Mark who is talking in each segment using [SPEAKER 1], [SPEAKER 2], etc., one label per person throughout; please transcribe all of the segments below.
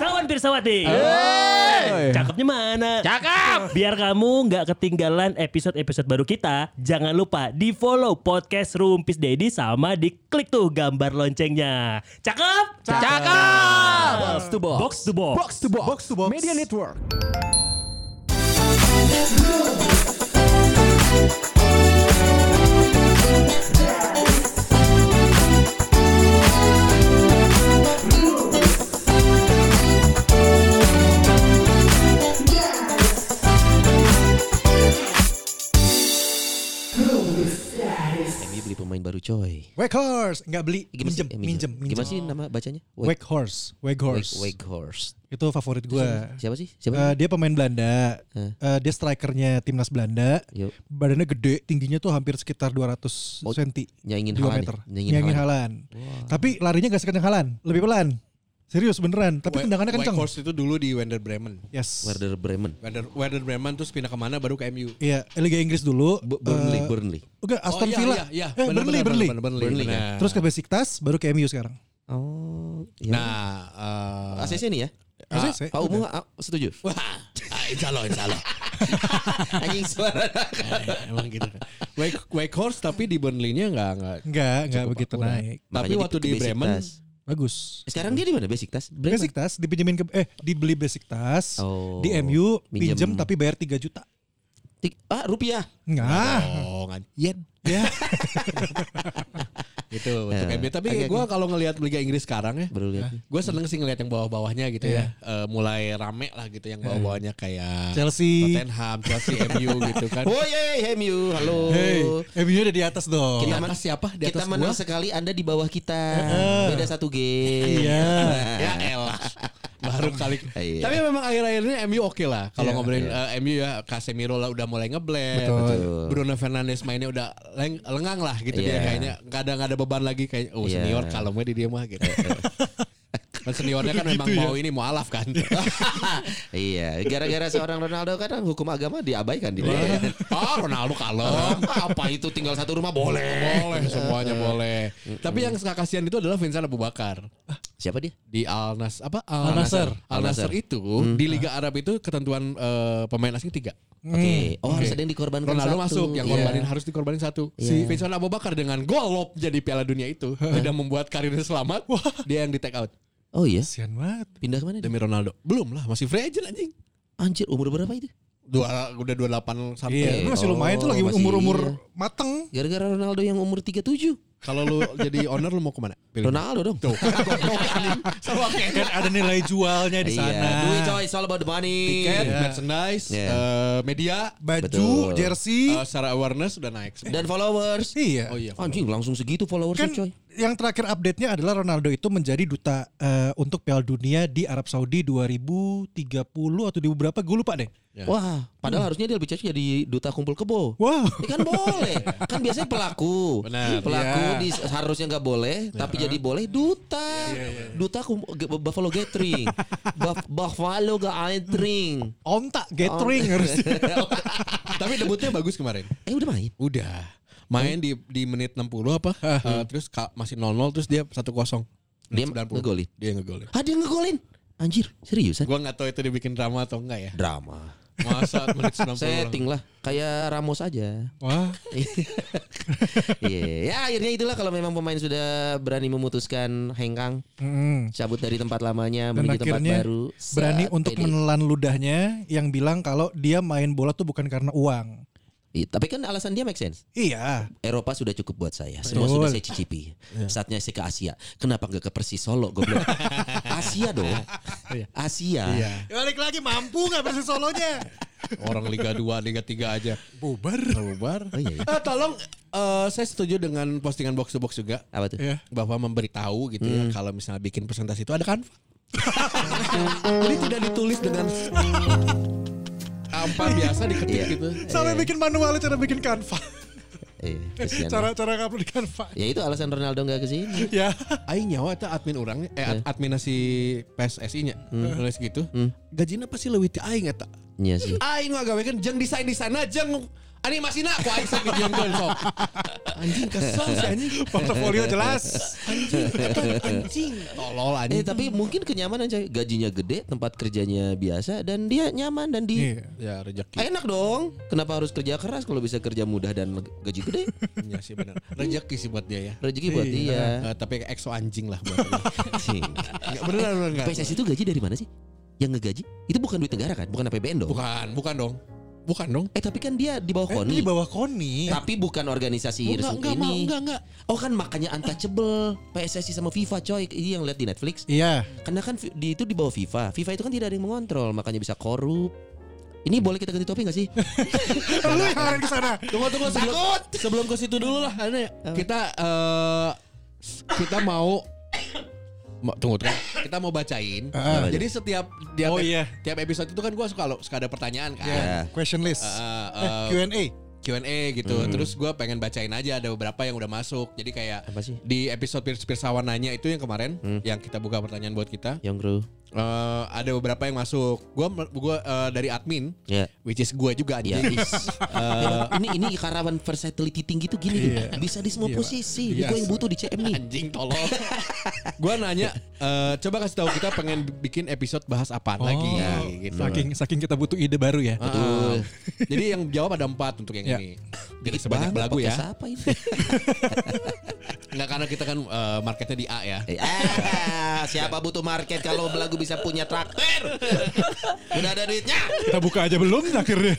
[SPEAKER 1] Dion Pirsawati. Cakepnya mana?
[SPEAKER 2] Cakep.
[SPEAKER 1] Biar kamu nggak ketinggalan episode-episode baru kita, jangan lupa di follow podcast Rumpis Dedi sama diklik tuh gambar loncengnya. Cakep?
[SPEAKER 2] Cakep.
[SPEAKER 3] Box to box.
[SPEAKER 1] Box to box.
[SPEAKER 3] Box to box.
[SPEAKER 4] Box to box.
[SPEAKER 3] Media network.
[SPEAKER 2] MU beli pemain baru coy.
[SPEAKER 4] Wake horse, nggak beli,
[SPEAKER 2] Eh, gimana sih?
[SPEAKER 4] minjem,
[SPEAKER 2] Eh,
[SPEAKER 4] minjem, minjem.
[SPEAKER 2] Gimana sih nama bacanya?
[SPEAKER 4] Wake horse, wake horse.
[SPEAKER 2] Weghorst.
[SPEAKER 4] Itu favorit gue.
[SPEAKER 2] Siapa sih? Siapa?
[SPEAKER 4] Eh, dia pemain Belanda.
[SPEAKER 2] Eh.
[SPEAKER 4] Eh, dia strikernya timnas Belanda.
[SPEAKER 2] Yuk.
[SPEAKER 4] Badannya gede, tingginya tuh hampir sekitar 200
[SPEAKER 2] Oh,
[SPEAKER 4] cm.
[SPEAKER 2] nyaingin
[SPEAKER 4] 2
[SPEAKER 2] Haaland
[SPEAKER 4] meter.
[SPEAKER 2] ya? Nyaingin
[SPEAKER 4] Nyangin
[SPEAKER 2] Haaland.
[SPEAKER 4] halan. Tapi larinya gak sekencang halan, lebih pelan. Serius beneran, tapi tendangannya kencang.
[SPEAKER 5] Whitehorse itu dulu di Werder Bremen.
[SPEAKER 4] Yes.
[SPEAKER 2] Werder Bremen.
[SPEAKER 5] Werder, Werder Bremen terus pindah kemana baru ke MU.
[SPEAKER 4] Iya, Liga Inggris dulu.
[SPEAKER 2] Bu- Burnley,
[SPEAKER 4] Eh,
[SPEAKER 2] Burnley.
[SPEAKER 4] Enggak, Aston
[SPEAKER 5] iya,
[SPEAKER 4] Villa.
[SPEAKER 5] iya, iya.
[SPEAKER 4] Eh,
[SPEAKER 5] Bener,
[SPEAKER 4] Burnley,
[SPEAKER 5] bener,
[SPEAKER 4] Burnley.
[SPEAKER 5] bener, bener,
[SPEAKER 2] Burnley,
[SPEAKER 5] bener.
[SPEAKER 2] kan?
[SPEAKER 4] Terus ke Besiktas, baru ke MU sekarang.
[SPEAKER 2] Oh, iya.
[SPEAKER 5] Nah, eh,
[SPEAKER 2] ACC nih ya.
[SPEAKER 4] Maksudnya saya-
[SPEAKER 2] Pak Umu ah, setuju?
[SPEAKER 5] Wah, ah, insya Allah, insya Allah.
[SPEAKER 2] Anjing suara.
[SPEAKER 5] Emang gitu. Wake, Wake Horse tapi di Burnley-nya nggak nggak.
[SPEAKER 4] Enggak, enggak begitu
[SPEAKER 5] kurang.
[SPEAKER 4] naik.
[SPEAKER 5] Tapi
[SPEAKER 2] Makanya
[SPEAKER 5] waktu
[SPEAKER 2] ke
[SPEAKER 5] di Bremen,
[SPEAKER 2] Besiktas.
[SPEAKER 4] Bagus.
[SPEAKER 2] Sekarang dia di mana Besiktas? Bremen.
[SPEAKER 4] Besiktas dipinjemin ke eh dibeli Besiktas
[SPEAKER 2] Oh.
[SPEAKER 4] di MU
[SPEAKER 2] Minjem.
[SPEAKER 4] pinjem tapi bayar 3 juta.
[SPEAKER 2] Tik- Ah, rupiah.
[SPEAKER 4] Enggak.
[SPEAKER 5] oh ngan, yen.
[SPEAKER 4] Ya.
[SPEAKER 5] Gitu untuk
[SPEAKER 2] Eh,
[SPEAKER 5] MU. Tapi
[SPEAKER 2] oke,
[SPEAKER 5] gue
[SPEAKER 2] oke. Iya.
[SPEAKER 5] kalau ngelihat Liga Inggris sekarang ya,
[SPEAKER 2] Baru lihat. nih.
[SPEAKER 5] gue seneng sih ngelihat yang bawah-bawahnya gitu ya. Eh, mulai rame lah gitu yang bawah-bawahnya kayak
[SPEAKER 4] Iya. Chelsea.
[SPEAKER 5] Tottenham, Chelsea, MU gitu kan.
[SPEAKER 2] Oh yeay, MU. Halo.
[SPEAKER 4] Hey, MU udah di atas dong.
[SPEAKER 2] Kita
[SPEAKER 4] Iya.
[SPEAKER 5] Di atas
[SPEAKER 2] men-
[SPEAKER 5] siapa? Di
[SPEAKER 2] kita
[SPEAKER 5] atas
[SPEAKER 2] menang
[SPEAKER 5] gua?
[SPEAKER 2] sekali Anda di bawah kita. Beda satu game.
[SPEAKER 4] Iya.
[SPEAKER 5] ya elah. Baru kali.
[SPEAKER 2] Iya.
[SPEAKER 5] Tapi memang akhir-akhir ini MU oke lah. Kalau
[SPEAKER 4] Iya.
[SPEAKER 5] ngobrolin eh, MU ya Casemiro lah udah mulai ngeblend.
[SPEAKER 4] Betul.
[SPEAKER 2] Betul.
[SPEAKER 5] Bruno Fernandes mainnya udah leng- lengang lah gitu
[SPEAKER 2] Iya.
[SPEAKER 5] dia kayaknya. Gak ada nggak ada beban lagi kayak oh
[SPEAKER 2] Iya.
[SPEAKER 5] senior kalau mau di dia mah gitu. Dan seniornya
[SPEAKER 2] Gitu
[SPEAKER 5] kan memang
[SPEAKER 2] ya.
[SPEAKER 5] mau ini mau alaf kan.
[SPEAKER 2] iya, gara-gara seorang Ronaldo kadang hukum agama diabaikan di
[SPEAKER 5] oh Ronaldo kalau
[SPEAKER 2] Oh, apa itu tinggal satu rumah boleh. Iya.
[SPEAKER 5] boleh semuanya boleh. Tapi yang kasihan itu adalah Vincent Abu Bakar.
[SPEAKER 2] Siapa dia?
[SPEAKER 5] di Al Nas apa
[SPEAKER 4] Al
[SPEAKER 5] Al
[SPEAKER 4] Nassr.
[SPEAKER 5] Nassr Al Nassr itu
[SPEAKER 2] Hmm.
[SPEAKER 5] di Liga Arab itu ketentuan eh, pemain asing tiga
[SPEAKER 2] Oke. Oh, harus ada yang dikorbankan
[SPEAKER 5] Ronaldo
[SPEAKER 2] satu.
[SPEAKER 5] masuk yang
[SPEAKER 2] Iya.
[SPEAKER 5] korbanin harus dikorbanin satu si Vincent Abu Bakar dengan gol lob jadi Piala Dunia itu
[SPEAKER 2] Iya.
[SPEAKER 5] tidak membuat karirnya selamat dia yang di take out
[SPEAKER 2] Oh iya.
[SPEAKER 4] Kasihan banget.
[SPEAKER 2] Pindah kemana? dia?
[SPEAKER 5] demi Ronaldo belum lah masih free agent anjing
[SPEAKER 2] Anjir, umur berapa itu?
[SPEAKER 5] dua udah 28 sampai
[SPEAKER 4] Iya, lu masih
[SPEAKER 2] oh,
[SPEAKER 4] lumayan tuh lagi
[SPEAKER 2] masih iya.
[SPEAKER 4] umur-umur mateng.
[SPEAKER 2] Gara-gara Ronaldo yang umur 37.
[SPEAKER 5] kalau lu jadi owner lu mau kemana Pilih.
[SPEAKER 2] Ronaldo dong.
[SPEAKER 5] tuh goblok anjing sama kayak
[SPEAKER 4] Kan ada nilai jualnya di sana.
[SPEAKER 2] Iya, duit coy, it's all about the money.
[SPEAKER 5] tiket Kan, merchandise
[SPEAKER 2] Iya.
[SPEAKER 5] eh, media
[SPEAKER 4] Baju,
[SPEAKER 2] Betul. Oh,
[SPEAKER 4] jersey.
[SPEAKER 5] eh, secara awareness udah naik semua.
[SPEAKER 2] Dan followers.
[SPEAKER 4] Iya.
[SPEAKER 5] oh iya
[SPEAKER 2] Anjing langsung segitu followers
[SPEAKER 4] Kan
[SPEAKER 2] coy.
[SPEAKER 4] yang terakhir update-nya adalah Ronaldo itu menjadi duta eh, untuk Piala Dunia di Arab Saudi 2030 atau di berapa gue lupa deh.
[SPEAKER 5] Ya.
[SPEAKER 2] Wah, padahal harusnya dia lebih cocok jadi duta kumpul kebo.
[SPEAKER 4] Hmm. Wow.
[SPEAKER 2] Ini kan boleh. kan biasanya pelaku.
[SPEAKER 5] Benar.
[SPEAKER 2] Pelaku
[SPEAKER 4] Iya.
[SPEAKER 2] di- harusnya nggak boleh, tapi jadi boleh duta.
[SPEAKER 4] iya,
[SPEAKER 2] Duta kum- ge- Buffalo Gathering. Buff- Buffalo Gathering.
[SPEAKER 4] Onta gathering harusnya.
[SPEAKER 5] Tapi debutnya bagus kemarin.
[SPEAKER 2] Eh udah main.
[SPEAKER 5] Udah.
[SPEAKER 2] Hmm?
[SPEAKER 5] Main di di menit 60 apa? Eh, terus ka- masih 0-0 terus dia 1-0.
[SPEAKER 2] Dia
[SPEAKER 5] Menit 90.
[SPEAKER 2] ngegolin.
[SPEAKER 5] Dia ngegolin.
[SPEAKER 2] Ah dia ngegolin. Anjir, seriusan?
[SPEAKER 5] Gua nggak tahu itu dibikin drama atau enggak ya.
[SPEAKER 2] Drama.
[SPEAKER 5] Masa menit 90.
[SPEAKER 2] Setting lah, kayak Ramos aja.
[SPEAKER 4] Wah.
[SPEAKER 2] Iya, ya akhirnya itulah kalau memang pemain sudah berani memutuskan hengkang,
[SPEAKER 4] Mm.
[SPEAKER 2] cabut dari tempat lamanya
[SPEAKER 4] Dan
[SPEAKER 2] menuju tempat
[SPEAKER 4] akhirnya
[SPEAKER 2] baru.
[SPEAKER 4] berani
[SPEAKER 2] Set,
[SPEAKER 4] untuk
[SPEAKER 2] pede.
[SPEAKER 4] menelan ludahnya yang bilang kalau dia main bola tuh bukan karena uang.
[SPEAKER 2] Iya, tapi kan alasan dia make sense.
[SPEAKER 4] Iya.
[SPEAKER 2] Eropa sudah cukup buat saya. Semua
[SPEAKER 4] Betul.
[SPEAKER 2] sudah saya cicipi. Saatnya saya ke Asia. Kenapa nggak ke Persis Solo goblok? Asia dong. Asia.
[SPEAKER 5] Iya.
[SPEAKER 4] Ya, balik lagi mampu nggak versi solonya?
[SPEAKER 5] Orang Liga 2, Liga 3 aja.
[SPEAKER 4] Bubar.
[SPEAKER 5] Bubar.
[SPEAKER 2] Oh, iya, iya.
[SPEAKER 5] Eh, tolong eh, saya setuju dengan postingan box to box juga.
[SPEAKER 2] Apa tuh? Hmm.
[SPEAKER 4] Iya.
[SPEAKER 5] Bahwa memberitahu gitu ya kalau misalnya bikin presentasi itu ada kan. Jadi tidak ditulis dengan apa biasa diketik
[SPEAKER 2] Iya.
[SPEAKER 5] gitu.
[SPEAKER 4] Sampai bikin manual cara bikin kanva.
[SPEAKER 2] Eh, kesian.
[SPEAKER 4] Cara-cara ngupload di kanva.
[SPEAKER 2] Ya itu alasan Ronaldo nggak ke sini.
[SPEAKER 4] Ya.
[SPEAKER 5] Aing nyawa itu admin orangnya, eh
[SPEAKER 2] Iya.
[SPEAKER 5] ad- admin si PSSI nya nulis gitu. Gajinya pasti lebih ti aing eta.
[SPEAKER 2] Hmm. Iya sih.
[SPEAKER 5] Aing mah gawe kan jeung desain desain aja jeung animasi nak ku aing sok dijongkeun sok. Anjing kesel sih anjing.
[SPEAKER 4] Portofolio jelas.
[SPEAKER 5] Anjing, kan anjing. Tolol
[SPEAKER 2] Eh
[SPEAKER 5] anjing.
[SPEAKER 2] tapi mungkin kenyamanan coy. Gajinya gede, tempat kerjanya biasa dan dia nyaman dan di
[SPEAKER 4] Iya.
[SPEAKER 5] Ya rezeki.
[SPEAKER 2] Ah, enak dong. Kenapa harus kerja keras kalau bisa kerja mudah dan leg- gaji gede?
[SPEAKER 5] Ya sih benar. Rezeki sih buat dia ya.
[SPEAKER 2] Rezeki buat
[SPEAKER 4] Iya.
[SPEAKER 2] dia.
[SPEAKER 5] Eh, tapi exo anjing lah buat dia.
[SPEAKER 2] Anjing.
[SPEAKER 5] Enggak beneran beneran enggak.
[SPEAKER 2] PSSI itu gaji dari mana sih? Yang ngegaji? Itu bukan duit negara kan? Bukan APBN dong?
[SPEAKER 5] Bukan, bukan dong. Bukan dong.
[SPEAKER 2] Eh tapi kan dia di bawah
[SPEAKER 4] Eh,
[SPEAKER 2] KONI.
[SPEAKER 4] di bawah Koni.
[SPEAKER 2] Tapi bukan organisasi
[SPEAKER 5] Enggak,
[SPEAKER 2] resmi
[SPEAKER 5] enggak,
[SPEAKER 2] ini.
[SPEAKER 5] enggak, enggak, enggak.
[SPEAKER 2] Oh kan makanya untouchable PSSI sama FIFA coy. Ini yang lihat di Netflix.
[SPEAKER 4] Iya.
[SPEAKER 2] Karena kan fi- di, itu di bawah FIFA. FIFA itu kan tidak ada yang mengontrol, makanya bisa korup. Ini boleh kita ganti topik gak sih?
[SPEAKER 4] Lu yang lari ke sana.
[SPEAKER 5] Tunggu tunggu sebelum sebelum ke situ dulu lah Ana. Kita eh kita mau Ma- tunggu tunggu. Kita mau bacain.
[SPEAKER 4] Ah.
[SPEAKER 5] Jadi setiap tiap,
[SPEAKER 4] Oh, iya.
[SPEAKER 5] tiap episode itu kan gua suka lo, suka ada pertanyaan kan.
[SPEAKER 2] Ya. ah,
[SPEAKER 4] Question list.
[SPEAKER 5] Eh,
[SPEAKER 4] Eh,
[SPEAKER 5] eh,
[SPEAKER 4] Q&A.
[SPEAKER 5] Q&A gitu.
[SPEAKER 4] Hmm.
[SPEAKER 5] Terus gua pengen bacain aja ada beberapa yang udah masuk. Jadi kayak
[SPEAKER 2] Apa sih? Hmm.
[SPEAKER 5] di episode Pirs Pirsawan nanya itu yang kemarin yang kita buka pertanyaan buat kita.
[SPEAKER 2] Yang bro.
[SPEAKER 5] eh, ada beberapa yang masuk. Gua gua eh, dari admin
[SPEAKER 2] Ya.
[SPEAKER 5] which is gua juga
[SPEAKER 2] Ya,
[SPEAKER 5] anjing.
[SPEAKER 2] is. Eh, ini ini karawan versatility tinggi tuh gini
[SPEAKER 5] Iya.
[SPEAKER 2] bisa di semua posisi. Ini
[SPEAKER 4] Iya.
[SPEAKER 2] gue yang butuh di CM nih.
[SPEAKER 5] Anjing tolol. gua nanya, eh, coba kasih tahu kita pengen bikin episode bahas apaan lagi
[SPEAKER 4] Oh,
[SPEAKER 5] ya,
[SPEAKER 2] Nah,
[SPEAKER 5] gitu.
[SPEAKER 4] Saking saking kita butuh ide baru ya.
[SPEAKER 5] Betul. Jadi yang jawab ada empat untuk yang
[SPEAKER 4] Ya.
[SPEAKER 5] ini. Jadi sebanyak
[SPEAKER 2] Bang,
[SPEAKER 5] lagu ya.
[SPEAKER 2] podcast
[SPEAKER 4] ah.
[SPEAKER 2] apa ini?
[SPEAKER 5] Enggak karena kita kan eh, marketnya di A ya.
[SPEAKER 2] Eh, ah, siapa butuh market kalau belagu bisa punya traktor? Udah ada duitnya.
[SPEAKER 4] Kita buka aja belum akhirnya.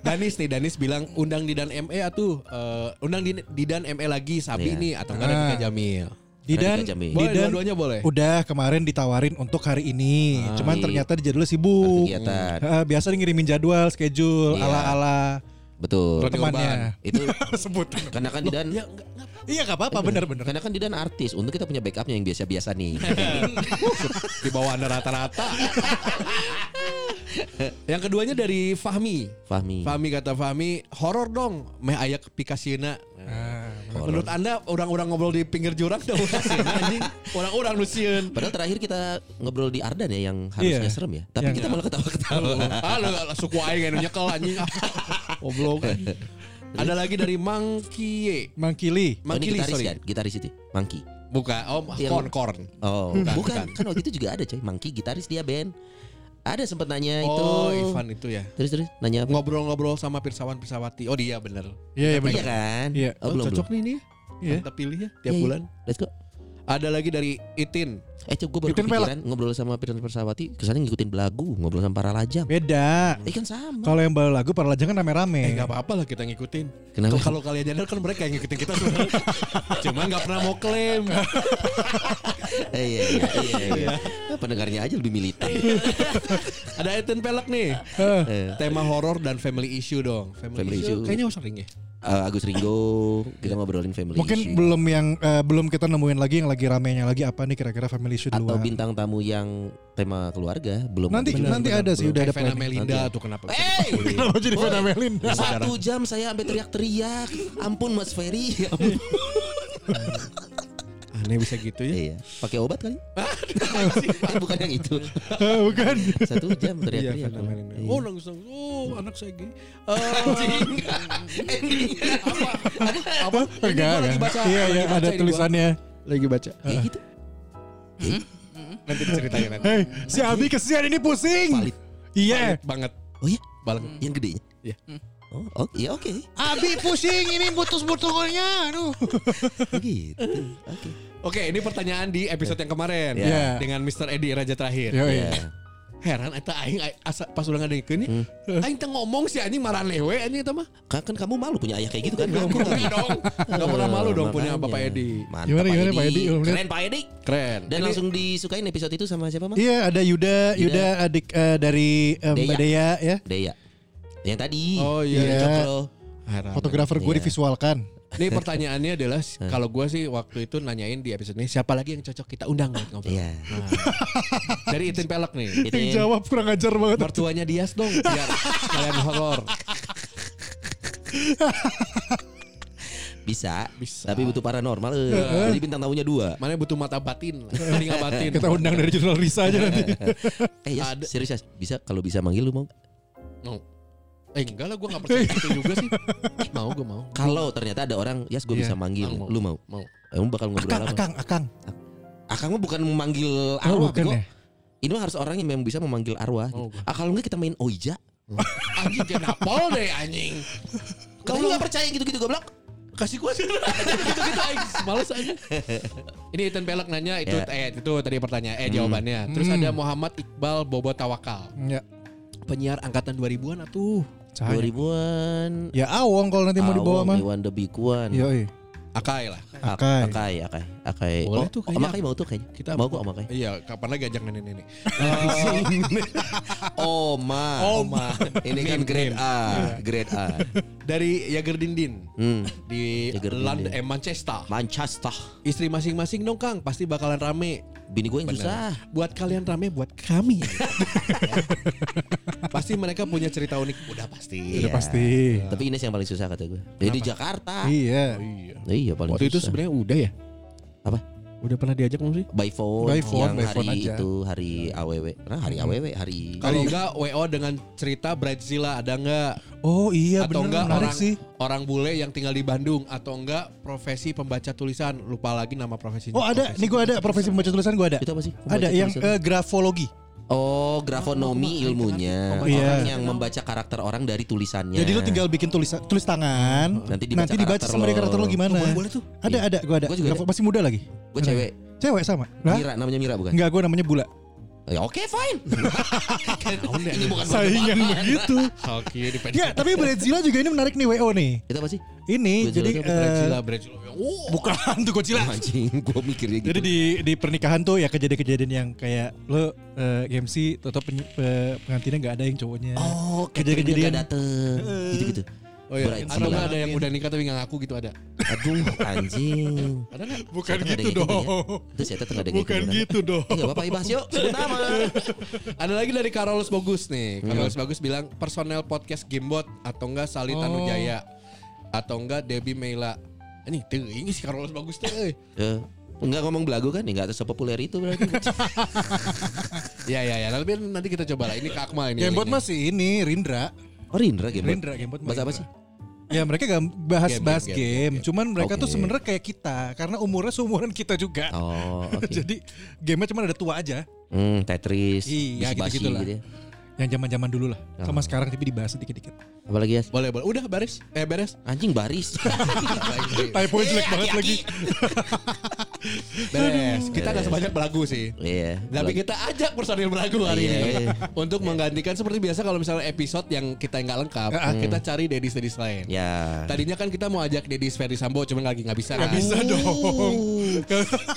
[SPEAKER 5] Danis nih, Danis bilang undang Didan ME atuh, eh, undang Din- Didan ME lagi Sabi
[SPEAKER 2] Iya.
[SPEAKER 5] nih atau enggak ada
[SPEAKER 4] Ah.
[SPEAKER 5] Dika Jamil.
[SPEAKER 4] Didan,
[SPEAKER 2] Radika Jamil.
[SPEAKER 5] Boleh,
[SPEAKER 4] Didan
[SPEAKER 5] dua-duanya boleh.
[SPEAKER 4] udah kemarin ditawarin untuk hari ini.
[SPEAKER 5] Ah,
[SPEAKER 4] Cuman
[SPEAKER 2] iya.
[SPEAKER 4] ternyata di jadwal sibuk.
[SPEAKER 2] Kegiatan.
[SPEAKER 4] Eh, biasa dia ngirimin jadwal, schedule,
[SPEAKER 2] Iya.
[SPEAKER 4] ala-ala
[SPEAKER 2] Betul.
[SPEAKER 5] Roti
[SPEAKER 4] temannya.
[SPEAKER 2] Itu
[SPEAKER 4] Sebut.
[SPEAKER 2] karena kan Didan
[SPEAKER 5] Ya enggak, enggak apa-apa.
[SPEAKER 4] Iya gak apa-apa bener-bener.
[SPEAKER 2] karena kan Didan artis. Untuk kita punya backupnya yang biasa-biasa nih.
[SPEAKER 5] di bawah Anda rata-rata. yang keduanya dari Fahmi.
[SPEAKER 2] Fahmi.
[SPEAKER 5] Fahmi kata Fahmi, horor dong meh ayak pikasieuna.
[SPEAKER 2] Ah.
[SPEAKER 5] Menurut Anda orang-orang ngobrol di pinggir jurang dah pikasieuna anjing. Orang-orang nu sieun.
[SPEAKER 2] Padahal terakhir kita ngobrol di Ardan ya yang harusnya
[SPEAKER 4] Iya.
[SPEAKER 2] serem ya. Tapi
[SPEAKER 4] Yang-
[SPEAKER 2] kita malah
[SPEAKER 5] Oh.
[SPEAKER 2] ketawa-ketawa. Oh,
[SPEAKER 5] Halo, halo, suku aing anu nyekel anjing. Goblok. Ada lagi dari Mangkie.
[SPEAKER 4] Mangkili.
[SPEAKER 2] Oh, ini
[SPEAKER 5] Mangkili
[SPEAKER 2] gitaris
[SPEAKER 5] sorry.
[SPEAKER 2] kan? Iya, Gitaris itu. Mangki.
[SPEAKER 5] Buka, oh
[SPEAKER 2] Yang-
[SPEAKER 5] korn korn.
[SPEAKER 2] Oh,
[SPEAKER 5] Bukan,
[SPEAKER 2] bukan.
[SPEAKER 5] bukan.
[SPEAKER 2] Kan waktu itu juga ada coy. Mangki gitaris dia band. Ada sempat nanya Nah, itu.
[SPEAKER 5] Oh, Ivan itu ya.
[SPEAKER 2] Terus terus nanya apa?
[SPEAKER 5] Ngobrol-ngobrol sama Pirsawan Pirsawati. Oh, dia bener.
[SPEAKER 4] Iya, iya
[SPEAKER 2] Iya
[SPEAKER 4] bener.
[SPEAKER 2] kan?
[SPEAKER 4] Iya.
[SPEAKER 2] Oh, belum,
[SPEAKER 5] cocok
[SPEAKER 2] belum.
[SPEAKER 5] nih ini.
[SPEAKER 4] Iya.
[SPEAKER 5] Kita pilih ya tiap
[SPEAKER 2] Iya, iya.
[SPEAKER 5] bulan.
[SPEAKER 2] Let's go.
[SPEAKER 5] Ada lagi dari Itin.
[SPEAKER 2] Eh, coba gue baru
[SPEAKER 4] Ikutin
[SPEAKER 2] kepikiran ngobrol sama Piran Persawati, kesannya ngikutin belagu, ngobrol sama para lajang.
[SPEAKER 4] Beda.
[SPEAKER 2] Eh kan sama.
[SPEAKER 4] Kalau yang baru lagu para lajang kan rame-rame.
[SPEAKER 5] Hmm. Eh nggak apa-apa lah kita ngikutin.
[SPEAKER 2] Kenapa?
[SPEAKER 5] Kalau kalian nyadar kan mereka yang ngikutin kita sebenarnya. Cuma nggak pernah mau klaim.
[SPEAKER 2] Eh, iya, iya, iya, iya. Eh, Pendengarnya aja lebih militan.
[SPEAKER 5] Ada Ethan Pelek nih.
[SPEAKER 2] Eh,
[SPEAKER 5] Tema horor dan family issue dong. Family,
[SPEAKER 2] Family
[SPEAKER 5] issue,
[SPEAKER 2] issue.
[SPEAKER 5] kayaknya sering ya.
[SPEAKER 2] eh, Agus Ringo, kita ngobrolin family
[SPEAKER 4] Iya. Mungkin
[SPEAKER 2] issue.
[SPEAKER 4] belum yang eh, belum kita nemuin lagi yang lagi ramenya lagi apa nih kira-kira family issue di
[SPEAKER 2] atau
[SPEAKER 4] luar.
[SPEAKER 2] bintang tamu yang tema keluarga belum
[SPEAKER 4] Nanti
[SPEAKER 2] ada.
[SPEAKER 4] nanti ada sih udah ada
[SPEAKER 5] Kayak Vena
[SPEAKER 4] planning.
[SPEAKER 5] Melinda
[SPEAKER 2] Nanti.
[SPEAKER 5] tuh kenapa? bisa
[SPEAKER 2] Hey!
[SPEAKER 5] dipakulin.
[SPEAKER 4] Kenapa jadi
[SPEAKER 2] Woi,
[SPEAKER 4] Vena Melinda?
[SPEAKER 2] Satu jam saya sampai teriak-teriak. Ampun Mas Ferry. Ya ampun.
[SPEAKER 4] Ah,
[SPEAKER 5] Aneh bisa gitu ya.
[SPEAKER 2] Iya. Pakai obat kali? Eh, bukan yang itu.
[SPEAKER 4] Eh, Bukan.
[SPEAKER 2] Satu jam
[SPEAKER 5] Iya,
[SPEAKER 2] teriak-teriak.
[SPEAKER 5] Vena Melinda.
[SPEAKER 2] Iya.
[SPEAKER 5] Oh, nangis nangis. Oh, anak saya gini.
[SPEAKER 4] Eh, Apa? Enggak.
[SPEAKER 5] gua lagi
[SPEAKER 4] enggak.
[SPEAKER 5] baca,
[SPEAKER 4] Iya,
[SPEAKER 5] lagi
[SPEAKER 4] iya
[SPEAKER 5] baca
[SPEAKER 4] ada
[SPEAKER 5] ini
[SPEAKER 4] tulisannya. Iya.
[SPEAKER 5] Lagi baca.
[SPEAKER 2] Kayak gitu.
[SPEAKER 5] Nanti diceritain nanti.
[SPEAKER 4] Hei, si Abi kesian ini pusing.
[SPEAKER 2] Valid.
[SPEAKER 4] Iya.
[SPEAKER 5] Banget.
[SPEAKER 2] Oh iya,
[SPEAKER 5] Banget.
[SPEAKER 2] yang gedenya.
[SPEAKER 5] Iya.
[SPEAKER 2] Oh, oke, ya oke.
[SPEAKER 4] Abi pusing ini butuh-butuhnya. Aduh.
[SPEAKER 2] Begitu. Oke.
[SPEAKER 5] Oke, ini pertanyaan di episode yang kemarin
[SPEAKER 4] Iya.
[SPEAKER 5] dengan Mr. Edi Raja terakhir.
[SPEAKER 4] Yo,
[SPEAKER 2] Ya.
[SPEAKER 5] Heran eta aing ai- asa pas ulah ngadengeun nih.
[SPEAKER 2] Hmm.
[SPEAKER 5] Aing teh ngomong sih anjing marane we anjing eta mah.
[SPEAKER 2] Kan, kan kamu malu punya ayah kayak gitu kan?
[SPEAKER 5] Enggak dong. Enggak pernah Iya, malu dong punya
[SPEAKER 2] Makanya.
[SPEAKER 5] Bapak Edi.
[SPEAKER 2] Mantap
[SPEAKER 4] Gimana, gimana,
[SPEAKER 2] Pak
[SPEAKER 4] Pak
[SPEAKER 2] Edi.
[SPEAKER 4] Edi? Belum lihat.
[SPEAKER 2] Keren Pak Edi.
[SPEAKER 5] Keren.
[SPEAKER 2] Dan langsung disukain episode itu sama siapa, Mas?
[SPEAKER 4] Iya, ada Yuda, Yuda adik eh, dari eh, Mbak
[SPEAKER 2] Dea.
[SPEAKER 4] Dea ya.
[SPEAKER 2] Dea. Yang tadi.
[SPEAKER 5] Oh
[SPEAKER 4] Iya.
[SPEAKER 5] iya.
[SPEAKER 2] Joklo.
[SPEAKER 5] Heran.
[SPEAKER 4] Fotografer gue
[SPEAKER 2] Iya.
[SPEAKER 4] divisualkan.
[SPEAKER 5] Ini pertanyaannya adalah s-
[SPEAKER 2] Hmm.
[SPEAKER 5] kalau gua sih waktu itu nanyain di episode ini siapa lagi yang cocok kita undang buat ngobrol.
[SPEAKER 2] Iya.
[SPEAKER 5] Nah, dari Itin Pelek nih.
[SPEAKER 2] Itu
[SPEAKER 4] Yang jawab kurang ajar banget.
[SPEAKER 5] Mertuanya Dias dong biar kalian horor.
[SPEAKER 2] bisa.
[SPEAKER 5] Bisa. Iya.
[SPEAKER 2] Tapi butuh paranormal. eh. Jadi bintang tamunya dua.
[SPEAKER 5] Mana butuh mata batin, lah. mending batin.
[SPEAKER 4] Kita undang dari jurnal Risa aja nanti.
[SPEAKER 2] Eh, Yas,
[SPEAKER 5] Ada.
[SPEAKER 2] serius Yas. Bisa kalau bisa manggil lu mau?
[SPEAKER 5] No. Eh enggak lah gue gak percaya itu juga sih. Mau gue mau.
[SPEAKER 2] Kalau ternyata ada orang, Yas gue
[SPEAKER 5] Iya,
[SPEAKER 2] bisa manggil.
[SPEAKER 5] aku mau.
[SPEAKER 2] Lu mau?
[SPEAKER 5] Mau.
[SPEAKER 2] Emang bakal ngobrol
[SPEAKER 4] Akang,
[SPEAKER 2] apa?
[SPEAKER 4] akang, akang.
[SPEAKER 2] Akang mah Ah, bukan memanggil
[SPEAKER 4] Oh,
[SPEAKER 2] arwah.
[SPEAKER 4] bukan
[SPEAKER 2] bego.
[SPEAKER 4] ya? Oh,
[SPEAKER 2] Ini mah harus orang yang memang bisa memanggil arwah.
[SPEAKER 5] Mau
[SPEAKER 2] Ah kalau enggak kita main Oija.
[SPEAKER 5] Anjing kenapa deh anjing.
[SPEAKER 2] Kamu nggak percaya gitu-gitu goblok?
[SPEAKER 5] Kasih gue sih. Gitu-gitu aing. Males aja. Ini Ethan Pelek nanya itu eh itu tadi pertanyaan eh jawabannya. Terus
[SPEAKER 4] Hmm.
[SPEAKER 5] ada Muhammad Iqbal Bobo Tawakal.
[SPEAKER 4] Ya.
[SPEAKER 5] Penyiar angkatan 2000-an atuh.
[SPEAKER 4] Cahaya.
[SPEAKER 2] 2000-an.
[SPEAKER 4] Ya awong kalau nanti mau dibawa mah.
[SPEAKER 2] Iwan the Big One.
[SPEAKER 4] Yoi.
[SPEAKER 5] Akai lah.
[SPEAKER 4] Akai.
[SPEAKER 2] Akai, Akai, Akai. Oh,
[SPEAKER 5] Boleh
[SPEAKER 2] Om
[SPEAKER 5] tuh kayaknya.
[SPEAKER 2] Akai mau tuh kayaknya.
[SPEAKER 5] Kita
[SPEAKER 2] mau gua Om Akai.
[SPEAKER 5] Iya, kapan lagi ajak nenek-nenek. Eh,
[SPEAKER 2] Oma.
[SPEAKER 5] Oma.
[SPEAKER 2] Ini kan
[SPEAKER 5] Meme,
[SPEAKER 2] grade
[SPEAKER 5] meme.
[SPEAKER 2] A,
[SPEAKER 4] Iya.
[SPEAKER 2] grade A.
[SPEAKER 5] Dari Yagerdindin
[SPEAKER 2] Hmm.
[SPEAKER 5] di
[SPEAKER 2] Yagerdindin.
[SPEAKER 5] London eh, Manchester.
[SPEAKER 2] Manchester.
[SPEAKER 5] Istri masing-masing dong Kang, pasti bakalan rame.
[SPEAKER 2] Bini gue yang
[SPEAKER 5] Bener.
[SPEAKER 2] susah.
[SPEAKER 4] Iya.
[SPEAKER 5] Buat kalian rame, buat kami. pasti mereka punya cerita unik. Udah pasti.
[SPEAKER 4] Udah pasti.
[SPEAKER 2] Tapi Ines yang paling susah kata gue. Dia di Jakarta.
[SPEAKER 4] Iya.
[SPEAKER 5] Iya.
[SPEAKER 2] Iya paling
[SPEAKER 5] Waktu itu
[SPEAKER 2] susah.
[SPEAKER 5] sebenarnya udah ya.
[SPEAKER 2] Apa?
[SPEAKER 5] Udah pernah diajak belum sih?
[SPEAKER 2] by phone,
[SPEAKER 4] By
[SPEAKER 2] yang
[SPEAKER 4] phone, by
[SPEAKER 2] hari
[SPEAKER 4] phone aja. Kan
[SPEAKER 2] itu hari AWW. Nah, hari AWW hari
[SPEAKER 5] Kalau enggak WO dengan cerita Bradzilla ada enggak?
[SPEAKER 4] Oh iya
[SPEAKER 5] atau
[SPEAKER 4] bener
[SPEAKER 5] enggak
[SPEAKER 4] menarik
[SPEAKER 5] orang
[SPEAKER 4] sih.
[SPEAKER 5] orang bule yang tinggal di Bandung atau enggak profesi pembaca tulisan lupa lagi nama profesinya.
[SPEAKER 4] Oh ada, nih gue ada profesi pembaca tulisan gue ada.
[SPEAKER 2] Itu apa sih? Pembaca
[SPEAKER 4] Ada yang
[SPEAKER 2] tulisan.
[SPEAKER 4] eh, grafologi.
[SPEAKER 2] Oh, grafonomi ilmunya.
[SPEAKER 4] Iya.
[SPEAKER 2] Orang yang membaca karakter orang dari tulisannya.
[SPEAKER 4] Jadi lu tinggal bikin tulis tulis tangan,
[SPEAKER 2] Iya. Nanti
[SPEAKER 4] nanti
[SPEAKER 2] dibaca
[SPEAKER 4] dibaca,
[SPEAKER 2] karakter
[SPEAKER 4] sama dia
[SPEAKER 2] lo.
[SPEAKER 4] karakter lo gimana.
[SPEAKER 5] Oh, boleh tuh.
[SPEAKER 4] Ada
[SPEAKER 2] Iya.
[SPEAKER 4] ada gua ada.
[SPEAKER 2] Gua juga
[SPEAKER 4] Grafo- Masih muda lagi.
[SPEAKER 2] Gue cewek, Iya.
[SPEAKER 4] Cewek sama. Lah?
[SPEAKER 2] Mira namanya Mira bukan?
[SPEAKER 4] Enggak, gua namanya Bula.
[SPEAKER 2] Ya, Oke, fine. Ini bukan
[SPEAKER 4] Saingan begitu.
[SPEAKER 5] Oke, di
[SPEAKER 4] Ya, tapi Bradzilla juga ini menarik nih WO nih.
[SPEAKER 2] Itu apa sih?
[SPEAKER 4] Ini
[SPEAKER 2] Godzilla itu
[SPEAKER 4] jadi
[SPEAKER 2] apa?
[SPEAKER 4] eh,
[SPEAKER 5] Bradzilla, Bradzilla. Oh,
[SPEAKER 4] bukan tuh Godzilla.
[SPEAKER 2] Anjing, gue mikirnya gitu.
[SPEAKER 4] Jadi di di pernikahan tuh ya kejadian-kejadian yang kayak lo eh, MC atau penyi- pe- eh, pengantinnya nggak ada yang cowoknya.
[SPEAKER 2] Oh,
[SPEAKER 4] Kejadian-kejadian.
[SPEAKER 2] kejadian dateng
[SPEAKER 4] Eh.
[SPEAKER 2] gitu-gitu.
[SPEAKER 5] oh iya.
[SPEAKER 2] Bradzilla.
[SPEAKER 5] Ada enggak ada yang udah nikah tapi enggak ngaku gitu ada?
[SPEAKER 2] Aduh, anjing.
[SPEAKER 5] Ada enggak?
[SPEAKER 4] Bukan
[SPEAKER 2] Saya
[SPEAKER 4] gitu
[SPEAKER 2] tengah dengerin
[SPEAKER 4] dong.
[SPEAKER 2] ya. Itu saya tetap ada
[SPEAKER 4] Bukan gitu dong.
[SPEAKER 2] Enggak Eh, apa-apa, Ibas yuk. Sebut nama.
[SPEAKER 5] Ada lagi dari Carolus Bagus nih. Carolus Bagus bilang personel podcast Gamebot atau enggak Sali Tanujaya atau enggak Debbie Meila. Ini tuh ini si Carolus Bagus tuh. eh.
[SPEAKER 2] Eh, Enggak ngomong belagu kan? Enggak sepopuler itu berarti.
[SPEAKER 5] Ya ya ya, tapi nanti kita coba lah. Ini Kak Akmal ini.
[SPEAKER 4] Gamebot
[SPEAKER 5] linknya.
[SPEAKER 4] masih ini Rindra.
[SPEAKER 2] Oh, Rindra game.
[SPEAKER 4] Rindra Gamebot.
[SPEAKER 2] Bahasa apa sih?
[SPEAKER 4] Ya mereka gam- bahas
[SPEAKER 5] Game,
[SPEAKER 4] bahas
[SPEAKER 5] game,
[SPEAKER 4] game,
[SPEAKER 5] game, game, game.
[SPEAKER 4] Cuman mereka tuh
[SPEAKER 2] Oke.
[SPEAKER 4] sebenarnya kayak kita karena umurnya seumuran kita juga.
[SPEAKER 2] Oh, oke.
[SPEAKER 4] Jadi gamenya cuma ada tua aja.
[SPEAKER 2] Hmm, Tetris,
[SPEAKER 4] Iya,
[SPEAKER 2] basa-basi
[SPEAKER 4] gitu-gitulah.
[SPEAKER 2] gitu ya.
[SPEAKER 4] Yang zaman-zaman dulu lah. Sama
[SPEAKER 2] Oh.
[SPEAKER 4] sekarang tapi dibahas sedikit-dikit.
[SPEAKER 2] Apalagi ya?
[SPEAKER 5] Boleh, boleh. Udah beres. Eh beres.
[SPEAKER 2] Anjing baris.
[SPEAKER 4] Typo jelek banget lagi.
[SPEAKER 5] Beres. Kita nggak sebanyak belagu sih.
[SPEAKER 2] Iya.
[SPEAKER 5] Tapi
[SPEAKER 2] belagu.
[SPEAKER 5] kita ajak personil belagu hari
[SPEAKER 2] Iya,
[SPEAKER 5] ini
[SPEAKER 2] iya.
[SPEAKER 5] untuk menggantikan seperti biasa kalau misalnya episode yang kita nggak lengkap, kita cari Dedis Dedis lain.
[SPEAKER 2] Ya.
[SPEAKER 5] Tadinya kan kita mau ajak Dedis Ferry Sambo, cuman lagi nggak bisa.
[SPEAKER 4] Nggak
[SPEAKER 5] kan?
[SPEAKER 4] bisa dong.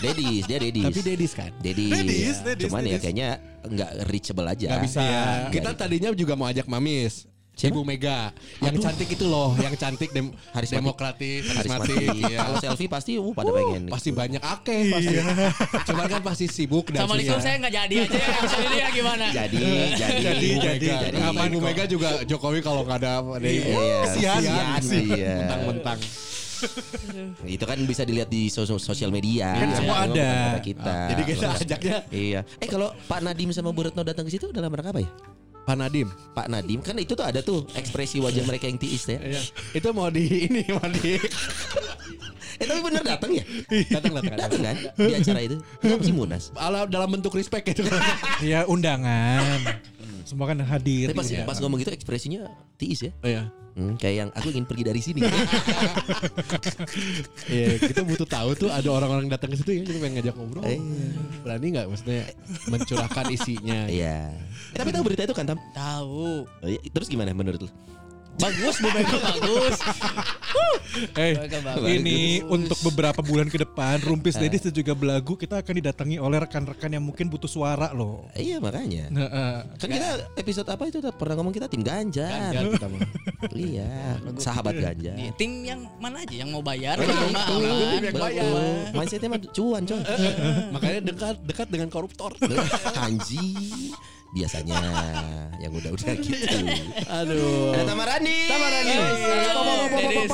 [SPEAKER 2] Dedis, dia Dedis.
[SPEAKER 5] Tapi Dedis kan.
[SPEAKER 2] Dedis.
[SPEAKER 4] Dedis, Dedis,
[SPEAKER 2] Cuman ya
[SPEAKER 4] Dedis.
[SPEAKER 2] kayaknya enggak reachable aja. Ya,
[SPEAKER 5] Nggak bisa.
[SPEAKER 4] Iya.
[SPEAKER 5] Kita tadinya juga mau ajak Mamis.
[SPEAKER 2] Siapa?
[SPEAKER 5] Ibu Mega, yang cantik itu loh, yang cantik dem
[SPEAKER 2] Harismatik.
[SPEAKER 5] demokratis,
[SPEAKER 2] Haris mati.
[SPEAKER 5] karismatik, iya.
[SPEAKER 2] Kalau selfie pasti uh, pada pengen.
[SPEAKER 5] pasti banyak akeh pasti. Cuman kan pasti sibuk dan susah.
[SPEAKER 3] Sama disuruh saya nggak jadi aja ya. Episode ini ya gimana?
[SPEAKER 2] Jadi, Iya, jadi,
[SPEAKER 4] Jadi,
[SPEAKER 2] Ibu
[SPEAKER 4] jadi,
[SPEAKER 2] Mega,
[SPEAKER 4] jadi.
[SPEAKER 5] Apa Ibu Mega juga Jokowi kalau nggak ada Oh,
[SPEAKER 2] Iya, iya.
[SPEAKER 4] Sian.
[SPEAKER 2] Sian, iya.
[SPEAKER 5] mentang-mentang.
[SPEAKER 2] Itu kan bisa dilihat di sos- sosial media.
[SPEAKER 4] Kan semua
[SPEAKER 2] Iya,
[SPEAKER 4] ada.
[SPEAKER 2] kata-kata Kita.
[SPEAKER 5] Jadi kita
[SPEAKER 2] Terus-
[SPEAKER 5] ajaknya
[SPEAKER 2] Iya. Eh kalau Pak Nadim sama Bu Retno datang ke situ dalam rangka apa ya?
[SPEAKER 5] Pak Nadim.
[SPEAKER 2] Pak Nadim kan itu tuh ada tuh ekspresi wajah mereka yang tiis ya.
[SPEAKER 5] Itu mau di ini mau di
[SPEAKER 2] Eh tapi bener datang ya?
[SPEAKER 5] datang datang.
[SPEAKER 2] Datang kan di acara itu? Kenapa sih Munas?
[SPEAKER 5] Ala dalam bentuk respect gitu.
[SPEAKER 4] Ya undangan. Semua kan hadir.
[SPEAKER 2] Tapi pas,
[SPEAKER 4] Iya.
[SPEAKER 2] pas ngomong gitu ekspresinya tiis ya.
[SPEAKER 5] Iya.
[SPEAKER 2] Hmm, kayak yang aku ingin pergi dari sini.
[SPEAKER 5] Iya, kita butuh tahu tuh ada orang-orang datang ke situ ya kita pengen ngajak ngobrol. Berani nggak maksudnya mencurahkan isinya. gitu?
[SPEAKER 2] Iya. Eh, tapi tahu berita itu kan Tam?
[SPEAKER 3] Tahu.
[SPEAKER 2] Oh, iya. Terus gimana menurut lu?
[SPEAKER 3] Bagus Bu Mega bagus.
[SPEAKER 4] Eh,
[SPEAKER 3] Mereka bagus.
[SPEAKER 4] ini untuk beberapa bulan ke depan Rumpis Ladies dan juga Belagu kita akan didatangi oleh rekan-rekan yang mungkin butuh suara loh.
[SPEAKER 2] Eh, Iya makanya.
[SPEAKER 4] Nah, eh,
[SPEAKER 2] Kan kita episode apa itu pernah ngomong kita tim Ganjar.
[SPEAKER 5] Ganjar kita mah.
[SPEAKER 2] Iya, sahabat
[SPEAKER 3] Nih,
[SPEAKER 2] Ganjar.
[SPEAKER 3] tim yang mana aja yang mau bayar?
[SPEAKER 2] Betul,
[SPEAKER 3] Yang mau aman.
[SPEAKER 5] Iya, yang bayar.
[SPEAKER 2] Betul.
[SPEAKER 5] eh.
[SPEAKER 2] Mindsetnya mah cuan coy.
[SPEAKER 5] Makanya dekat dekat dengan koruptor.
[SPEAKER 2] Kanji biasanya yang udah-udah gitu.
[SPEAKER 5] Aduh.
[SPEAKER 2] Ada Tamarani. Tamarani.
[SPEAKER 3] Dennis.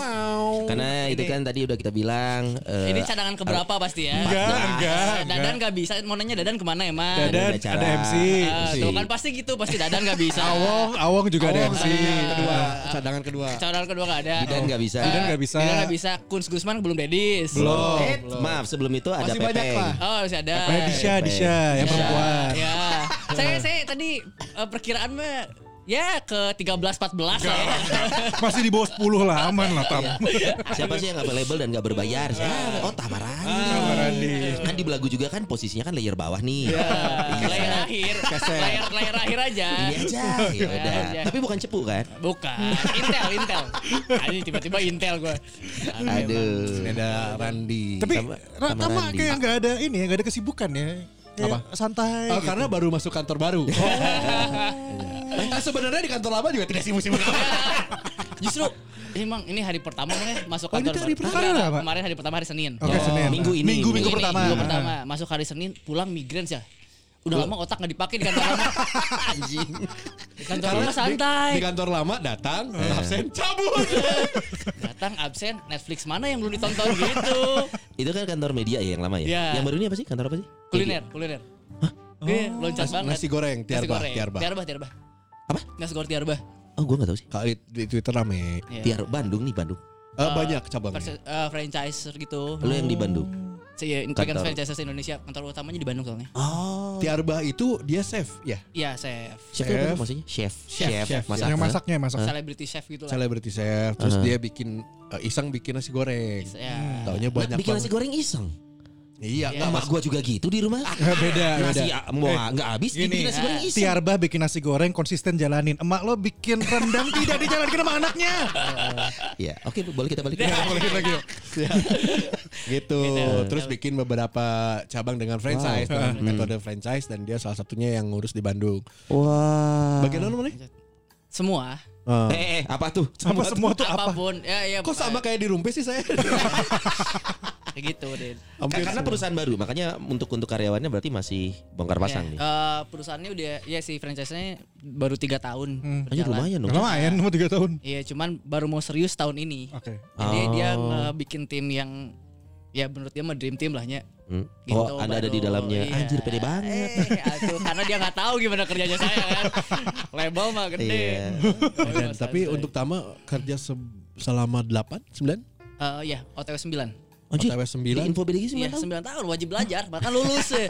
[SPEAKER 2] Karena itu kan tadi udah kita bilang eh,
[SPEAKER 3] Ini cadangan keberapa pasti ya?
[SPEAKER 6] Enggak, enggak,
[SPEAKER 3] Dadan gak bisa. Mau nanya Dadan kemana emang?
[SPEAKER 6] Dadan
[SPEAKER 2] ada acara.
[SPEAKER 6] ada MC.
[SPEAKER 3] Ah, tuh kan pasti gitu. Pasti Dadan gak bisa.
[SPEAKER 6] Awong, Awong juga ada MC.
[SPEAKER 5] kedua, cadangan kedua.
[SPEAKER 3] Cadangan kedua gak ada.
[SPEAKER 2] Bidan nggak bisa.
[SPEAKER 3] Ah,
[SPEAKER 4] Bidan nggak bisa.
[SPEAKER 3] Bidan gak bisa. Kunz Gusman belum dedis.
[SPEAKER 4] Belum.
[SPEAKER 2] Eh, maaf sebelum itu ada
[SPEAKER 5] Masih banyak
[SPEAKER 2] Pepeng.
[SPEAKER 5] lah.
[SPEAKER 3] Oh masih ada.
[SPEAKER 4] Eh, Disha, Disha yang
[SPEAKER 3] Ya,
[SPEAKER 4] perempuan.
[SPEAKER 3] Ya. Saya saya tadi eh, perkiraan mah ya ke 13 14 lah. ya.
[SPEAKER 4] Masih di bawah 10 lah aman lah Tam.
[SPEAKER 2] Siapa sih yang nggak label dan nggak berbayar? Siapa? Oh Tamarani. Tamarani. Kan di belagu juga kan posisinya kan layer bawah nih. Iya.
[SPEAKER 3] Layar akhir. Layar layar akhir aja.
[SPEAKER 2] Ini aja. Ya udah.
[SPEAKER 3] aja.
[SPEAKER 2] Tapi bukan cepu kan?
[SPEAKER 3] Bukan. Intel, Intel. Ini tiba-tiba Intel gua. Iya,
[SPEAKER 2] Aduh.
[SPEAKER 5] Ada Randi.
[SPEAKER 4] Tapi
[SPEAKER 2] Iya, Sama-
[SPEAKER 4] Ra-
[SPEAKER 2] sama
[SPEAKER 4] Tama
[SPEAKER 2] Randi.
[SPEAKER 4] kayak nggak ada ini ya, nggak ada kesibukan ya. Kayak
[SPEAKER 5] Apa?
[SPEAKER 4] Santai.
[SPEAKER 5] Oh,
[SPEAKER 4] gitu.
[SPEAKER 5] karena baru masuk kantor
[SPEAKER 3] Oh.
[SPEAKER 5] baru. Nah, sebenarnya di kantor lama juga tidak sibuk-sibuk
[SPEAKER 3] Iya,
[SPEAKER 5] amat.
[SPEAKER 3] Justru emang ini hari pertama kan masuk
[SPEAKER 4] Oh, ini
[SPEAKER 3] kantor.
[SPEAKER 4] hari
[SPEAKER 3] baru.
[SPEAKER 4] pertama
[SPEAKER 3] Enggak,
[SPEAKER 4] apa?
[SPEAKER 3] Kemarin hari pertama hari Senin.
[SPEAKER 4] Oke, Senin.
[SPEAKER 2] Minggu ini.
[SPEAKER 4] Minggu minggu
[SPEAKER 3] Ini,
[SPEAKER 4] pertama.
[SPEAKER 3] Minggu pertama. Masuk hari Senin, pulang migrain ya. Udah lama otak gak dipakai di kantor lama.
[SPEAKER 2] Anjing.
[SPEAKER 3] Di kantor
[SPEAKER 5] Karena
[SPEAKER 3] lama
[SPEAKER 5] di-
[SPEAKER 3] santai. Iya.
[SPEAKER 5] Di kan- kantor lama datang, absen, cabut.
[SPEAKER 3] Datang absen, Netflix mana yang belum ditonton gitu.
[SPEAKER 2] Itu kan kantor media ya yang lama ya.
[SPEAKER 3] Iya.
[SPEAKER 2] Yang baru ini apa sih? Kantor apa sih?
[SPEAKER 3] Kuliner, kuliner. Gue loncat
[SPEAKER 5] Nasi-
[SPEAKER 3] banget.
[SPEAKER 5] nasi goreng, tiarbah,
[SPEAKER 3] tiarba.
[SPEAKER 5] tiarbah.
[SPEAKER 3] Tiarba, tiarba.
[SPEAKER 2] Apa?
[SPEAKER 3] Nasi goreng tiarba.
[SPEAKER 2] Oh gue nggak tahu sih.
[SPEAKER 5] Kalau di, di Twitter rame.
[SPEAKER 3] Iya.
[SPEAKER 2] Tiar Bandung nih Bandung.
[SPEAKER 5] Eh, banyak cabangnya.
[SPEAKER 3] Perse- eh, franchiser gitu. iya,
[SPEAKER 2] Lo yang di Bandung.
[SPEAKER 3] Saya pegang
[SPEAKER 2] Kantor.
[SPEAKER 3] franchiser Indonesia, kan kantor utamanya di Bandung soalnya.
[SPEAKER 2] Oh.
[SPEAKER 5] Tiarbah itu dia chef ya,
[SPEAKER 3] Iya, chef.
[SPEAKER 2] Chef,
[SPEAKER 5] Chef.
[SPEAKER 2] apa tuh maksudnya? Chef.
[SPEAKER 5] Chef, chef.
[SPEAKER 2] Masak. eh?
[SPEAKER 4] Yang masaknya yang masak.
[SPEAKER 3] Celebrity chef gitu lah.
[SPEAKER 5] celebrity chef. Terus dia bikin eh, iseng bikin nasi goreng.
[SPEAKER 3] Ya.
[SPEAKER 5] Taunya
[SPEAKER 2] Nah,
[SPEAKER 5] banyak
[SPEAKER 2] bikin nasi
[SPEAKER 5] banget.
[SPEAKER 2] goreng iseng.
[SPEAKER 5] Iya,
[SPEAKER 3] Iya.
[SPEAKER 5] nggak
[SPEAKER 2] Mak
[SPEAKER 5] masuk.
[SPEAKER 2] gue juga gitu di rumah.
[SPEAKER 4] beda,
[SPEAKER 2] Nasi
[SPEAKER 4] beda.
[SPEAKER 2] ah, mau nggak habis
[SPEAKER 4] Iya, Gini. Eh,
[SPEAKER 2] bikin nasi goreng iseng.
[SPEAKER 4] Tiarbah bikin nasi goreng konsisten jalanin. Emak lo bikin rendang tidak dijalankan sama anaknya.
[SPEAKER 2] Ya, oke boleh kita balik.
[SPEAKER 5] Iya, gitu. Terus bikin beberapa cabang dengan franchise,
[SPEAKER 2] Hmm.
[SPEAKER 5] dengan metode franchise dan dia salah satunya yang ngurus di Bandung.
[SPEAKER 2] Wah.
[SPEAKER 5] Bagian mana? Mane?
[SPEAKER 3] Semua,
[SPEAKER 5] Eh,
[SPEAKER 2] Eh, eh, apa tuh?
[SPEAKER 4] Sama semua tuh apa?
[SPEAKER 3] apapun. Ya, ya.
[SPEAKER 5] Oh, Kok sama
[SPEAKER 3] pokoknya
[SPEAKER 5] kayak di Rumpi sih saya?
[SPEAKER 3] kayak gitu, Din.
[SPEAKER 5] Hampir
[SPEAKER 2] Karena
[SPEAKER 5] semua.
[SPEAKER 2] perusahaan baru, makanya untuk untuk karyawannya berarti masih bongkar pasang
[SPEAKER 3] Ya,
[SPEAKER 2] nih.
[SPEAKER 3] eh, perusahaannya udah ya si franchise-nya baru tiga tahun.
[SPEAKER 2] Anjir
[SPEAKER 5] Hmm.
[SPEAKER 3] berjalan.
[SPEAKER 2] lumayan dong.
[SPEAKER 4] Lumayan mau 3 tahun.
[SPEAKER 3] Iya, cuman baru mau serius tahun ini.
[SPEAKER 4] Oke.
[SPEAKER 3] Jadi dia eh,
[SPEAKER 2] Oh.
[SPEAKER 3] bikin tim yang ya menurut dia mah dream team lah nya.
[SPEAKER 2] Hmm.
[SPEAKER 3] Gitu,
[SPEAKER 2] oh, Anda ada
[SPEAKER 3] baru-
[SPEAKER 2] di dalamnya.
[SPEAKER 3] iya.
[SPEAKER 2] Anjir pede banget.
[SPEAKER 3] Eh, atuh, karena dia nggak tahu gimana kerjanya saya kan. Label mah gede.
[SPEAKER 2] Iya.
[SPEAKER 5] Dan, tapi untuk Tama kerja se- selama 8, 9,
[SPEAKER 3] Eh, ya, OTW 9.
[SPEAKER 2] Anjir.
[SPEAKER 5] OTW
[SPEAKER 2] Di
[SPEAKER 5] 9.
[SPEAKER 2] info BDG 9
[SPEAKER 3] Iya,
[SPEAKER 2] tahun.
[SPEAKER 3] 9 tahun wajib belajar, bahkan lulus. eh.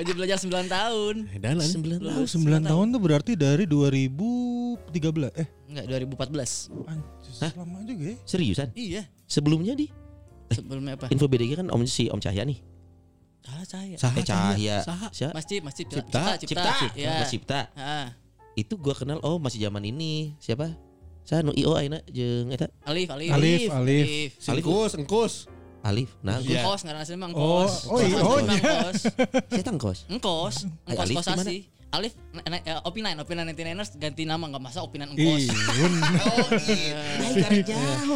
[SPEAKER 3] wajib belajar 9 tahun.
[SPEAKER 5] Dan lain.
[SPEAKER 2] 9 tahun.
[SPEAKER 4] Oh, 9 tahun tuh berarti dari 2013 eh
[SPEAKER 3] Enggak, 2014.
[SPEAKER 4] anjir, lama juga ya.
[SPEAKER 2] Seriusan?
[SPEAKER 3] Iya,
[SPEAKER 2] Sebelumnya di
[SPEAKER 3] sebelumnya apa?
[SPEAKER 2] info BDG kan Om si Om Cahya nih.
[SPEAKER 3] Salah saya.
[SPEAKER 2] eh Cahya.
[SPEAKER 5] Saha.
[SPEAKER 2] Siapa?
[SPEAKER 3] Masjid, masjid
[SPEAKER 5] Cipta,
[SPEAKER 3] cipta. Iya.
[SPEAKER 2] Mas Cipta.
[SPEAKER 3] Ah,
[SPEAKER 2] Itu gua kenal oh masih zaman ini. Siapa? Saya nu IO aina jeung eta
[SPEAKER 3] Alif, Alif.
[SPEAKER 4] Alif, Alif.
[SPEAKER 5] Singkus, engkus.
[SPEAKER 2] Alif. Nah, gua
[SPEAKER 5] Iya.
[SPEAKER 3] Engkos ngaranna sih mah
[SPEAKER 4] Oh,
[SPEAKER 3] engkos.
[SPEAKER 4] oh, iya,
[SPEAKER 3] Engkos,
[SPEAKER 4] oh,
[SPEAKER 3] Bang,
[SPEAKER 4] iya.
[SPEAKER 3] engkos.
[SPEAKER 2] saya tangkos.
[SPEAKER 3] Engkos,
[SPEAKER 2] Eh,
[SPEAKER 3] engkos
[SPEAKER 2] Alif
[SPEAKER 3] kosasi.
[SPEAKER 2] di
[SPEAKER 3] Alif, na- na- eh, opinan, opinan 99ers ganti nama nggak masa opinan engkos.
[SPEAKER 4] Ih, bun.
[SPEAKER 3] Oh, iya.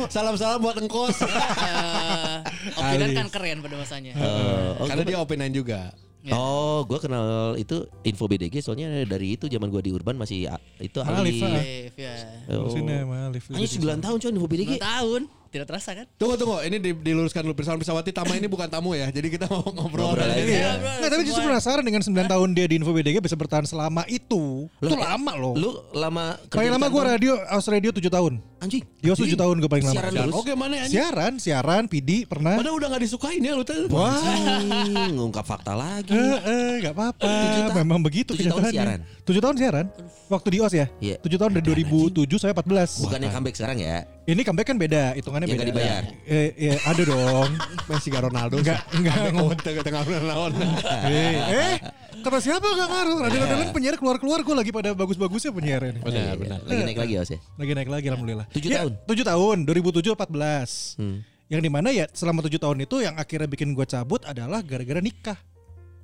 [SPEAKER 5] Salam-salam buat engkos.
[SPEAKER 3] Eh, opinan kan keren pada masanya.
[SPEAKER 2] Eh, oh,
[SPEAKER 5] Karena
[SPEAKER 2] gua-
[SPEAKER 5] dia openan juga.
[SPEAKER 3] Ya.
[SPEAKER 2] Oh, gua kenal itu info BDG soalnya dari itu zaman gua di Urban masih a- itu Alif.
[SPEAKER 4] Alif, ah.
[SPEAKER 3] Alif ya.
[SPEAKER 2] Oh.
[SPEAKER 4] Sini sama Alif.
[SPEAKER 2] Anjir 9 tahun coy info BDG.
[SPEAKER 4] Iya.
[SPEAKER 3] 9 tahun, tidak terasa kan?
[SPEAKER 5] Tunggu tunggu, ini di- diluruskan dulu Pirsawan Pirsawati Tama ini bukan tamu ya. Jadi kita mau ngobrol.
[SPEAKER 2] Ngobrol aja.
[SPEAKER 4] Iya. Nggak, tapi justru penasaran dengan 9 tahun dia di Info BDG bisa bertahan selama itu. itu
[SPEAKER 2] eh,
[SPEAKER 4] lama loh.
[SPEAKER 2] Lu lama kerja
[SPEAKER 4] Paling
[SPEAKER 2] di
[SPEAKER 4] lama gue
[SPEAKER 2] kantor?
[SPEAKER 4] radio, Aus Radio 7 tahun.
[SPEAKER 2] anjing.
[SPEAKER 4] Dios 7 tahun gue paling
[SPEAKER 2] Siaran
[SPEAKER 4] lama.
[SPEAKER 5] Dan
[SPEAKER 2] terus.
[SPEAKER 5] oke mana ya?
[SPEAKER 4] Siaran, siaran, PD pernah.
[SPEAKER 5] Padahal udah gak disukain ya lu tuh.
[SPEAKER 4] Wah,
[SPEAKER 2] Anjing, ngungkap fakta lagi.
[SPEAKER 4] eh, eh, nggak apa-apa.
[SPEAKER 2] Tujuh tahun-
[SPEAKER 4] Memang begitu
[SPEAKER 2] tujuh tahun siaran.
[SPEAKER 4] 7 tahun siaran. Waktu di Os ya.
[SPEAKER 2] Iya.
[SPEAKER 4] 7 tahun dari 2007 saya 14.
[SPEAKER 2] Bukan yang comeback sekarang ya.
[SPEAKER 4] Ini comeback kan beda, hitungannya
[SPEAKER 2] Yang
[SPEAKER 4] beda.
[SPEAKER 2] nggak dibayar.
[SPEAKER 4] Eh, iya, ada dong.
[SPEAKER 5] Messi gak Ronaldo.
[SPEAKER 4] Enggak, enggak.
[SPEAKER 5] Oh, tengah tengah lawan.
[SPEAKER 4] eh, eh, kata siapa gak ngaruh?
[SPEAKER 2] Iya.
[SPEAKER 4] Radel-radel penyiar keluar-keluar gue lagi pada bagus-bagusnya penyiarnya. nih.
[SPEAKER 5] Benar, benar.
[SPEAKER 4] Eh.
[SPEAKER 2] Lagi naik lagi ya, Os ya.
[SPEAKER 4] Lagi naik lagi alhamdulillah.
[SPEAKER 2] Tujuh tahun? Hmm.
[SPEAKER 4] 7 tahun, 2007 14. Yang dimana ya selama 7 tahun itu yang akhirnya bikin gue cabut adalah gara-gara nikah.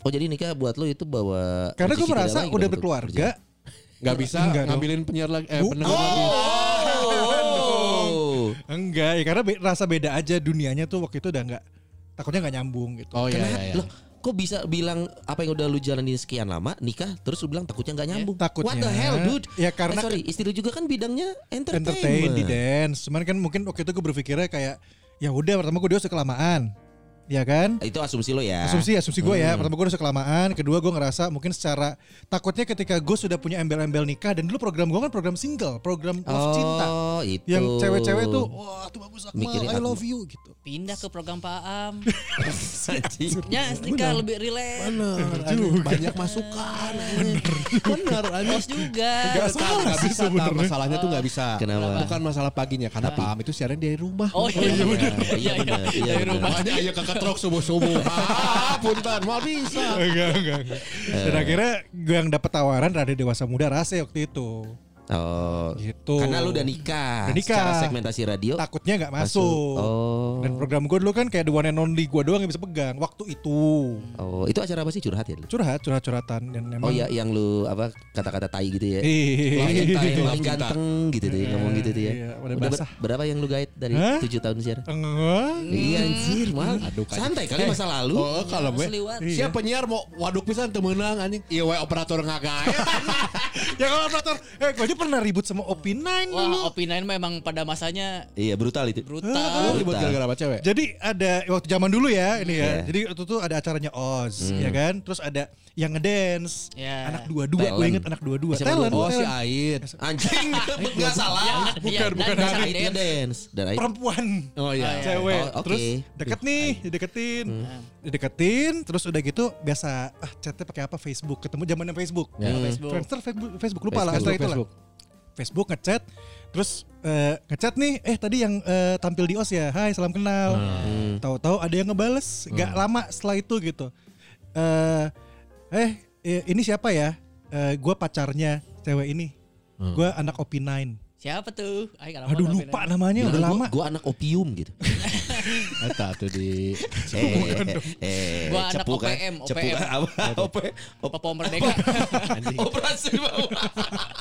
[SPEAKER 2] Oh jadi nikah buat lu itu bawa
[SPEAKER 4] Karena gue
[SPEAKER 2] rezeki
[SPEAKER 4] merasa
[SPEAKER 2] Oh, tidak lain
[SPEAKER 4] udah
[SPEAKER 2] dong untuk
[SPEAKER 4] berkeluarga.
[SPEAKER 2] kerja.
[SPEAKER 5] Gak bisa
[SPEAKER 4] Enggak dong.
[SPEAKER 5] ngambilin penyiar lagi. Eh,
[SPEAKER 4] Bu-
[SPEAKER 5] pendengar lagi.
[SPEAKER 2] Oh.
[SPEAKER 4] Enggak, ya karena be- rasa beda aja dunianya tuh waktu itu udah enggak takutnya nggak nyambung gitu.
[SPEAKER 5] Oh iya
[SPEAKER 2] Kenapa?
[SPEAKER 5] iya. iya.
[SPEAKER 2] Loh, kok bisa bilang apa yang udah lu jalanin sekian lama nikah terus lu bilang takutnya nggak nyambung
[SPEAKER 4] Iya, Takutnya.
[SPEAKER 2] what the hell dude
[SPEAKER 4] Ya,
[SPEAKER 2] Eh,
[SPEAKER 4] karena-
[SPEAKER 2] sorry istri lu juga kan bidangnya entertainment,
[SPEAKER 4] entertain di dance. Cuman kan mungkin waktu itu gue berpikirnya kayak ya udah pertama gue dia usah kelamaan. Ya kan?
[SPEAKER 2] itu asumsi lo ya
[SPEAKER 4] Asumsi asumsi gue ya. Pertama gue udah kelamaan, kedua gue ngerasa mungkin secara takutnya ketika gue sudah punya embel-embel nikah dan dulu program gue kan program single, program love
[SPEAKER 2] oh,
[SPEAKER 4] cinta.
[SPEAKER 2] itu
[SPEAKER 4] Yang cewek-cewek tuh wah tuh bagus Akmal,
[SPEAKER 2] Mikirin
[SPEAKER 4] I
[SPEAKER 2] aku.
[SPEAKER 4] love you gitu.
[SPEAKER 3] Pindah ke program Pak Am.
[SPEAKER 2] Anjing.
[SPEAKER 3] Ya, Stika lebih relax.
[SPEAKER 5] banyak masukan
[SPEAKER 3] Bener, Bos juga.
[SPEAKER 5] Gak salah, gak bisa Tam. Masalahnya tuh gak bisa
[SPEAKER 2] Kenapa?
[SPEAKER 5] Bukan masalah paginya Karena Pak Am itu siaran dari rumah
[SPEAKER 3] Oh iya, bener.
[SPEAKER 2] iya benar iya
[SPEAKER 5] Dari
[SPEAKER 2] benar
[SPEAKER 5] rumahnya ayo kakak trok subuh-subuh Ah punten mau bisa
[SPEAKER 4] enggak, enggak, enggak.
[SPEAKER 2] Eh.
[SPEAKER 4] Dan akhirnya gue yang dapat tawaran Rada Dewasa Muda Rase waktu itu.
[SPEAKER 2] oh
[SPEAKER 4] Gitu.
[SPEAKER 2] karena lu udah nikah
[SPEAKER 4] Udah nikah.
[SPEAKER 2] secara segmentasi radio
[SPEAKER 4] Takutnya nggak
[SPEAKER 2] masuk.
[SPEAKER 4] masuk.
[SPEAKER 2] Oh.
[SPEAKER 4] Dan program gue dulu kan kayak the one and only gue doang yang bisa pegang waktu itu.
[SPEAKER 2] oh itu acara apa sih curhat ya lu?
[SPEAKER 4] Curhat, curhat-curhatan dan
[SPEAKER 2] oh
[SPEAKER 4] memang
[SPEAKER 2] ya yang lu apa kata-kata tai gitu ya
[SPEAKER 4] Iya.
[SPEAKER 2] Lain tai,
[SPEAKER 5] Gitu.
[SPEAKER 2] lain ganteng gitu tuh ngomong gitu tuh ya.
[SPEAKER 4] Iya, pada
[SPEAKER 2] Udah ber-
[SPEAKER 4] basah.
[SPEAKER 2] berapa yang lu gait dari
[SPEAKER 4] Hah?
[SPEAKER 2] tujuh tahun siaran?
[SPEAKER 4] Enggak.
[SPEAKER 2] Iya anjir, mahal.
[SPEAKER 5] kan.
[SPEAKER 2] Santai kali masa lalu.
[SPEAKER 5] Oh kalau gue
[SPEAKER 3] Seliwat.
[SPEAKER 5] Siapa penyiar mau waduk pisan temenang anjing Iya we operator nggak gaya
[SPEAKER 4] Ya kalau operator, eh gue aja pernah ribut sama Opinine dulu.
[SPEAKER 3] Wah, Opinain memang pada masanya
[SPEAKER 2] Iya, brutal itu.
[SPEAKER 5] Lu
[SPEAKER 3] brutal.
[SPEAKER 5] ribut gara-gara apa cewek
[SPEAKER 4] Jadi ada waktu zaman dulu ya ini ya.
[SPEAKER 2] Iya. Hmm.
[SPEAKER 4] Jadi waktu itu ada acaranya Oz ya kan. Terus ada yang ngedance.
[SPEAKER 3] Iya.
[SPEAKER 4] Anak dua-dua, gue
[SPEAKER 2] Talent.
[SPEAKER 4] inget anak dua-dua.
[SPEAKER 2] Siapa
[SPEAKER 4] Talent,
[SPEAKER 5] Oh
[SPEAKER 4] talent.
[SPEAKER 5] si
[SPEAKER 4] Iya.
[SPEAKER 5] Ait
[SPEAKER 2] Anjing, enggak salah.
[SPEAKER 3] Bukan, bukan.
[SPEAKER 2] Dari dia dance. Dan Aid-
[SPEAKER 4] perempuan. eh,
[SPEAKER 5] Oh iya
[SPEAKER 4] cewek
[SPEAKER 2] Oh, oke. Iya. Hmm.
[SPEAKER 4] terus deket nih dideketin dideketin terus udah gitu biasa ah chatnya pakai apa Facebook ketemu zamannya Facebook
[SPEAKER 3] Facebook.
[SPEAKER 4] Friendster Facebook, Facebook lupa
[SPEAKER 2] Ya.
[SPEAKER 4] lah
[SPEAKER 2] Facebook,
[SPEAKER 4] setelah itu lah
[SPEAKER 5] Facebook.
[SPEAKER 4] Facebook ngechat terus eh, ngechat nih eh tadi yang eh, tampil di OS ya Hai salam kenal
[SPEAKER 2] Hmm.
[SPEAKER 4] tahu-tahu ada yang ngebales nggak lama setelah itu gitu Eh, eh eh, ini siapa ya Eh, gua pacarnya cewek ini
[SPEAKER 2] Hmm.
[SPEAKER 4] gua anak OP9
[SPEAKER 3] Siapa tuh? Ay, kalau
[SPEAKER 4] aduh
[SPEAKER 3] mau
[SPEAKER 4] lupa
[SPEAKER 3] Opinain.
[SPEAKER 4] namanya
[SPEAKER 2] Bilang
[SPEAKER 4] udah
[SPEAKER 2] gua-
[SPEAKER 4] lama
[SPEAKER 2] Gua anak opium gitu.
[SPEAKER 5] Eta tuh di
[SPEAKER 2] Eh, eh,
[SPEAKER 3] Gua anak
[SPEAKER 2] cepu kan.
[SPEAKER 3] OPM,
[SPEAKER 2] Cepu
[SPEAKER 3] OPM.
[SPEAKER 2] kan. Apa? OP.
[SPEAKER 3] Papa Merdeka.
[SPEAKER 2] Operasi bawah.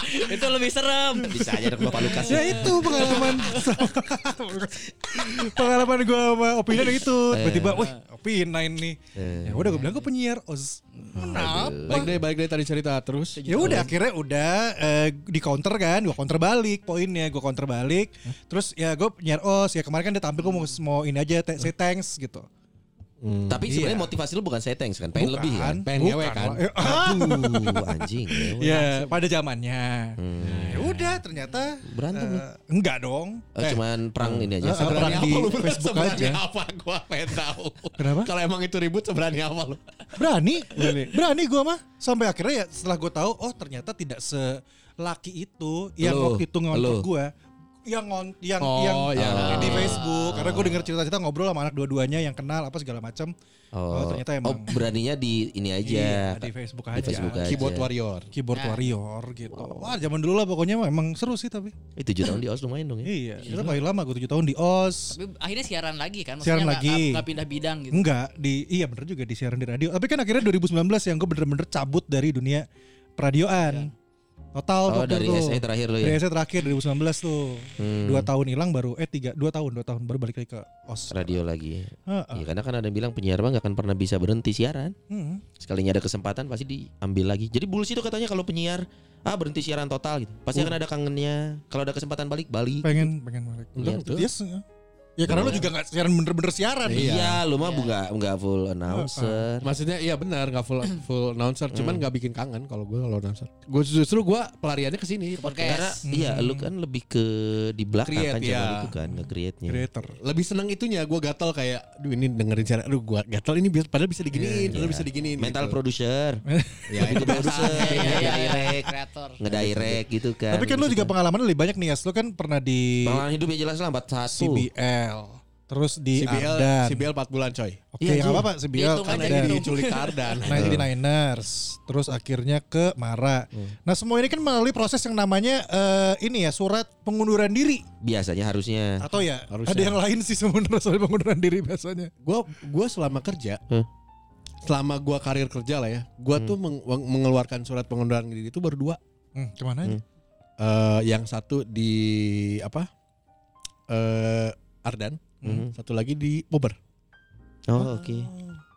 [SPEAKER 3] Itu lebih serem.
[SPEAKER 2] Bisa aja anak Bapak Lukas.
[SPEAKER 4] Ya itu pengalaman pengalaman gue sama Opina itu tiba-tiba, wah Opina ini. Ya udah gue bilang gue penyiar Oz.
[SPEAKER 5] Balik deh balik deh tadi cerita terus
[SPEAKER 4] Ya udah akhirnya udah eh, di counter kan, gue counter balik poinnya, gue counter balik. Terus ya gue penyiar Oz. Ya kemarin kan dia tampil gue mau mau ini aja, te- say thanks gitu.
[SPEAKER 2] Tapi sebenarnya motivasi lu bukan saya thanks kan, pengen lebih kan.
[SPEAKER 5] Pengen
[SPEAKER 4] Iya. bukan
[SPEAKER 5] ngewe kan?
[SPEAKER 4] lah. Eh,
[SPEAKER 2] Aduh, anjing. ngewe.
[SPEAKER 4] Ya pada zamannya. Ya udah ternyata
[SPEAKER 2] Berantem
[SPEAKER 4] eh,
[SPEAKER 2] nih.
[SPEAKER 4] enggak dong.
[SPEAKER 2] Oh, cuman perang ini aja.
[SPEAKER 4] Eh,
[SPEAKER 2] Seberapa
[SPEAKER 4] perang di Facebook
[SPEAKER 5] seberani
[SPEAKER 4] aja.
[SPEAKER 5] apa gua pengen tahu.
[SPEAKER 4] Kenapa?
[SPEAKER 5] Kalau emang itu ribut seberani apa lu?
[SPEAKER 4] berani berani gue mah sampai akhirnya ya setelah gue tahu oh ternyata tidak selaki itu yang
[SPEAKER 2] Lu,
[SPEAKER 4] waktu itu ngontrol
[SPEAKER 2] lu.
[SPEAKER 4] gue yang ngon yang
[SPEAKER 5] Oh,
[SPEAKER 4] yang eh,
[SPEAKER 5] yang
[SPEAKER 4] di
[SPEAKER 5] ini.
[SPEAKER 4] Facebook karena gue denger cerita-cerita ngobrol sama anak dua-duanya yang kenal apa segala macam oh, ternyata
[SPEAKER 2] oh,
[SPEAKER 4] emang
[SPEAKER 2] beraninya di ini aja.
[SPEAKER 4] Iya, di Facebook
[SPEAKER 2] Di
[SPEAKER 4] aja
[SPEAKER 2] Facebook aja.
[SPEAKER 5] Keyboard warrior.
[SPEAKER 4] keyboard warrior gitu wah zaman dulu lah pokoknya mah emang seru sih tapi
[SPEAKER 2] Eh, 7 tahun di OS lumayan dong ya.
[SPEAKER 4] iya kita paling lama gue tujuh tahun di OS
[SPEAKER 3] Tapi akhirnya siaran lagi kan?
[SPEAKER 4] Siaran
[SPEAKER 3] nggak-
[SPEAKER 4] lagi.
[SPEAKER 3] nggak- nggak pindah bidang gitu.
[SPEAKER 4] Enggak di iya bener juga di siaran di radio. Tapi kan akhirnya 2019 yang gue bener-bener cabut dari dunia peradioan.
[SPEAKER 2] Iya.
[SPEAKER 4] Total
[SPEAKER 2] Oh,
[SPEAKER 4] waktu
[SPEAKER 2] dari
[SPEAKER 4] itu.
[SPEAKER 2] SE terakhir lo
[SPEAKER 4] Dari
[SPEAKER 2] ya. Hmm.
[SPEAKER 4] SE terakhir 2019 tuh. Dua tahun hilang baru eh tiga dua tahun dua tahun baru balik lagi ke OS.
[SPEAKER 2] Radio lagi.
[SPEAKER 4] Heeh.
[SPEAKER 2] Iya, karena kan ada yang bilang penyiar mah nggak akan pernah bisa berhenti siaran.
[SPEAKER 4] Hmm.
[SPEAKER 2] Sekalinya ada kesempatan pasti diambil lagi. Jadi bullshit itu katanya kalau penyiar ah berhenti siaran total gitu. Pasti akan ada kangennya. Kalau ada kesempatan balik balik.
[SPEAKER 4] Pengen pengen balik.
[SPEAKER 2] Iya,
[SPEAKER 4] Bener,
[SPEAKER 2] tuh.
[SPEAKER 4] yes. Ya karena lu juga gak siaran bener-bener siaran.
[SPEAKER 2] Iya, lu mah nggak nggak full
[SPEAKER 4] Ah,
[SPEAKER 2] announcer.
[SPEAKER 5] Maksudnya iya benar nggak full full announcer, cuman nggak bikin kangen kalau gue kalau announcer. Gue justru gue pelariannya ke sini.
[SPEAKER 2] Karena
[SPEAKER 3] Podcast.
[SPEAKER 2] iya lu kan lebih ke di belakang
[SPEAKER 5] Create,
[SPEAKER 2] kan channel
[SPEAKER 5] iya.
[SPEAKER 2] itu kan nge-create-nya.
[SPEAKER 4] Creator.
[SPEAKER 5] Lebih seneng itunya gue gatel kayak, duh ini dengerin siaran, aduh gue gatel ini bias- padahal bisa diginiin, padahal
[SPEAKER 2] Iya.
[SPEAKER 5] bisa diginiin.
[SPEAKER 2] Mental
[SPEAKER 5] gitu.
[SPEAKER 2] producer.
[SPEAKER 5] Ya,
[SPEAKER 2] Lebih ke produser,
[SPEAKER 3] Iya, iya, iya, iya.
[SPEAKER 2] ngedirect,
[SPEAKER 3] Kreator.
[SPEAKER 2] ngedirect gitu kan.
[SPEAKER 4] Tapi kan lu juga pengalaman lebih banyak nih Yas. Lu kan pernah di
[SPEAKER 2] pengalaman hidup ya jelas lah 41.
[SPEAKER 4] CBL. Terus di
[SPEAKER 5] CBL,
[SPEAKER 4] Ardan. Kan
[SPEAKER 5] CBL 4 bulan coy.
[SPEAKER 4] Oke,
[SPEAKER 2] Iya,
[SPEAKER 4] nggak
[SPEAKER 2] Ju.
[SPEAKER 4] apa-apa CBL.
[SPEAKER 3] Dihitung aja,
[SPEAKER 5] Karena
[SPEAKER 4] Ardan.
[SPEAKER 5] ini diculik Ardan.
[SPEAKER 4] 99ers terus akhirnya ke Mara. Nah, semua ini kan melalui proses yang namanya eh, ini ya surat pengunduran diri
[SPEAKER 2] Biasanya harusnya.
[SPEAKER 4] atau ya
[SPEAKER 5] Harusnya.
[SPEAKER 4] ada yang lain sih sebenarnya soal pengunduran diri biasanya.
[SPEAKER 5] Gue gue selama kerja,
[SPEAKER 2] Hah?
[SPEAKER 5] selama gue karir kerja lah ya, gue
[SPEAKER 2] Hmm.
[SPEAKER 5] tuh meng- mengeluarkan surat pengunduran diri itu baru dua.
[SPEAKER 4] Hmm, kemana?
[SPEAKER 2] Hmm.
[SPEAKER 5] Eh, yang satu di apa? Eh Ardan,
[SPEAKER 2] Mhm.
[SPEAKER 5] satu lagi di Bobber.
[SPEAKER 2] Oh, oke.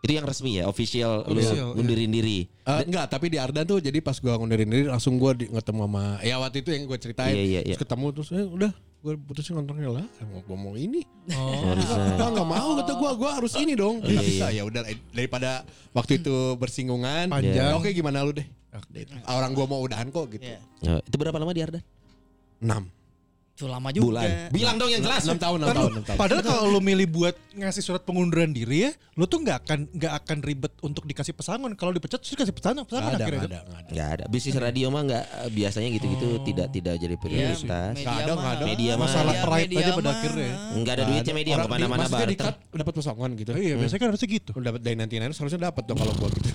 [SPEAKER 2] Itu yang resmi ya, official, lu
[SPEAKER 4] Official,
[SPEAKER 2] ngundurin diri.
[SPEAKER 5] Eh, enggak, tapi di Ardan tuh jadi pas gua ngundurin diri langsung gua di, ketemu sama ya waktu itu yang gue ceritain.
[SPEAKER 2] Iya, iya, iya.
[SPEAKER 5] Terus ketemu terus eh, udah gue putusin kontraknya lah mau gua mau ini
[SPEAKER 4] Hmm. Oh.
[SPEAKER 2] Nggak bisa.
[SPEAKER 5] Enggak, enggak mau kata gue gue harus ini dong
[SPEAKER 2] Iya,
[SPEAKER 5] Nggak bisa
[SPEAKER 2] iya.
[SPEAKER 5] ya udah daripada waktu itu bersinggungan
[SPEAKER 4] Panjang.
[SPEAKER 5] ya oke gimana lu deh orang gua mau udahan kok gitu
[SPEAKER 3] Iya.
[SPEAKER 2] Ya, itu berapa lama di Ardan?
[SPEAKER 5] enam
[SPEAKER 3] Tuh lama juga. ya.
[SPEAKER 2] Bilang dong yang jelas.
[SPEAKER 5] enam tahun enam
[SPEAKER 4] Padahal-
[SPEAKER 5] tahun enam
[SPEAKER 4] Kan
[SPEAKER 5] tahun
[SPEAKER 4] Padahal kalau lu milih buat ngasih surat pengunduran diri ya, lu tuh nggak akan nggak akan ribet untuk dikasih pesangon. Kalau dipecat terus dikasih pesangon,
[SPEAKER 5] Nggak
[SPEAKER 4] pesangon
[SPEAKER 5] ada
[SPEAKER 4] kan akhirnya.
[SPEAKER 5] nggak ada nggak ada
[SPEAKER 2] Enggak ada. Bisnis radio mah enggak biasanya gitu-gitu tidak tidak jadi prioritas.
[SPEAKER 3] iya.
[SPEAKER 5] Nggak ada, nggak ada.
[SPEAKER 2] Media mah.
[SPEAKER 4] Masalah
[SPEAKER 3] Media-
[SPEAKER 4] pride
[SPEAKER 3] media
[SPEAKER 4] aja pada
[SPEAKER 3] mah.
[SPEAKER 4] akhirnya.
[SPEAKER 2] Enggak ada duitnya media
[SPEAKER 5] Orang di-
[SPEAKER 2] kemana-mana
[SPEAKER 5] maksudnya
[SPEAKER 2] barter.
[SPEAKER 5] di-cut, dapat pesongan gitu
[SPEAKER 4] Iya, biasanya kan harusnya gitu.
[SPEAKER 5] Lu dapat dari nanti harusnya dapat dong kalau gua gitu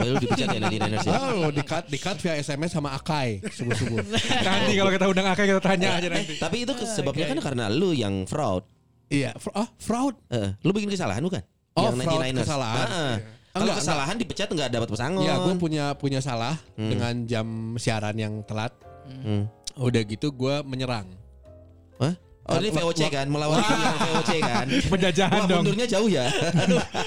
[SPEAKER 2] Oh lu dipecat ya nanti Niners ya.
[SPEAKER 5] Oh, di cut, di cut via SMS sama Akai subuh-subuh.
[SPEAKER 4] Nanti kalau kita undang Akai kita tanya aja nanti.
[SPEAKER 2] Tapi itu ke- sebabnya kan karena lu yang fraud.
[SPEAKER 5] iya, fr- ah, fraud.
[SPEAKER 2] Eh, lu bikin kesalahan bukan?
[SPEAKER 5] Oh,
[SPEAKER 2] yang
[SPEAKER 5] fraud
[SPEAKER 2] 99ers.
[SPEAKER 5] kesalahan.
[SPEAKER 2] Ah, ah. Kalau
[SPEAKER 5] Enggak,
[SPEAKER 2] kesalahan dipecat enggak dapat pesangon.
[SPEAKER 5] Ya, gue punya punya salah dengan jam siaran yang telat.
[SPEAKER 2] Hmm.
[SPEAKER 5] Udah gitu gue menyerang.
[SPEAKER 2] Hah? Oh ini
[SPEAKER 5] Wak-
[SPEAKER 2] VOC
[SPEAKER 5] wak-
[SPEAKER 2] kan melawan tim yang VOC kan.
[SPEAKER 4] Penjajahan
[SPEAKER 2] Wah
[SPEAKER 4] dong.
[SPEAKER 2] mundurnya jauh ya.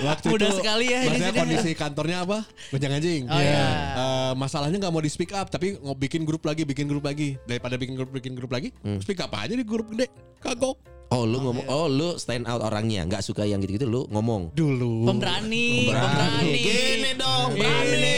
[SPEAKER 5] Waktu
[SPEAKER 3] Mudah sekali ya ini
[SPEAKER 5] Maksudnya
[SPEAKER 3] sini.
[SPEAKER 5] kondisi kantornya apa? Banyak anjing.
[SPEAKER 3] Oh, iya.
[SPEAKER 5] Eh, masalahnya nggak mau di speak up, tapi mau bikin grup lagi, bikin grup lagi. Daripada bikin grup, bikin grup lagi, speak up aja di grup gede. Kagok.
[SPEAKER 2] Oh lu ngomong, oh lu stand out orangnya, nggak suka yang gitu-gitu lu ngomong.
[SPEAKER 5] Dulu.
[SPEAKER 3] Pemberani, pemberani.
[SPEAKER 2] Gini dong, berani.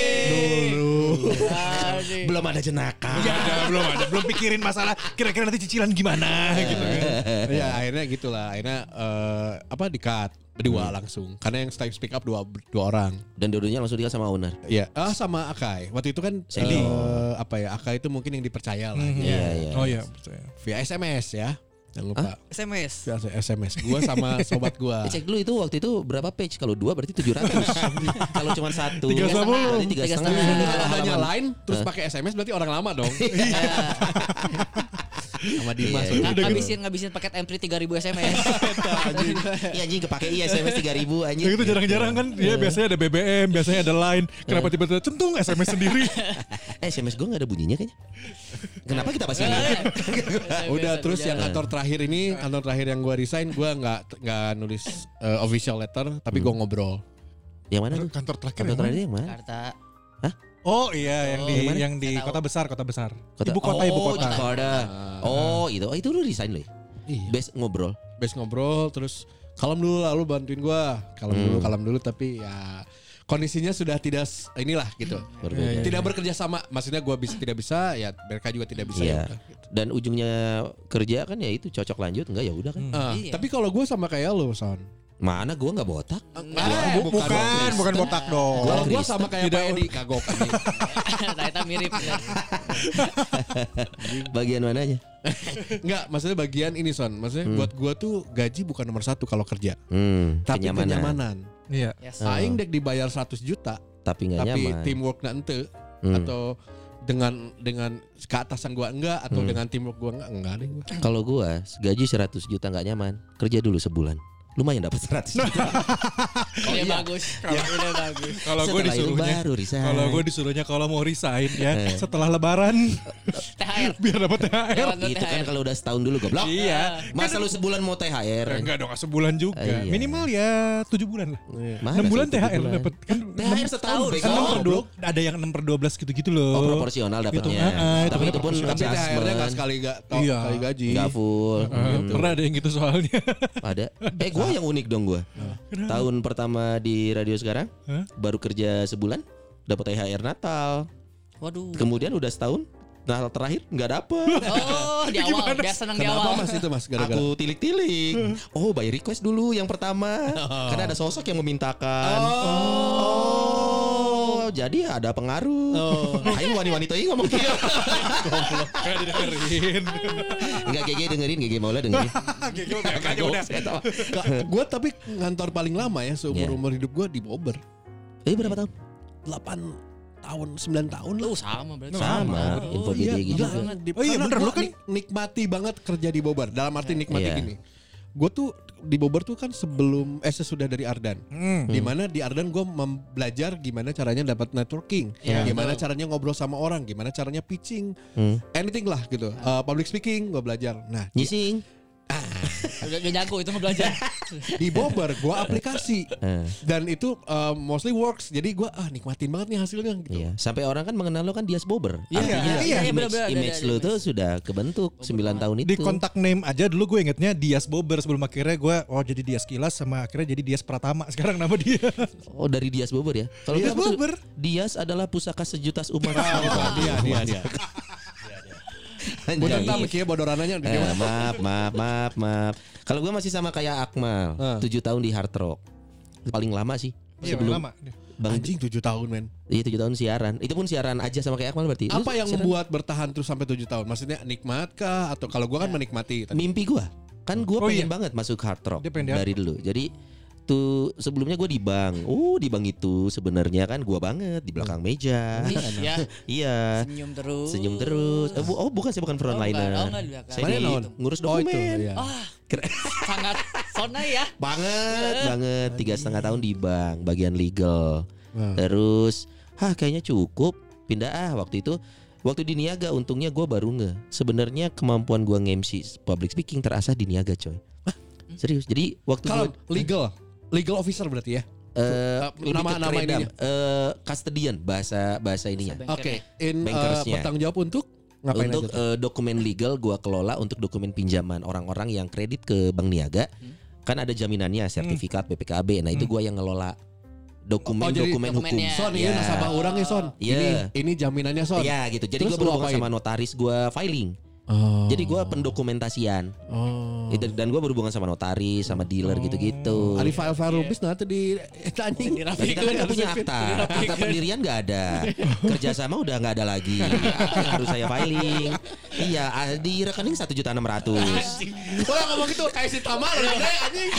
[SPEAKER 3] Berani.
[SPEAKER 2] Belum ada jenaka.
[SPEAKER 4] Ada, Iya, belum ada, belum pikirin masalah kira-kira nanti cicilan gimana gitu kan.
[SPEAKER 5] ya akhirnya gitulah. Akhirnya eh, apa di cut berdua langsung. Karena yang stay speak up dua dua orang.
[SPEAKER 2] Dan dua-duanya langsung dikasih sama owner.
[SPEAKER 5] Iya, ah sama Akai. Waktu itu kan
[SPEAKER 2] Sandy.
[SPEAKER 5] eh, apa ya? Akai itu mungkin yang dipercaya lah
[SPEAKER 3] Hmm.
[SPEAKER 2] Iya iya.
[SPEAKER 4] Oh iya, percaya.
[SPEAKER 5] via SMS ya. Jangan lupa.
[SPEAKER 3] SMS.
[SPEAKER 5] Via SMS gua sama sobat gua.
[SPEAKER 2] Eh, Cek dulu itu waktu itu berapa page? Kalau dua berarti 700 Kalau cuma satu
[SPEAKER 4] Tiga
[SPEAKER 2] setengah.
[SPEAKER 4] setengah.
[SPEAKER 2] Berarti tiga
[SPEAKER 3] Tiga
[SPEAKER 2] setengah.
[SPEAKER 3] setengah.
[SPEAKER 5] Kalau ada
[SPEAKER 2] Halaman.
[SPEAKER 5] nyalain terus pakai SMS berarti orang lama dong. sama Dimas.
[SPEAKER 2] Iya,
[SPEAKER 3] Nga-
[SPEAKER 5] Udah gitu.
[SPEAKER 3] ngabisin ngabisin paket M3 3000 SMS.
[SPEAKER 2] Iya anjing kepake iya SMS 3000 anjing.
[SPEAKER 4] Itu jarang-jarang kan dia biasanya ada BBM, biasanya ada line. Kenapa
[SPEAKER 2] Iya.
[SPEAKER 4] tiba-tiba centung SMS sendiri?
[SPEAKER 2] Eh SMS gue gak ada bunyinya kayaknya. Kenapa kita pasti ini?
[SPEAKER 5] Udah terus yang kantor terakhir
[SPEAKER 2] Iya.
[SPEAKER 5] ini, kantor terakhir yang gua resign, gua nggak nggak nulis eh, official letter, tapi
[SPEAKER 2] Hmm.
[SPEAKER 5] gua ngobrol.
[SPEAKER 2] Yang mana? lu?
[SPEAKER 4] Kantor terakhir.
[SPEAKER 2] Kantor
[SPEAKER 4] yang mana?
[SPEAKER 2] terakhir yang mana?
[SPEAKER 3] Jakarta.
[SPEAKER 4] Oh iya, yang di
[SPEAKER 2] Yang mana?
[SPEAKER 4] yang di
[SPEAKER 3] Nggak tahu.
[SPEAKER 4] kota besar, kota besar. Ibu kota,
[SPEAKER 2] oh,
[SPEAKER 4] ibu kota.
[SPEAKER 2] Jakarta. Oh, itu. Oh, itu lu resign lu ya?
[SPEAKER 5] Iya.
[SPEAKER 2] Best ngobrol.
[SPEAKER 5] Best ngobrol terus kalem dulu lah lu bantuin gua. Kalem dulu,
[SPEAKER 2] Hmm.
[SPEAKER 5] kalem dulu tapi ya kondisinya sudah tidak s- inilah gitu.
[SPEAKER 2] Hmm. Berbeda. iya.
[SPEAKER 5] tidak bekerja sama maksudnya gua bisa tidak bisa ya mereka juga tidak bisa
[SPEAKER 2] Iya.
[SPEAKER 5] ya udah.
[SPEAKER 2] Dan ujungnya kerja kan ya itu cocok lanjut enggak ya udah kan.
[SPEAKER 5] Ah,
[SPEAKER 3] Iya.
[SPEAKER 5] tapi kalau gua sama kayak lo son
[SPEAKER 2] Mana gua nggak botak?
[SPEAKER 5] Gua
[SPEAKER 4] Bu- Oh, bukan, bukan botak dong.
[SPEAKER 5] kalau gua
[SPEAKER 2] Kristen.
[SPEAKER 5] sama kayak Pak Edi kagok anjing.
[SPEAKER 3] Ternyata mirip.
[SPEAKER 2] Oh,
[SPEAKER 3] ya.
[SPEAKER 2] Bagian mananya?
[SPEAKER 5] Enggak, maksudnya bagian ini son maksudnya buat gua tuh gaji bukan nomor satu kalau kerja
[SPEAKER 2] Hmm,
[SPEAKER 5] tapi kenyamanan,
[SPEAKER 2] kenyamanan.
[SPEAKER 4] Iya.
[SPEAKER 3] Yes.
[SPEAKER 5] aing dek dibayar 100 juta
[SPEAKER 2] Tapi nggak
[SPEAKER 5] tapi
[SPEAKER 2] nyaman.
[SPEAKER 5] teamwork na ente
[SPEAKER 2] Hmm.
[SPEAKER 5] atau dengan dengan keatasan gua enggak
[SPEAKER 2] Hmm.
[SPEAKER 5] atau dengan teamwork gua enggak enggak deh gua
[SPEAKER 2] Kalau gua gaji 100 juta nggak nyaman, kerja dulu sebulan. Lumayan dapat 100 juta. iya.
[SPEAKER 3] Ini bagus. Ini bagus.
[SPEAKER 4] Kalau gue
[SPEAKER 2] Setelah itu
[SPEAKER 4] disuruhnya,
[SPEAKER 2] baru Eh. resign.
[SPEAKER 4] kalau gue disuruhnya kalau mau resign ya setelah Lebaran
[SPEAKER 3] THR.
[SPEAKER 4] biar dapat THR.
[SPEAKER 3] Lewat
[SPEAKER 2] itu kan
[SPEAKER 3] THR.
[SPEAKER 2] kalau udah setahun dulu goblok.
[SPEAKER 4] Iya.
[SPEAKER 2] Masa lu sebulan mau
[SPEAKER 4] Ya,
[SPEAKER 2] THR?
[SPEAKER 4] enggak dong, sebulan juga.
[SPEAKER 2] Iya.
[SPEAKER 4] Minimal ya tujuh bulan lah.
[SPEAKER 2] Mana
[SPEAKER 4] Enam bulan
[SPEAKER 2] sih tujuh
[SPEAKER 4] THR
[SPEAKER 2] bulan?
[SPEAKER 4] dapat kan
[SPEAKER 2] THR setahun.
[SPEAKER 3] Setahun.
[SPEAKER 2] Bego.
[SPEAKER 4] enam per dua- ada yang 6 per 12 gitu-gitu loh.
[SPEAKER 2] Oh, proporsional dapatnya.
[SPEAKER 4] Gitu. Ah, ah,
[SPEAKER 2] Tapi
[SPEAKER 4] itu
[SPEAKER 2] itu pun
[SPEAKER 5] tapi THR-nya enggak
[SPEAKER 2] adjustment.
[SPEAKER 5] sekali enggak tau-
[SPEAKER 4] Iya.
[SPEAKER 5] kali gaji
[SPEAKER 2] Enggak full.
[SPEAKER 4] Ah,
[SPEAKER 2] Gitu.
[SPEAKER 4] Pernah ada yang gitu soalnya.
[SPEAKER 2] Ada. Eh gua yang unik dong gua. Tahun pertama di radio sekarang
[SPEAKER 4] Hah?
[SPEAKER 2] baru kerja sebulan dapat THR Natal.
[SPEAKER 3] Waduh.
[SPEAKER 2] Kemudian udah setahun Natal terakhir nggak dapet
[SPEAKER 3] Oh, di awal. Biasa senang di
[SPEAKER 5] Kenapa
[SPEAKER 3] awal.
[SPEAKER 5] mas itu mas gara-gara?
[SPEAKER 2] Aku tilik-tilik. Oh, by request dulu yang pertama.
[SPEAKER 4] Oh.
[SPEAKER 2] Karena ada sosok yang memintakan. Oh. Jadi ada pengaruh.
[SPEAKER 4] Oh.
[SPEAKER 2] Aing wanita-wanita ini ngomong gitu.
[SPEAKER 4] Dengerin.
[SPEAKER 2] Enggak Gege dengerin, Gege Maula dengerin.
[SPEAKER 4] Makanya udah.
[SPEAKER 5] gue tapi ngantor paling lama ya seumur
[SPEAKER 2] Iya.
[SPEAKER 5] umur hidup gue di Bobber.
[SPEAKER 2] Eh berapa tahun?
[SPEAKER 5] 8 tahun 9 tahun lah.
[SPEAKER 3] Lu sama berarti.
[SPEAKER 2] Sama, info gede gitu.
[SPEAKER 5] gila banget.
[SPEAKER 4] Oh iya,
[SPEAKER 5] Karena
[SPEAKER 4] bener,
[SPEAKER 5] gua
[SPEAKER 4] lu kan-
[SPEAKER 5] nik- nikmati banget kerja di Bobber. Dalam arti nikmati
[SPEAKER 2] Iya.
[SPEAKER 5] gini. Gue tuh di Bobber tuh kan sebelum eh sesudah dari Ardan. Dimana di Ardan gue mem- belajar gimana caranya dapat networking,
[SPEAKER 2] Iya.
[SPEAKER 5] gimana caranya ngobrol sama orang,
[SPEAKER 2] Hmm. Iya.
[SPEAKER 5] gimana caranya pitching, anything lah gitu. Eh, public speaking gue belajar. Nah,
[SPEAKER 2] Nyising.
[SPEAKER 3] Dia jago itu mau belajar.
[SPEAKER 5] di Bobber gue aplikasi
[SPEAKER 2] Iya.
[SPEAKER 5] dan itu uh, mostly works jadi gue ah nikmatin banget nih hasilnya gitu
[SPEAKER 2] Iya, sampai orang kan mengenal lo kan Dias Bober.
[SPEAKER 3] Iya,
[SPEAKER 2] Artinya
[SPEAKER 3] iya, iya,
[SPEAKER 2] image,
[SPEAKER 3] bener-bener,
[SPEAKER 2] image
[SPEAKER 3] ada- ada
[SPEAKER 2] lo
[SPEAKER 3] image.
[SPEAKER 2] tuh sudah kebentuk 9 tahun itu.
[SPEAKER 4] Di kontak name aja dulu gue ingetnya Dias Bober sebelum akhirnya gue oh jadi Dias Kilas sama akhirnya jadi Dias Pratama sekarang nama dia.
[SPEAKER 2] Oh, dari Dias Bober ya. Kalau
[SPEAKER 4] Dias
[SPEAKER 3] Iya,
[SPEAKER 2] Dias
[SPEAKER 4] Bober.
[SPEAKER 2] Dias adalah pusaka sejuta umat. iya,
[SPEAKER 5] dia dia dia gue
[SPEAKER 2] Anjay.
[SPEAKER 5] tentang kia bodorananya di
[SPEAKER 2] Eh, maaf, maaf, maaf, maaf. Kalau gue masih sama kayak Akmal,
[SPEAKER 3] Ah.
[SPEAKER 2] tujuh tahun di Hard Rock. Paling lama sih.
[SPEAKER 4] Iya,
[SPEAKER 2] Sebelum
[SPEAKER 4] lama.
[SPEAKER 2] Bang
[SPEAKER 5] anjing 7 tahun men
[SPEAKER 2] Iya tujuh tahun siaran. Itu pun siaran aja sama kayak Akmal berarti. Lu
[SPEAKER 5] apa yang
[SPEAKER 2] siaran?
[SPEAKER 5] membuat bertahan terus sampai 7 tahun maksudnya nikmat kah atau kalau gue
[SPEAKER 2] Ya.
[SPEAKER 5] kan menikmati tadi.
[SPEAKER 2] mimpi gua? Kan gua
[SPEAKER 4] Oh,
[SPEAKER 2] pengen
[SPEAKER 4] iya.
[SPEAKER 2] banget masuk hard rock
[SPEAKER 4] Dia pengen di hard
[SPEAKER 2] dari dulu. Jadi tuh sebelumnya gua di bank. Uh, di bank itu sebenarnya kan gua banget di belakang meja.
[SPEAKER 3] Iya.
[SPEAKER 2] iya.
[SPEAKER 3] Senyum terus.
[SPEAKER 2] Senyum terus. Eh, bu- Oh, bukan saya bukan frontliner.
[SPEAKER 3] Oh, enggak. Oh, enggak.
[SPEAKER 2] saya
[SPEAKER 5] Mana
[SPEAKER 2] di-
[SPEAKER 5] lawan?
[SPEAKER 2] ngurus
[SPEAKER 5] Oh, itu,
[SPEAKER 2] dokumen.
[SPEAKER 5] iya.
[SPEAKER 3] Ah,
[SPEAKER 2] Keren.
[SPEAKER 3] sangat sona ya.
[SPEAKER 2] banget
[SPEAKER 5] Eh,
[SPEAKER 2] banget tiga setengah tahun di bank bagian legal
[SPEAKER 5] Nah.
[SPEAKER 2] terus hah kayaknya cukup pindah ah waktu itu waktu di niaga untungnya gue baru nge sebenarnya kemampuan gue nge-MC public speaking terasah di niaga coy serius jadi waktu
[SPEAKER 5] kalau
[SPEAKER 2] gua-
[SPEAKER 5] legal legal officer berarti ya
[SPEAKER 2] eh,
[SPEAKER 5] eh,
[SPEAKER 2] lebih
[SPEAKER 5] nama-
[SPEAKER 2] ke
[SPEAKER 5] nama
[SPEAKER 2] keredam,
[SPEAKER 5] ininya.
[SPEAKER 2] eh, custodian bahasa bahasa ininya
[SPEAKER 3] Bankernya.
[SPEAKER 5] oke in uh,
[SPEAKER 2] ya. Bankersnya.
[SPEAKER 5] bertanggung jawab untuk ngapain
[SPEAKER 2] untuk
[SPEAKER 5] aja tuh?
[SPEAKER 2] eh, dokumen legal gua kelola untuk dokumen pinjaman orang-orang yang kredit ke Bank Niaga
[SPEAKER 5] Hmm.
[SPEAKER 2] kan ada jaminannya sertifikat BPKB nah itu gua yang ngelola
[SPEAKER 5] Oh, jadi
[SPEAKER 2] dokumen-dokumen hukum
[SPEAKER 3] dokumennya.
[SPEAKER 5] son ini
[SPEAKER 2] Ya.
[SPEAKER 5] nasabah orang ya son
[SPEAKER 2] Iya.
[SPEAKER 5] ini ini jaminannya son
[SPEAKER 2] ya gitu jadi gua
[SPEAKER 5] Terus lu
[SPEAKER 2] berhubungan
[SPEAKER 5] apain?
[SPEAKER 2] sama notaris gua filing
[SPEAKER 5] Oh.
[SPEAKER 2] jadi gua pendokumentasian
[SPEAKER 5] oh.
[SPEAKER 2] Itu- dan gua berhubungan sama notaris sama dealer gitu-gitu
[SPEAKER 5] Ada file-file
[SPEAKER 2] Iya.
[SPEAKER 5] rubis nanti di eh, Iya, itu anjing.
[SPEAKER 2] Nah, kita kan nggak punya akta, akta pendirian nggak ada, kerjasama udah nggak ada lagi, Akta harus saya filing. Iya, ah, di rekening satu juta enam ratus.
[SPEAKER 5] Orang ngomong gitu kayak si Tamar
[SPEAKER 2] Iya.
[SPEAKER 5] anjing.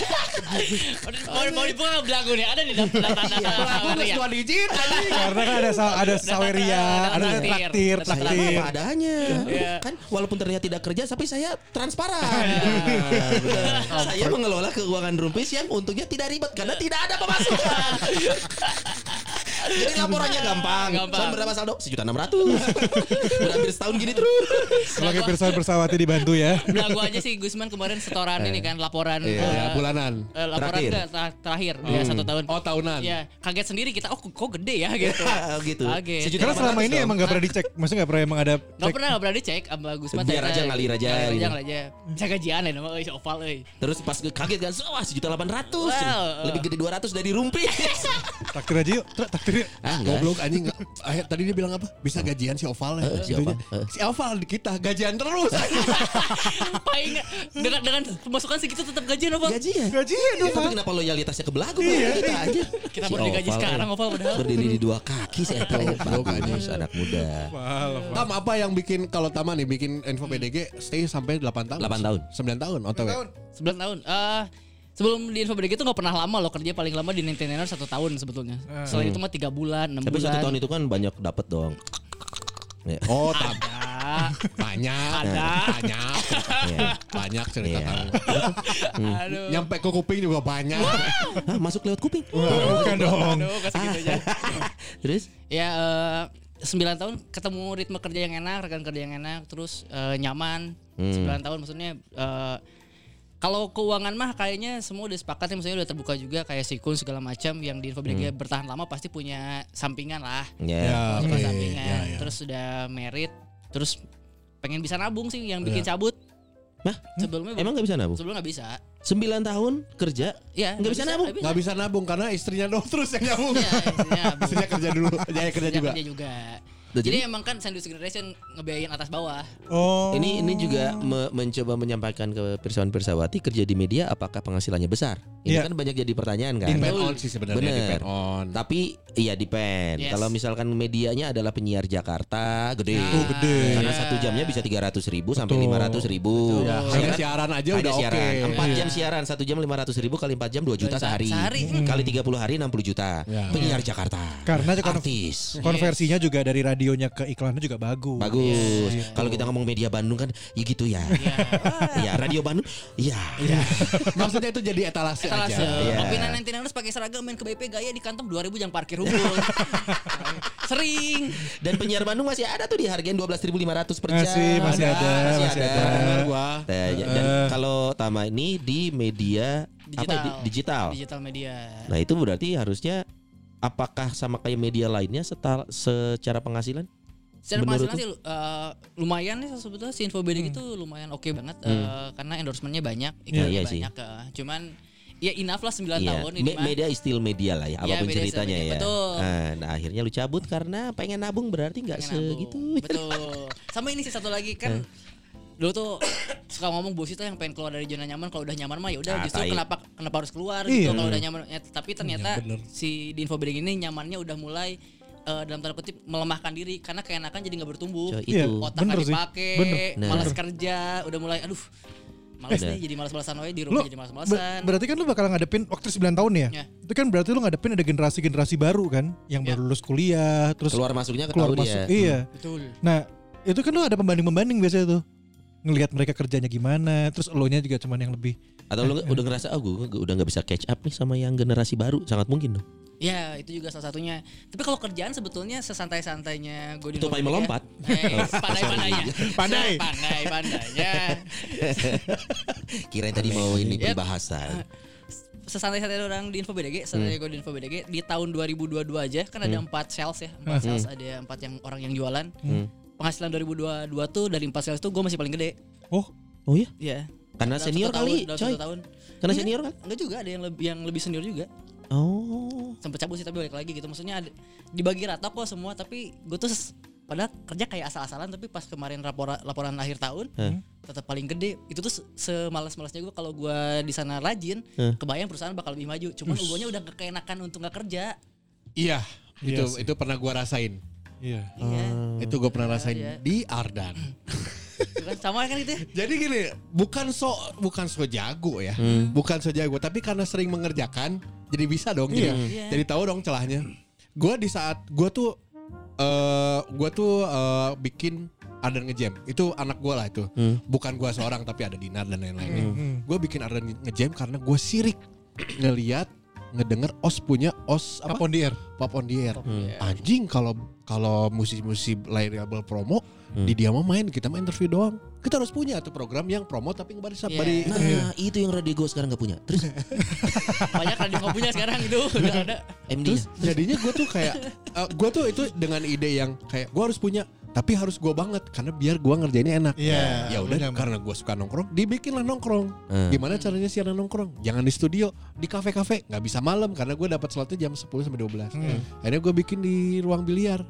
[SPEAKER 3] Mau mau dibuka belagu nih. Ada di dalam
[SPEAKER 2] Iya.
[SPEAKER 5] Aku
[SPEAKER 3] tanah.
[SPEAKER 5] harus dua digit anjing.
[SPEAKER 4] Karena kan ada sa- ada saweria,
[SPEAKER 3] Ada
[SPEAKER 4] ada
[SPEAKER 3] traktir.
[SPEAKER 4] traktir,
[SPEAKER 3] Ada
[SPEAKER 2] Kenapa
[SPEAKER 4] traktir.
[SPEAKER 2] apa adanya?
[SPEAKER 3] Iya.
[SPEAKER 2] Kan walaupun terlihat tidak kerja tapi saya transparan. Nah, saya mengelola keuangan rumpis yang untungnya tidak ribet karena
[SPEAKER 3] Iya.
[SPEAKER 2] tidak ada pemasukan. Jadi laporannya gampang.
[SPEAKER 3] Gampang.
[SPEAKER 2] Soal berapa saldo? Sejuta enam ratus. Udah hampir setahun gini terus.
[SPEAKER 4] Sebagai pirsawan bersawati dibantu ya.
[SPEAKER 3] Belagu aja sih Gusman kemarin setoran ini kan laporan. eh,
[SPEAKER 5] Iya, bulanan.
[SPEAKER 3] Eh, laporan
[SPEAKER 2] Terakhir. Hmm.
[SPEAKER 3] terakhir, terakhir ya, satu tahun.
[SPEAKER 5] Oh, tahunan.
[SPEAKER 3] Ya, kaget sendiri kita. Oh, kok gede ya gitu.
[SPEAKER 2] Ah, gitu.
[SPEAKER 3] Kaget.
[SPEAKER 2] Sejuta
[SPEAKER 4] Karena selama
[SPEAKER 2] 800
[SPEAKER 4] ini
[SPEAKER 2] dong.
[SPEAKER 4] emang gak pernah dicek, maksudnya gak pernah emang ada
[SPEAKER 3] Gak
[SPEAKER 4] cek.
[SPEAKER 3] pernah gak pernah dicek sama Gusman.
[SPEAKER 2] Biar
[SPEAKER 3] ternyata-
[SPEAKER 2] aja, ngalir aja,
[SPEAKER 3] Ngalir aja,
[SPEAKER 2] gitu.
[SPEAKER 3] ngalir aja. Bisa gajian ya nama, euy, si opal euy.
[SPEAKER 2] Terus pas gue kaget kan, wah sejuta delapan ratus,
[SPEAKER 3] Wow.
[SPEAKER 2] lebih gede dua ratus dari rumpis.
[SPEAKER 4] Traktir aja yuk, tra- traktir yuk.
[SPEAKER 2] ah enggak.
[SPEAKER 5] Goblok anjing. Eh, tadi dia bilang apa? Bisa gajian si Oval ya.
[SPEAKER 2] Eh, si Oval,
[SPEAKER 5] Intinya, Si Oval di kita gajian terus. anjing.
[SPEAKER 3] Paling dengan dengan pemasukan segitu tetap gajian opal.
[SPEAKER 2] Gajinya.
[SPEAKER 4] Gajian dong.
[SPEAKER 2] Tapi kenapa loyalitasnya ke belagu
[SPEAKER 4] Iya.
[SPEAKER 2] kita aja?
[SPEAKER 3] Kita baru digaji
[SPEAKER 2] Oval, iya.
[SPEAKER 3] sekarang, Oval, padahal.
[SPEAKER 2] Berdiri di dua kaki sih Eta. Bagus anak muda.
[SPEAKER 5] Tam apa yang bikin kalau Tama nih bikin info PDG stay sampai 8 tahun?
[SPEAKER 2] 8 tahun.
[SPEAKER 5] 9 tahun otw.
[SPEAKER 3] Sebelas tahun. Eh, sebelum di Info Break itu gak pernah lama loh kerja paling lama di Nintendo satu tahun sebetulnya.
[SPEAKER 5] Hmm.
[SPEAKER 3] Selain itu mah tiga bulan, enam
[SPEAKER 2] Tapi
[SPEAKER 3] bulan.
[SPEAKER 2] satu tahun itu kan banyak dapat dong. Ya,
[SPEAKER 5] Oh, tam
[SPEAKER 3] Ah,
[SPEAKER 5] banyak.
[SPEAKER 3] Ada.
[SPEAKER 5] Banyak.
[SPEAKER 2] ya.
[SPEAKER 5] Banyak cerita
[SPEAKER 2] Iya. Hmm.
[SPEAKER 5] Tama.
[SPEAKER 3] aduh.
[SPEAKER 5] Nyampe ke kuping juga banyak.
[SPEAKER 2] Hah, Ah, masuk lewat kuping.
[SPEAKER 4] Oh, Bukan dong.
[SPEAKER 3] Aduh, gak segitu aja.
[SPEAKER 2] Terus
[SPEAKER 3] Ya eh, sembilan tahun ketemu ritme kerja yang enak, rekan kerja yang enak, terus eh, nyaman.
[SPEAKER 2] Hmm.
[SPEAKER 3] Sembilan tahun maksudnya eh, kalau keuangan mah kayaknya semua udah sepakat ya, maksudnya udah terbuka juga kayak sikun segala macam yang di
[SPEAKER 2] Hmm.
[SPEAKER 3] Infobreak bertahan lama pasti punya sampingan lah.
[SPEAKER 2] ya.
[SPEAKER 5] Ya,
[SPEAKER 3] Punya
[SPEAKER 5] oke.
[SPEAKER 3] sampingan.
[SPEAKER 5] Ya, ya.
[SPEAKER 3] Terus sudah merit, terus pengen bisa nabung sih yang bikin cabut.
[SPEAKER 2] Nah,
[SPEAKER 3] Sebelumnya
[SPEAKER 2] Iya. emang nggak bisa nabung?
[SPEAKER 3] sebelum nggak bisa.
[SPEAKER 2] 9 tahun kerja
[SPEAKER 3] Iya,
[SPEAKER 2] Nggak bisa nabung?
[SPEAKER 5] Nggak bisa nabung karena istrinya doang terus yang nyambung.
[SPEAKER 3] Iya, istrinya nabung.
[SPEAKER 5] istrinya kerja dulu, jaya kerja
[SPEAKER 3] Kerja,
[SPEAKER 5] juga.
[SPEAKER 3] kerja juga.
[SPEAKER 2] Udah
[SPEAKER 3] Jadi,
[SPEAKER 2] jadi?
[SPEAKER 3] emang kan sandwich generation ngebiayain atas bawah.
[SPEAKER 4] Oh.
[SPEAKER 2] Ini ini juga me- mencoba menyampaikan ke pirsawan pirsawati kerja di media apakah penghasilannya besar? Ini
[SPEAKER 4] Iya.
[SPEAKER 2] kan banyak jadi pertanyaan kan.
[SPEAKER 5] Depend on sih sebenarnya,
[SPEAKER 2] Bener.
[SPEAKER 5] depend on.
[SPEAKER 2] Tapi iya depend.
[SPEAKER 3] Yes.
[SPEAKER 2] Kalau misalkan medianya adalah penyiar Jakarta gede.
[SPEAKER 4] Oh, gede.
[SPEAKER 2] Karena satu jamnya bisa 300.000 ribu sampai 500.000 ribu. kan?
[SPEAKER 5] Ya, hanya siaran aja
[SPEAKER 2] Ada
[SPEAKER 5] udah oke.
[SPEAKER 2] Iya.
[SPEAKER 5] Iya.
[SPEAKER 2] siaran. 4 jam siaran, 1 jam 500.000 ribu kali 4 jam 2 juta
[SPEAKER 3] juta
[SPEAKER 2] sehari. Hmm.
[SPEAKER 3] sehari.
[SPEAKER 2] Kali 30 hari 60 juta.
[SPEAKER 5] Ya.
[SPEAKER 2] Penyiar Jakarta.
[SPEAKER 4] Karena Iya. aja konf-
[SPEAKER 2] artis.
[SPEAKER 4] konversinya juga dari radionya ke iklannya juga bagus.
[SPEAKER 2] Bagus.
[SPEAKER 3] Iya.
[SPEAKER 2] Kalau kita ngomong media Bandung kan ya gitu ya.
[SPEAKER 3] Iya.
[SPEAKER 2] Iya, radio Bandung. Iya.
[SPEAKER 5] Maksudnya itu jadi etalase,
[SPEAKER 3] Etalase.
[SPEAKER 5] aja.
[SPEAKER 2] Iya.
[SPEAKER 3] Tapi nanti harus pakai seragam main ke BP gaya di kantong 2000 jangan parkir hukum. Sering.
[SPEAKER 2] Dan penyiar Bandung masih ada tuh di harganya 12.500 per jam.
[SPEAKER 4] Masih masih ada,
[SPEAKER 2] masih
[SPEAKER 4] masih
[SPEAKER 2] ada.
[SPEAKER 4] ada.
[SPEAKER 5] Gua.
[SPEAKER 2] Nah, ya, Dan kalau Tama ini di media apa
[SPEAKER 3] Digital.
[SPEAKER 2] di- digital.
[SPEAKER 3] Digital media.
[SPEAKER 2] Nah, itu berarti harusnya apakah sama kayak media lainnya setal- secara penghasilan?
[SPEAKER 3] Secara
[SPEAKER 2] Menurut Hmm.
[SPEAKER 3] penghasilan sih eh, lumayan nih sebetulnya si info BD itu lumayan oke banget eh, karena endorsementnya banyak, iklannya
[SPEAKER 2] Iya, iya sih. Iya.
[SPEAKER 3] banyak. eh, cuman ya enough lah 9 tahun ini
[SPEAKER 2] Me-
[SPEAKER 3] mah.
[SPEAKER 2] media is still media lah ya,
[SPEAKER 3] Iya,
[SPEAKER 2] apapun
[SPEAKER 3] media is still
[SPEAKER 2] ceritanya
[SPEAKER 3] media,
[SPEAKER 2] ya.
[SPEAKER 3] betul.
[SPEAKER 2] Nah, nah, akhirnya lu cabut karena pengen nabung berarti nggak
[SPEAKER 3] Pengen nabung.
[SPEAKER 2] segitu. Eh.
[SPEAKER 3] Betul. Sama ini sih satu lagi kan dulu tuh suka ngomong bos itu yang pengen keluar dari zona nyaman kalau udah nyaman mah ya udah
[SPEAKER 2] Ah,
[SPEAKER 3] justru
[SPEAKER 2] tai.
[SPEAKER 3] kenapa kenapa harus keluar
[SPEAKER 4] Iya.
[SPEAKER 3] gitu kalau udah nyaman Ya, tapi ternyata si di info bidding ini nyamannya udah mulai eh, dalam tanda kutip melemahkan diri karena keenakan jadi nggak bertumbuh
[SPEAKER 2] Coy,
[SPEAKER 4] Iya.
[SPEAKER 2] itu.
[SPEAKER 3] otak
[SPEAKER 4] Bener
[SPEAKER 3] nggak
[SPEAKER 4] sih.
[SPEAKER 3] dipakai
[SPEAKER 4] Bener.
[SPEAKER 2] Nah.
[SPEAKER 3] malas kerja udah mulai aduh malas nih jadi malas-malasan aja di
[SPEAKER 4] Lu
[SPEAKER 3] rumah jadi
[SPEAKER 4] ber-
[SPEAKER 3] malas-malasan
[SPEAKER 4] berarti kan lu bakal ngadepin waktu 9 tahun ya?
[SPEAKER 3] Iya.
[SPEAKER 4] Itu kan berarti lu ngadepin ada generasi-generasi baru kan yang
[SPEAKER 3] Iya.
[SPEAKER 4] baru lulus kuliah, terus keluar,
[SPEAKER 2] Keluar masuknya ya.
[SPEAKER 4] keluar
[SPEAKER 2] ketahui
[SPEAKER 4] masuk.
[SPEAKER 2] dia.
[SPEAKER 4] Iya.
[SPEAKER 3] betul
[SPEAKER 4] Nah, itu kan lu ada pembanding-pembanding biasanya tuh. Ngelihat mereka kerjanya gimana, terus elonya juga cuman yang lebih.
[SPEAKER 2] Atau lu udah ngerasa oh gue gue udah nggak bisa catch up nih sama yang generasi baru sangat mungkin dong.
[SPEAKER 3] Ya itu juga salah satunya. Tapi kalau kerjaan sebetulnya sesantai-santainya gue di
[SPEAKER 2] Tupai melompat.
[SPEAKER 3] Eh, pandai-pandainya.
[SPEAKER 4] Pandai.
[SPEAKER 3] Pandai-pandainya.
[SPEAKER 2] Kirain tadi mau ini
[SPEAKER 3] Yap.
[SPEAKER 2] peribahasa.
[SPEAKER 3] Sesantai-santai orang di Info BDG, sesantai gue di Info BDG di tahun 2022 aja kan
[SPEAKER 2] Hmm.
[SPEAKER 3] ada empat sales ya, empat sales ada empat yang orang yang jualan. Penghasilan 2022 tuh dari empat sales tuh gue masih paling gede.
[SPEAKER 4] Oh,
[SPEAKER 2] Oh iya,
[SPEAKER 3] Iya.
[SPEAKER 2] karena
[SPEAKER 3] Dalam
[SPEAKER 2] senior
[SPEAKER 3] satu
[SPEAKER 2] kali,
[SPEAKER 3] tahun, dalam
[SPEAKER 2] coy.
[SPEAKER 3] satu tahun.
[SPEAKER 2] Karena
[SPEAKER 3] Enggak,
[SPEAKER 2] senior kan?
[SPEAKER 3] Enggak juga ada yang lebih yang lebih senior juga.
[SPEAKER 2] Oh.
[SPEAKER 3] sempet cabut sih tapi balik lagi gitu maksudnya ada, dibagi rata kok semua tapi gue tuh ses- padahal kerja kayak asal-asalan tapi pas kemarin rapor laporan akhir tahun
[SPEAKER 2] Hah.
[SPEAKER 3] tetap paling gede itu tuh se- semalas-malasnya gue kalau gue di sana rajin
[SPEAKER 2] Hah.
[SPEAKER 3] kebayang perusahaan bakal lebih maju cuman gue udah kekeenakan untuk nggak kerja
[SPEAKER 5] Iya, itu
[SPEAKER 4] Iya sih.
[SPEAKER 5] itu pernah gua rasain.
[SPEAKER 4] iya.
[SPEAKER 3] iya
[SPEAKER 2] Hmm.
[SPEAKER 5] Itu gua pernah rasain
[SPEAKER 3] Iya.
[SPEAKER 5] di Ardan.
[SPEAKER 3] Itu kan sama kan itu ya
[SPEAKER 5] Jadi gini, bukan so bukan so jago ya, bukan so jago, tapi karena sering mengerjakan, jadi bisa dong, jadi
[SPEAKER 3] Iya.
[SPEAKER 5] jadi tahu dong celahnya. Gue di saat gue tuh, eh gue tuh eh, bikin Arden ngejam, itu anak gue lah itu, bukan gue seorang tapi ada Dinar dan lain-lainnya. Gue bikin Arden ngejam karena gue sirik ngeliat ngedenger os punya os apa?
[SPEAKER 4] Apa on the air?
[SPEAKER 5] Pop on the air. Anjing kalau kalau musisi-musisi lain label promo di dia mah main kita mah interview doang. Kita harus punya tuh program yang promo tapi nggak bisa
[SPEAKER 3] Iya.
[SPEAKER 5] bari-
[SPEAKER 2] Nah, itu yang radio gue sekarang nggak punya. Terus
[SPEAKER 3] banyak radio nggak punya sekarang itu udah ada
[SPEAKER 2] MD
[SPEAKER 5] Terus Iya. jadinya gue tuh kayak eh, gue tuh itu dengan ide yang kayak gue harus punya tapi harus gue banget karena biar gue ngerjainnya enak.
[SPEAKER 4] Iya,
[SPEAKER 5] Ya
[SPEAKER 4] benar.
[SPEAKER 5] udah karena gue suka nongkrong dibikinlah nongkrong.
[SPEAKER 2] Hmm.
[SPEAKER 5] Gimana caranya siaran nongkrong? Jangan di studio, di kafe-kafe nggak bisa malam karena gue dapat slotnya jam 10 sampai 12. Akhirnya gue bikin di ruang biliar.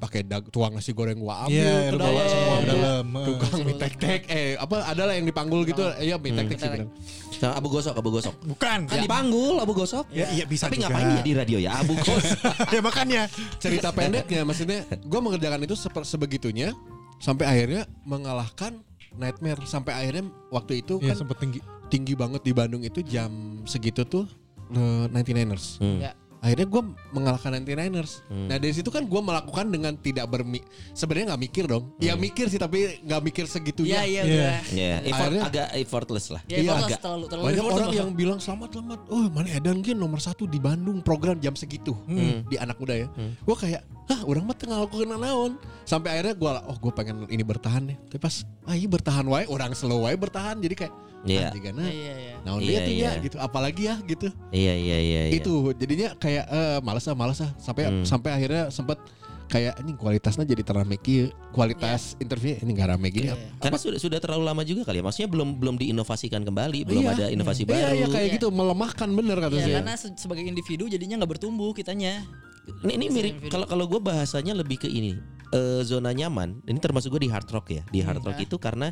[SPEAKER 5] Pakai dag- tuang nasi goreng gue ambil
[SPEAKER 4] Iya,
[SPEAKER 5] ke
[SPEAKER 4] lu bawa
[SPEAKER 5] dalam.
[SPEAKER 4] semua ke dalam.
[SPEAKER 5] tukang mie tek tek eh apa adalah yang dipanggul gitu ya mie tek tek sih bener.
[SPEAKER 2] sama Abu Gosok, Abu Gosok.
[SPEAKER 4] Bukan.
[SPEAKER 2] Kan dipanggul Abu Gosok.
[SPEAKER 4] Ya, iya, bisa
[SPEAKER 2] Tapi
[SPEAKER 4] juga.
[SPEAKER 2] ngapain ya di radio ya Abu Gosok?
[SPEAKER 4] ya makanya.
[SPEAKER 5] cerita pendeknya maksudnya gue mengerjakan itu seper- sebegitunya sampai akhirnya mengalahkan nightmare sampai akhirnya waktu itu
[SPEAKER 4] Iya,
[SPEAKER 5] kan
[SPEAKER 4] sempat tinggi.
[SPEAKER 5] tinggi banget di Bandung itu jam segitu tuh eh, 99ers
[SPEAKER 3] ya
[SPEAKER 5] akhirnya gue mengalahkan 99ers nah dari situ kan gue melakukan dengan tidak bermi sebenarnya nggak mikir dong ya mikir sih tapi nggak mikir
[SPEAKER 3] ya
[SPEAKER 5] segitunya
[SPEAKER 3] ya
[SPEAKER 4] Iya.
[SPEAKER 3] udah
[SPEAKER 2] Ya, effort-
[SPEAKER 5] Akhirnya-
[SPEAKER 2] agak effortless lah.
[SPEAKER 3] ya kalau
[SPEAKER 5] agak.
[SPEAKER 3] terlalu terlalu
[SPEAKER 5] Banyak
[SPEAKER 3] effort
[SPEAKER 5] orang
[SPEAKER 3] loh.
[SPEAKER 5] yang bilang selamat selamat. Oh mana Edan Gin nomor satu di Bandung program jam segitu
[SPEAKER 2] Hmm.
[SPEAKER 5] di anak muda ya. Gue kayak Hah orang mah tengah lakukan naon Sampai akhirnya gue Oh gue pengen ini bertahan ya Tapi pas Ah iya bertahan wae Orang slow wae bertahan Jadi kayak
[SPEAKER 2] Iya.
[SPEAKER 5] Anjing
[SPEAKER 3] Iya,
[SPEAKER 5] nah,
[SPEAKER 3] iya iya
[SPEAKER 5] Naon
[SPEAKER 2] Iya,
[SPEAKER 5] dia tuh ya
[SPEAKER 2] iya.
[SPEAKER 5] gitu Apalagi ya gitu
[SPEAKER 2] Iya, iya, iya, Hmm. iya.
[SPEAKER 5] Itu jadinya kayak eh, Males ah males ah Sampai sampai akhirnya sempet Kayak ini kualitasnya jadi terame
[SPEAKER 2] Iya.
[SPEAKER 5] kieu. Kualitas interview ini gak rame gini
[SPEAKER 3] Iya.
[SPEAKER 5] apa-
[SPEAKER 2] Karena sudah sudah terlalu lama juga kali ya. Maksudnya belum belum diinovasikan kembali, belum
[SPEAKER 5] Iya.
[SPEAKER 2] ada inovasi baru. Iya,
[SPEAKER 5] Iya iya kayak
[SPEAKER 3] Iya.
[SPEAKER 5] gitu Melemahkan bener kata
[SPEAKER 3] Ya,
[SPEAKER 5] saya
[SPEAKER 3] karena se- sebagai individu jadinya nggak bertumbuh kitanya.
[SPEAKER 2] Ini, ini mirip kalau kalau gue bahasanya lebih ke ini eh, zona nyaman. Ini termasuk gue di hard rock ya. Di hard
[SPEAKER 5] Iya.
[SPEAKER 2] rock itu karena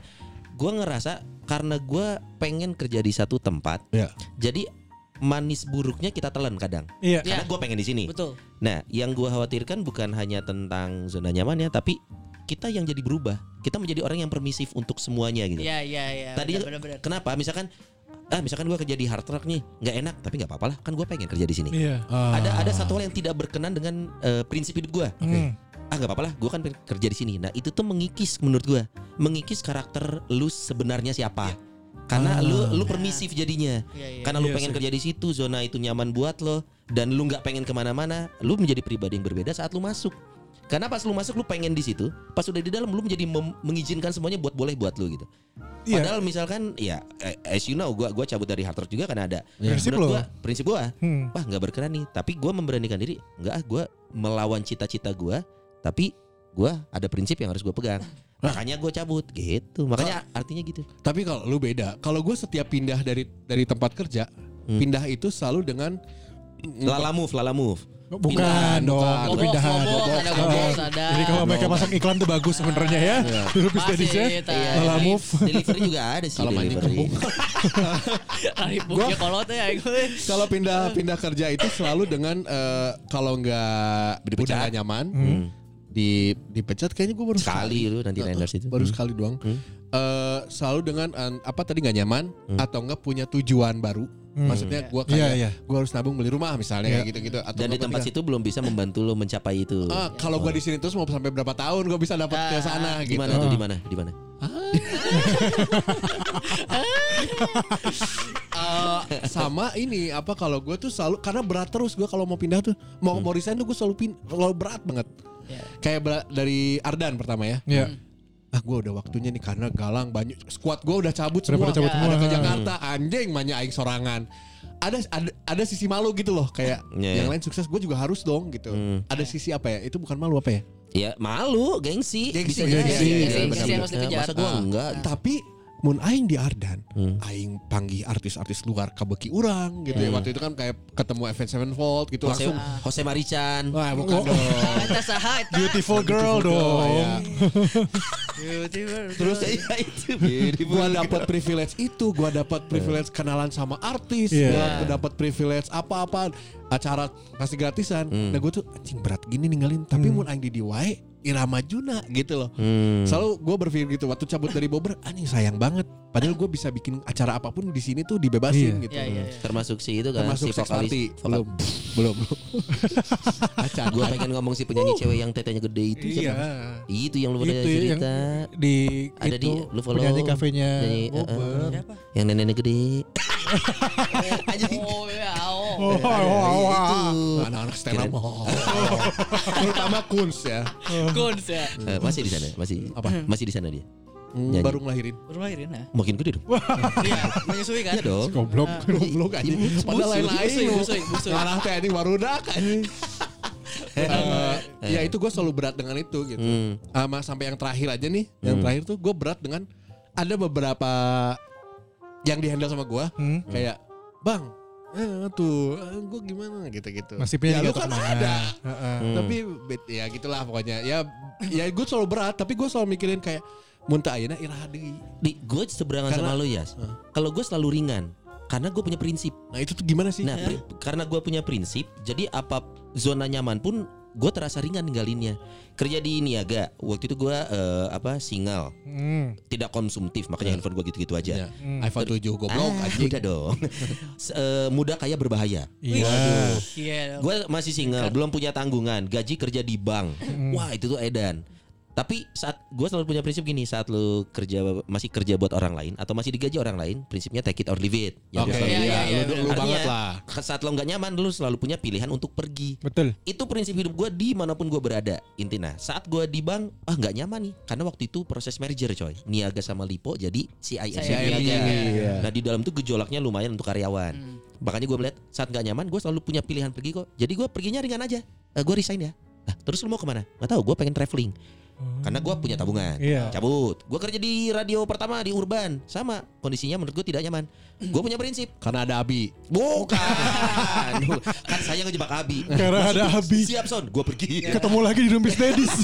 [SPEAKER 2] gue ngerasa karena gue pengen kerja di satu tempat.
[SPEAKER 5] Iya.
[SPEAKER 2] Jadi manis buruknya kita telan kadang.
[SPEAKER 4] Iya.
[SPEAKER 3] Iya.
[SPEAKER 2] Karena gue pengen di sini.
[SPEAKER 3] Betul.
[SPEAKER 2] Nah, yang gue khawatirkan bukan hanya tentang zona nyamannya, tapi kita yang jadi berubah. Kita menjadi orang yang permisif untuk semuanya gitu.
[SPEAKER 3] Iya iya iya.
[SPEAKER 2] Tadi
[SPEAKER 3] benar benar.
[SPEAKER 2] kenapa? Misalkan ah misalkan gue kerja di hard rock nih, nggak enak, tapi nggak apa-apa lah. Kan gue pengen kerja di sini.
[SPEAKER 4] Iya.
[SPEAKER 2] Ada ada satu hal yang tidak berkenan dengan eh, prinsip hidup gue.
[SPEAKER 4] Hmm.
[SPEAKER 2] ah nggak apa-apa lah gue kan kerja di sini nah itu tuh mengikis menurut gue mengikis karakter lu sebenarnya siapa karena lu lu permisif jadinya
[SPEAKER 3] Iya, iya.
[SPEAKER 2] karena lu
[SPEAKER 4] Iya
[SPEAKER 2] pengen
[SPEAKER 4] sih.
[SPEAKER 2] kerja di situ zona itu nyaman buat lo dan lu nggak pengen kemana-mana lu menjadi pribadi yang berbeda saat lu masuk karena pas lu masuk lu pengen di situ pas udah di dalam lu menjadi mem- mengizinkan semuanya buat boleh buat lu gitu
[SPEAKER 4] Iya.
[SPEAKER 2] padahal misalkan ya eh, as you know gua gua cabut dari hard rock juga karena ada
[SPEAKER 4] Iya. Prinsip
[SPEAKER 2] Menurut
[SPEAKER 4] lo.
[SPEAKER 2] gua, prinsip gua
[SPEAKER 4] Hmm.
[SPEAKER 2] wah nggak berkenan nih tapi gua memberanikan diri nggak ah gua melawan cita-cita gua tapi gua ada prinsip yang harus gua pegang
[SPEAKER 4] Nah.
[SPEAKER 2] makanya gua cabut gitu makanya
[SPEAKER 4] Ah.
[SPEAKER 2] artinya gitu
[SPEAKER 5] Tapi kalau lu beda, kalau gue setiap pindah dari dari tempat kerja, pindah itu selalu dengan
[SPEAKER 2] Hmm.
[SPEAKER 4] Iya.
[SPEAKER 2] lala move lala move
[SPEAKER 4] Bukan dong,
[SPEAKER 3] Ngobok,
[SPEAKER 4] pindahan. Oh,
[SPEAKER 3] ngobok, ada ngobok, ada.
[SPEAKER 4] Jadi kalau mereka
[SPEAKER 2] Ngobok.
[SPEAKER 4] pasang iklan tuh bagus sebenarnya ya.
[SPEAKER 2] Iya.
[SPEAKER 4] Dulu bisa
[SPEAKER 3] Masih,
[SPEAKER 4] DJ.
[SPEAKER 3] tai.
[SPEAKER 4] Lala move.
[SPEAKER 2] delivery juga ada sih
[SPEAKER 5] Kalau mancing
[SPEAKER 2] delivery
[SPEAKER 5] kembung.
[SPEAKER 3] Ari buknya kolot ya gue.
[SPEAKER 5] Kalau pindah pindah kerja itu selalu dengan eh, kalau nggak udah nggak nyaman
[SPEAKER 4] Hmm.
[SPEAKER 5] di dipecat kayaknya gue baru
[SPEAKER 2] Hmm. sekali lu nanti
[SPEAKER 5] Eh, eh,
[SPEAKER 2] Niners itu Hmm.
[SPEAKER 5] baru sekali doang. Eh, selalu dengan eh, apa tadi nggak nyaman
[SPEAKER 2] Hmm.
[SPEAKER 5] atau nggak punya tujuan baru. Maksudnya gue kayak
[SPEAKER 4] Iya, iya.
[SPEAKER 5] gue harus nabung beli rumah misalnya kayak gitu-gitu atau
[SPEAKER 2] dan di
[SPEAKER 5] nggak
[SPEAKER 2] tempat
[SPEAKER 5] ketika-
[SPEAKER 2] situ belum bisa membantu lo mencapai itu
[SPEAKER 5] Ah, kalau gue di sini terus mau sampai berapa tahun gue bisa dapat
[SPEAKER 2] Ah,
[SPEAKER 5] ke sana
[SPEAKER 2] di
[SPEAKER 5] gitu.
[SPEAKER 2] mana tuh di mana di mana
[SPEAKER 5] Eh, sama ini apa kalau gue tuh selalu karena berat terus gue kalau mau pindah tuh mau mau resign tuh gue selalu pin selalu berat banget
[SPEAKER 3] Iya.
[SPEAKER 5] kayak bela- dari Ardan pertama ya
[SPEAKER 4] Iya.
[SPEAKER 2] Hmm.
[SPEAKER 5] ah gue udah waktunya nih karena galang banyak squad gue udah cabut semua
[SPEAKER 4] pada cabut
[SPEAKER 5] Ya.
[SPEAKER 4] semua.
[SPEAKER 5] Ada ke Jakarta anjing banyak aing sorangan ada, ada ada sisi malu gitu loh kayak
[SPEAKER 2] Iya.
[SPEAKER 5] yang lain sukses gue juga harus dong gitu ada sisi apa ya itu bukan malu apa ya
[SPEAKER 2] ya malu gengsi bisa
[SPEAKER 5] Gengsi,
[SPEAKER 2] jadi.
[SPEAKER 5] gengsi,
[SPEAKER 2] Iya,
[SPEAKER 5] gengsi,
[SPEAKER 2] benar-benar.
[SPEAKER 3] gengsi harus dikejar.
[SPEAKER 2] masa gua
[SPEAKER 5] Ah.
[SPEAKER 2] enggak gitu.
[SPEAKER 5] tapi mun aing di Ardan aing panggil artis-artis luar kabeki urang gitu ya waktu itu kan kayak ketemu Event Sevenfold gitu
[SPEAKER 2] Jose,
[SPEAKER 5] langsung
[SPEAKER 2] Jose Marican
[SPEAKER 5] wah bukan
[SPEAKER 4] Oh.
[SPEAKER 5] dong
[SPEAKER 3] Eta saha eta?
[SPEAKER 4] Beautiful girl dong.
[SPEAKER 2] terus ya itu
[SPEAKER 5] gua dapat privilege itu, gua dapat privilege
[SPEAKER 2] Iya.
[SPEAKER 5] kenalan sama artis,
[SPEAKER 4] Iya.
[SPEAKER 5] gua dapat privilege apa-apa acara pasti gratisan.
[SPEAKER 2] Hmm.
[SPEAKER 5] Nah, gua tuh anjing berat gini ninggalin, tapi mun aing di wae Irama Juna gitu loh.
[SPEAKER 2] Hmm.
[SPEAKER 5] Selalu gue berpikir gitu waktu cabut dari Bogor, anjing sayang banget. Padahal gue bisa bikin acara apapun di sini tuh dibebasin
[SPEAKER 4] Iya.
[SPEAKER 5] gitu.
[SPEAKER 3] Iya, iya, iya.
[SPEAKER 2] termasuk si itu kan si
[SPEAKER 5] Termasuk sex
[SPEAKER 2] vokalis Iya,
[SPEAKER 5] party.
[SPEAKER 2] vokal-
[SPEAKER 5] belum, belum, belum. Acan.
[SPEAKER 2] gue pengen ngomong si penyanyi cewek yang tetenya gede itu
[SPEAKER 4] Iya.
[SPEAKER 2] siapa? itu yang lu pada
[SPEAKER 4] Itu yang
[SPEAKER 2] cerita
[SPEAKER 4] di
[SPEAKER 2] Ada
[SPEAKER 4] itu
[SPEAKER 2] di- lu follow
[SPEAKER 4] penyanyi kafenya
[SPEAKER 2] penyanyi,
[SPEAKER 4] Bogor.
[SPEAKER 2] eh, eh. yang nenek gede
[SPEAKER 3] Oh ya, oh.
[SPEAKER 4] Oh, oh, oh, oh.
[SPEAKER 5] Anak-anak stand up.
[SPEAKER 2] iya, Kirain.
[SPEAKER 5] Oh. Terutama Kunz ya.
[SPEAKER 4] Oh.
[SPEAKER 3] Guns ya.
[SPEAKER 2] Eh, masih di sana masih
[SPEAKER 5] Apa?
[SPEAKER 2] masih di sana dia
[SPEAKER 5] Hmm,
[SPEAKER 2] Nyanyi.
[SPEAKER 5] Baru ngelahirin.
[SPEAKER 3] Baru lahirin ya?
[SPEAKER 2] makin gede dong
[SPEAKER 3] Iya, menyusui
[SPEAKER 2] iya
[SPEAKER 3] kan?
[SPEAKER 2] dong
[SPEAKER 4] Goblok.
[SPEAKER 5] Goblok anjing. Padahal
[SPEAKER 2] Busui,
[SPEAKER 5] lain-lain.
[SPEAKER 3] busui, busui.
[SPEAKER 5] Ngarah teh anjing warudak anjing. Eh, ya itu gue selalu berat dengan itu gitu.
[SPEAKER 2] Hmm.
[SPEAKER 5] Sama sampai yang terakhir aja nih, yang terakhir tuh gue berat dengan ada beberapa yang dihandle sama gue
[SPEAKER 4] Hmm.
[SPEAKER 5] kayak bang eh, tuh gue gimana gitu-gitu.
[SPEAKER 4] Nasibnya
[SPEAKER 5] ya,
[SPEAKER 4] juga
[SPEAKER 5] lu kan
[SPEAKER 4] kemana.
[SPEAKER 5] ada.
[SPEAKER 4] Heeh.
[SPEAKER 2] Hmm.
[SPEAKER 5] Tapi bet- ya gitulah pokoknya. Ya ya gue selalu berat tapi gue selalu mikirin kayak muntah ayeuna iraha deui.
[SPEAKER 2] di gue seberangan
[SPEAKER 5] Karena-
[SPEAKER 2] sama lo ya
[SPEAKER 5] Heeh.
[SPEAKER 2] kalau gue selalu ringan karena gue punya prinsip
[SPEAKER 5] Nah itu tuh gimana
[SPEAKER 4] Iya.
[SPEAKER 5] sih?
[SPEAKER 2] nah pri- karena gue punya prinsip jadi apa zona nyaman pun gue terasa ringan ninggalinnya kerja di niaga waktu itu gue eh, apa single
[SPEAKER 4] Hmm. Iya.
[SPEAKER 2] tidak konsumtif makanya handphone gue gitu-gitu aja
[SPEAKER 5] Ya, iPhone 7 goblok
[SPEAKER 4] Eh.
[SPEAKER 2] Ah,
[SPEAKER 5] anjing.
[SPEAKER 2] udah dong. S- eh, muda kaya berbahaya.
[SPEAKER 4] Iya.
[SPEAKER 3] Iya. dong.
[SPEAKER 2] Gue masih single, belum punya tanggungan, gaji kerja di bank.
[SPEAKER 5] Hmm.
[SPEAKER 2] Wah itu tuh edan. Tapi saat gue selalu punya prinsip gini, saat lu kerja masih kerja buat orang lain atau masih digaji orang lain, prinsipnya take it or leave it. Ya,
[SPEAKER 5] Oke,
[SPEAKER 2] gua selalu
[SPEAKER 5] iya,
[SPEAKER 3] Iya,
[SPEAKER 2] bilang.
[SPEAKER 5] lu,
[SPEAKER 3] iya, iya.
[SPEAKER 5] lu banget
[SPEAKER 2] Artinya,
[SPEAKER 5] lah.
[SPEAKER 2] Saat lo nggak nyaman, lu selalu punya pilihan untuk pergi.
[SPEAKER 4] Betul.
[SPEAKER 2] Itu prinsip hidup gue dimanapun gue berada. Intinya saat gue di bank, ah nggak nyaman nih, karena waktu itu proses merger coy, niaga sama lipo jadi CIM
[SPEAKER 3] Saya
[SPEAKER 5] Iya,
[SPEAKER 2] niaga.
[SPEAKER 5] iya, iya.
[SPEAKER 2] Nah di dalam tuh gejolaknya lumayan untuk karyawan.
[SPEAKER 3] Hmm.
[SPEAKER 2] Makanya gue melihat saat nggak nyaman gue selalu punya pilihan pergi kok. Jadi gue perginya ringan aja. Eh, gue resign ya. Nah, terus lu mau kemana? Gak tahu. Gue pengen traveling. Karena gue punya tabungan.
[SPEAKER 4] Iya.
[SPEAKER 2] Cabut. Gue kerja di radio pertama di Urban. Sama kondisinya menurut gue tidak nyaman. Gue punya prinsip.
[SPEAKER 5] Karena ada Abi.
[SPEAKER 2] Bukan. kan saya ngejebak Abi.
[SPEAKER 4] Karena ada habis.
[SPEAKER 2] Siap son, gue pergi.
[SPEAKER 4] Ketemu lagi di Rumpis Daddies.